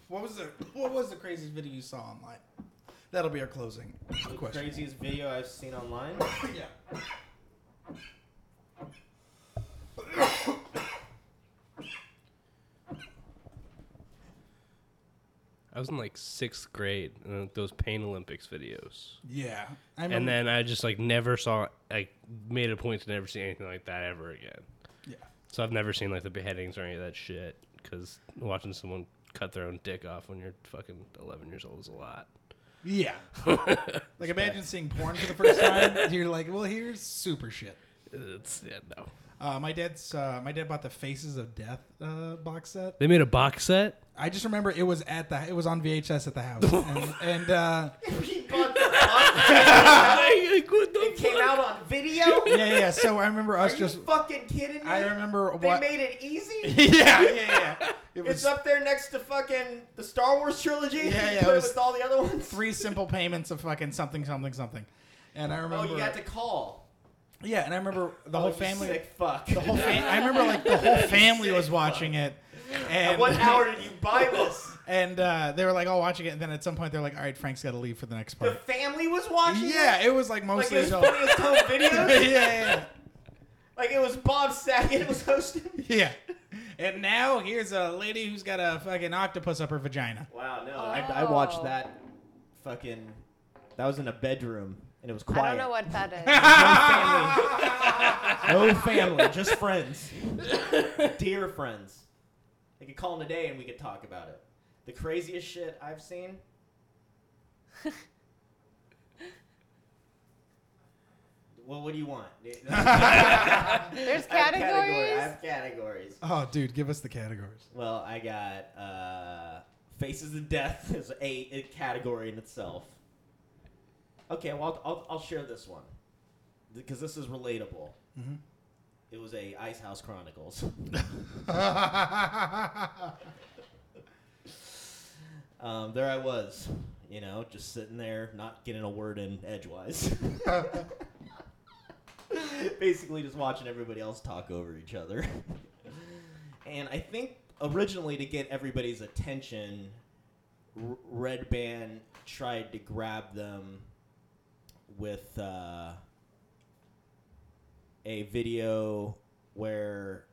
A: What was the What was the craziest video you saw online? That'll be our closing
D: The
A: question.
D: craziest video I've seen online.
A: Yeah.
B: I was in like sixth grade, and those Pain Olympics videos.
A: Yeah. I
B: and
A: remember-
B: then I just like never saw like made a point to never see anything like that ever again.
A: Yeah.
B: So I've never seen like the beheadings or any of that shit because watching someone cut their own dick off when you're fucking 11 years old is a lot.
A: Yeah. like imagine seeing porn for the first time. You're like, well, here's super shit.
B: It's yeah, no.
A: Uh, my dad's uh, my dad bought the Faces of Death uh, box set.
B: They made a box set.
A: I just remember it was at the it was on VHS at the house, and, and uh,
D: He bought the podcast.
B: [LAUGHS] Like, what the [LAUGHS]
D: It came
B: fuck?
D: out on video.
A: [LAUGHS] yeah, yeah. So I remember
D: Are
A: us
D: you
A: just.
D: fucking kidding me?
A: I remember
D: They
A: what.
D: made it easy.
A: [LAUGHS] yeah, yeah, yeah. It was
D: It's up there next to fucking the Star Wars trilogy. [LAUGHS]
A: Yeah, yeah, it
D: Put it
A: was-
D: with all the other ones.
A: three simple payments of fucking something, something, something. And I
D: Oh,
A: remember.
D: you got to call.
A: yeah, and I remember the
D: Oh,
A: whole
D: you
A: family.
D: Sick fuck.
A: The whole
D: [LAUGHS]
A: fam- I remember like the whole family was watching it. And
D: what hour did you
A: [LAUGHS]
D: buy this?
A: And uh, they were like all watching it, and then at some point they're like, "All right, Frank's got to leave for the next
D: The
A: part."
D: family was watching.
A: Yeah,
D: it?
A: it was like
D: Like
A: mostly
D: it was
A: adult.
D: funniest
A: [LAUGHS]
D: home
A: yeah,
D: videos.
A: yeah,
D: Like it was Bob Saget was hosting.
A: yeah, yeah. And now here's a lady who's got a fucking octopus up her
D: [LAUGHS]
A: vagina.
D: Wow, no,
C: I- I watched that
D: Fucking, that was in a bedroom and it was
C: I don't know what that
D: [LAUGHS]
C: is.
D: No family, just friends. Dear friends. They could call in a day and we could talk about it. The craziest shit I've seen. well, what do you want?
C: There's
D: I have category- I
C: categories.
D: have categories.
A: Oh, dude, give us the categories.
D: Well, I got uh, Faces of Death is a, a category in itself. Okay, well, I'll, I'll, I'll share this one because this is relatable.
A: Mhm.
D: It was a Ice House Chronicles. um, there I was, you know, just sitting there, not getting a word in edgewise. [LAUGHS] Basically, just watching everybody else talk over each other. [LAUGHS] and I think originally to get everybody's attention, R- Red Band tried to grab them with uh, a video where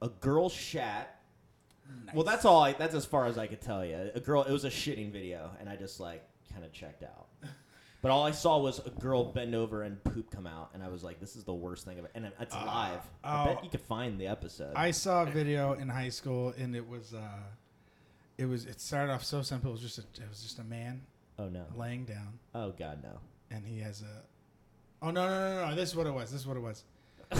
D: a girl shat. Well, that's all. I, that's as far as I could tell you. A girl. It was a shitting video, and I just like kind of checked out. But all I saw was a girl bend over and poop come out, and I was like, "This is the worst thing ever." And it- it's live. I
A: oh.
D: bet you could find the episode.
A: I saw a video in high school, and it was, uh, it was, it started off so simple. It was just, a, it was just a man
D: oh no.
A: laying down,
D: Oh god, no. [LAUGHS]
A: and he has a. Oh no no no no! This is what it was. This is what it was.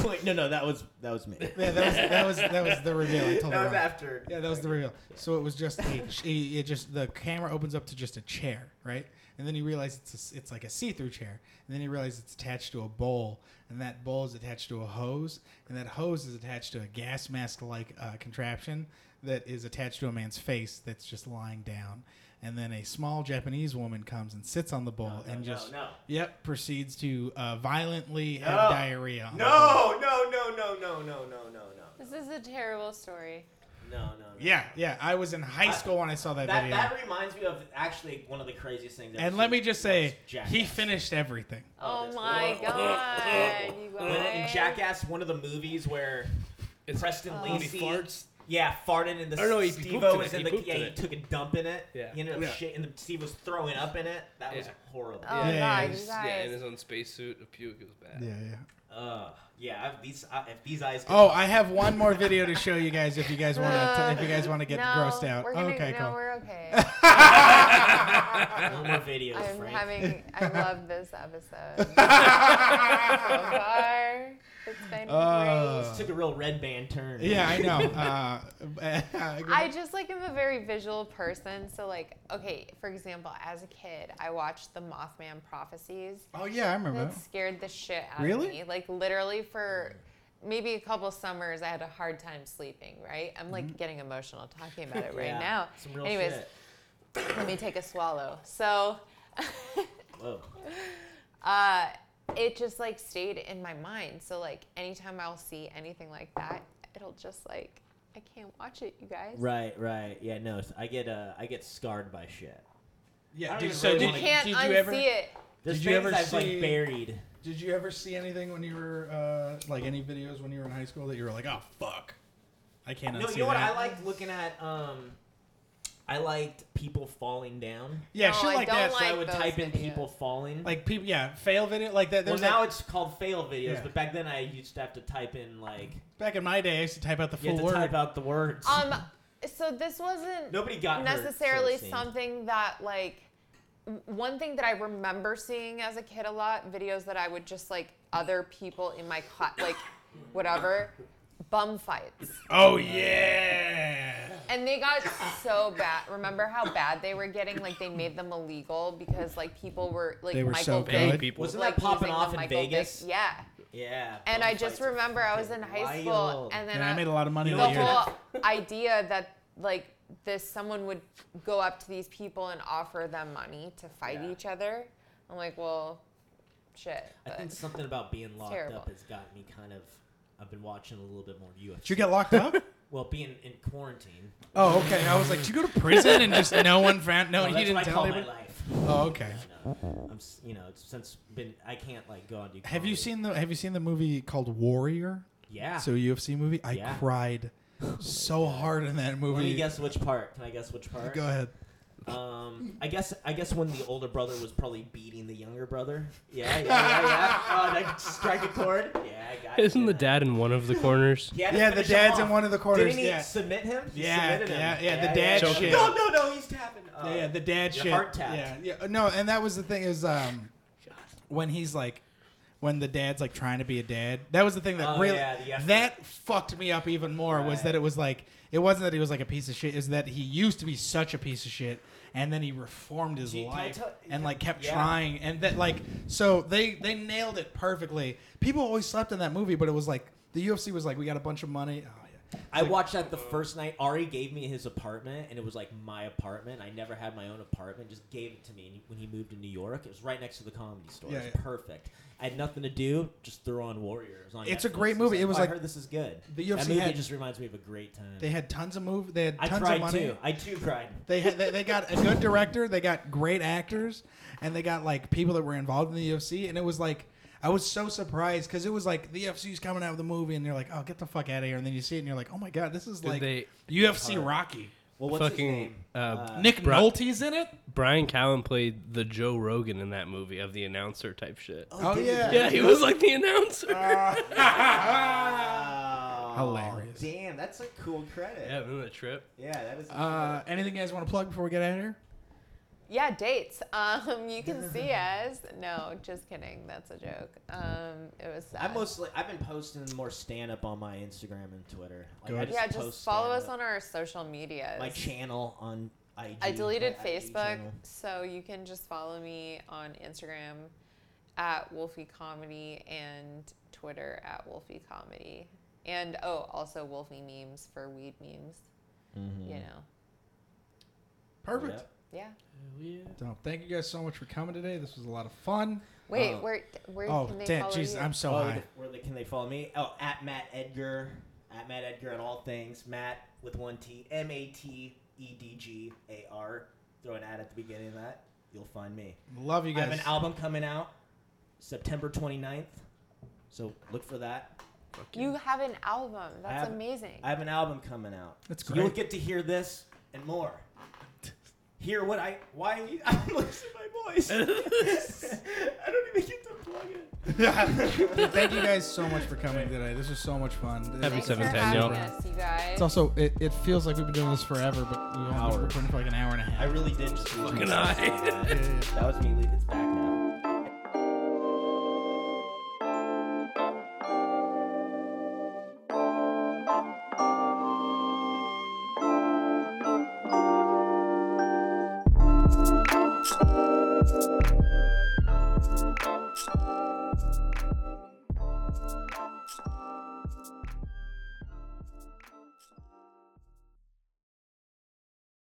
D: Wait, no, no. That was [LAUGHS] that was me.
A: Yeah, that was that was that was the reveal. I told her wrong.
D: after.
A: Yeah, that was the reveal. So it was just
D: [LAUGHS]
A: a, a- it just the camera opens up to just a chair, right? And then you realize it's a s it's like a see-through chair, and then you realize it's attached to a bowl, and that bowl is attached to a hose, and that hose is attached to a gas mask-like uh, contraption that is attached to a man's face that's just lying down, and then a small Japanese woman comes and sits on the bowl Oh, and just
D: no.
A: yep proceeds to uh, violently
D: No.
A: have diarrhea. On the bowl.
D: No, no, no, no, no, no, no, no, no.
C: This is a terrible story.
D: No, no, no.
A: Yeah, yeah. I was in high school when I saw that,
D: That,
A: video.
D: that reminds me of actually one of the craziest things. I've
A: And let
D: seen
A: me just say,
D: was Jackass.
A: he finished everything.
C: Oh,
D: that's
C: my
D: horrible.
C: god,
D: [LAUGHS]
C: you
D: When in
C: guys.
D: Jackass, one of the movies where
B: It's
D: Preston
C: Oh.
D: Lacey
B: farts.
D: yeah, farted in the
B: Or no, he
D: Steve-O
B: pooped in
D: was
B: it.
D: in
B: He
D: the
B: pooped
D: yeah,
B: in
D: he
B: it.
D: took a dump in it.
B: Yeah.
D: He ended up
B: Yeah.
D: shit, and the, Steve was throwing up in it. That was
B: Yeah.
D: horrible.
C: Oh
A: Yeah, yeah,
C: god, you
A: it's-
B: Yeah, in
C: guys.
B: his own spacesuit, a puke was bad.
A: Yeah, yeah.
D: Uh, yeah, I've, these I, if these eyes. could
A: Oh, I have one more video to show you guys if you guys want to if you guys want to get
C: no,
A: grossed out.
C: We're gonna,
A: okay,
C: no,
A: cool.
C: we're okay.
D: No more videos,
C: I'm
D: Frank.
C: having.
D: [LAUGHS]
C: I love this episode so far. This It's been
A: Uh,
D: This took a real red band turn.
A: [LAUGHS] yeah, I know. Uh,
C: great. I just like am a very visual person, so like okay, for example, as a kid, I watched the Mothman Prophecies.
A: [LAUGHS] oh yeah, I remember.
C: That
A: that.
C: scared the shit out
A: Really?
C: of me. Like literally for maybe a couple summers, I had a hard time sleeping. Right? I'm like getting emotional talking about it [LAUGHS] right
D: Mm-hmm. Yeah,
C: now.
D: Some real
C: Anyways,
D: shit.
C: let me take a swallow. So. [LAUGHS]
D: Whoa.
C: uh, it just like stayed in my mind. So like anytime I'll see anything like that, it'll just like I can't watch it, you guys.
D: Right, right. Yeah, no, I get uh, I get scarred by shit.
A: Yeah.
D: I
A: Did,
D: don't
A: so
D: even
A: did,
D: really
C: You
D: Like,
C: can't
A: did
C: unsee
A: you ever
C: it.
D: There's
A: Did you
D: things
A: ever
D: I've
A: see-
D: like buried.
A: did you ever see anything when you were uh, like any videos when you were in high school that you were like, oh fuck, I cannot
D: No,
A: see
D: you know what
A: that.
D: I liked looking at. Um, I liked people falling down.
A: Yeah,
C: No,
A: shit
C: I
A: like
C: don't
A: that.
D: So I
C: Like
D: would
C: those
D: type in
C: videos.
D: people falling.
A: like people, yeah, fail video like that.
D: well,
A: There's
D: now
A: that-
D: it's called fail videos,
A: Yeah.
D: but back then I used to have to type in like
A: back in my day. I used to type out the
D: you
A: full
D: had to
A: word.
D: type out the words.
C: Um, so this wasn't
D: Nobody got hurt, so it
C: necessarily
D: seemed.
C: something that like w- one thing that I remember seeing as a kid a lot videos that I would just like other people in my class like whatever bum fights
A: oh yeah.
C: And they got so bad. Remember how bad they were getting? Like they made them illegal because like people were like
A: They were
C: Michael
A: so
C: Vick,
A: bad.
B: People.
D: Wasn't
C: like
D: that popping
C: using the
D: off in
C: Michael Vick-
D: Vegas?
C: Yeah.
D: Yeah.
C: And
D: bum
C: I just
D: fights are
C: remember I was in
D: fucking
C: high school,
D: wild.
C: and then
A: And I made a lot of money
D: You
A: that year.
D: know
C: the
D: [LAUGHS]
C: whole idea that like this someone would go up to these people and offer them money to fight
D: Yeah.
C: each other. I'm like, well, shit.
D: I
C: but-
D: think something about being locked
C: terrible.
D: up has gotten me kind of. I've been watching a little bit more UFC.
A: Did you get locked up?
D: well, being in quarantine.
A: [LAUGHS] oh, okay. I was like, did you go to prison and just no one found? No, [LAUGHS]
D: Well,
A: you
D: that's
A: didn't
D: what I
A: tell
D: call
A: anybody.
D: my life.
A: Oh, okay.
D: No, I'm, s- you know, it's since been I can't like go and do.
A: Have
D: comedy.
A: you seen the Have you seen the movie called Warrior?
D: Yeah.
A: So a UFC movie. I
D: Yeah.
A: cried so hard in that movie.
D: Let me guess which part. Can I guess which part?
A: Go ahead.
D: Um, I guess I guess when the older brother was probably beating the younger brother. Yeah, yeah, yeah.
A: [LAUGHS]
D: yeah. Oh, that strike a chord. Yeah, I
B: [LAUGHS]
D: got.
B: Isn't
D: you.
B: the dad in one of the corners?
D: He had to
A: Yeah, the
D: finish him
A: dad's in
D: off.
A: one of the corners,
D: Didn't he
A: yeah.
D: submit him? He
A: Yeah,
D: submitted him.
A: yeah, yeah, the dad
B: shit.
D: No, no, no. He's tapping. Uh,
A: yeah, the dad
D: your
A: shit.
D: heart tapped.
A: Yeah, yeah. No, and that was the thing is um, when he's like, when the dad's like trying to be a dad. That was the thing that
D: Oh,
A: really
D: yeah, the effort.
A: that fucked me up even more was
D: Right.
A: that it was like it wasn't that he was like a piece of shit, is that he used to be such a piece of shit. And then he reformed his
D: Gee, can I
A: life
D: tell-
A: and like kept
D: Yeah.
A: trying and that like so they they nailed it perfectly. People always slept in that movie, but it was like the UFC was like we got a bunch of money. Oh yeah,
D: I watched that the
A: uh,
D: first night. Ari gave me his apartment, and it was like my apartment. I never had my own apartment; just gave it to me. And when he moved to New York, it was right next to the comedy store.
A: Yeah,
D: it was
A: yeah.
D: perfect. I had nothing to do; just threw on Warriors. On
A: It's a
D: Netflix.
A: great
D: It's
A: movie. It was
D: "Oh,
A: like-
D: I heard this is good.
A: The
D: that
A: UFC
D: movie
A: had-
D: just reminds me of a great time.
A: They had tons of move. They had
D: I
A: tons
D: cried
A: of money.
D: too. I too cried.
A: They had they, they got a good director, they got great actors, and they got like people that were involved in the UFC. And it was like I was so surprised because it was like the UFC's coming out with a movie, and they're like, "Oh, get the fuck out of here!" And then you see it, and you're like, "Oh my god, this is
B: Did
A: like
B: they-
A: UFC Rocky."
D: Well, [LAUGHS] what's his
B: Fucking
D: name?
B: uh,
A: Nick
B: Bro-
A: Nolte's in it.
B: Brian Callen played the Joe Rogan in that movie of the announcer type shit.
A: Oh, yeah.
B: Yeah, he was like the announcer.
A: Uh,
D: Wow.
A: Hilarious.
D: Damn, that's a cool credit.
B: yeah, remember that trip?
D: Yeah, that is.
A: [LAUGHS]
D: a
A: Uh, anything you guys want to plug before we get out of here?
C: Yeah, dates. [LAUGHS] Um, you
D: [LAUGHS]
C: can see us. No, just kidding. That's a joke. Um, it was.
D: I
C: Sad.
D: mostly I've been posting more stand up on my Instagram and Twitter. Like,
A: Good.
D: I
C: yeah, just
D: post
C: follow us
D: stand-up.
C: on our social medias.
D: my channel on IG.
C: I deleted
D: my IG
C: Facebook,
D: channel.
C: so you can just follow me on Instagram at Wolfie Comedy and Twitter at Wolfie Comedy. And oh, also Wolfie memes for weed memes. You know,
A: Perfect.
D: Yep.
C: yeah.
A: So thank you guys so much for coming today. This was a lot of fun.
C: Wait,
D: Oh.
C: where where
A: Oh,
C: can they
A: damn,
C: follow
A: jeez,
C: you?
A: I'm so
D: Oh,
A: high.
D: where they, can they follow me? Oh, at Matt Edgar, at Matt Edgar on all things. Matt with one T, M A T E D G A R. Throw an ad at the beginning of that. You'll find me.
A: Love you
D: I
A: guys.
D: have an album coming out September 29th, so look for that.
C: you have an album.
D: I
C: That's
D: have-
C: amazing.
D: I have an album coming out.
A: That's
D: You'll
A: great.
D: get to hear this and
A: [LAUGHS]
D: more. Hear what I why you, [LAUGHS] I'm losing
A: [LAUGHS]
D: my voice. I don't even get to plug it.
A: thank you guys so much for coming today. This was so much fun.
B: Happy
C: Thanks
B: Episode
C: for
B: 710,
C: having
B: yo.
C: us, you guys.
A: It's also it, it feels like we've been doing this forever, but we only
D: Hour.
A: recording for like an hour and a half.
D: I really did just lose
B: Fucking
D: my voice.
B: I.
D: That was me. leaving- It's back.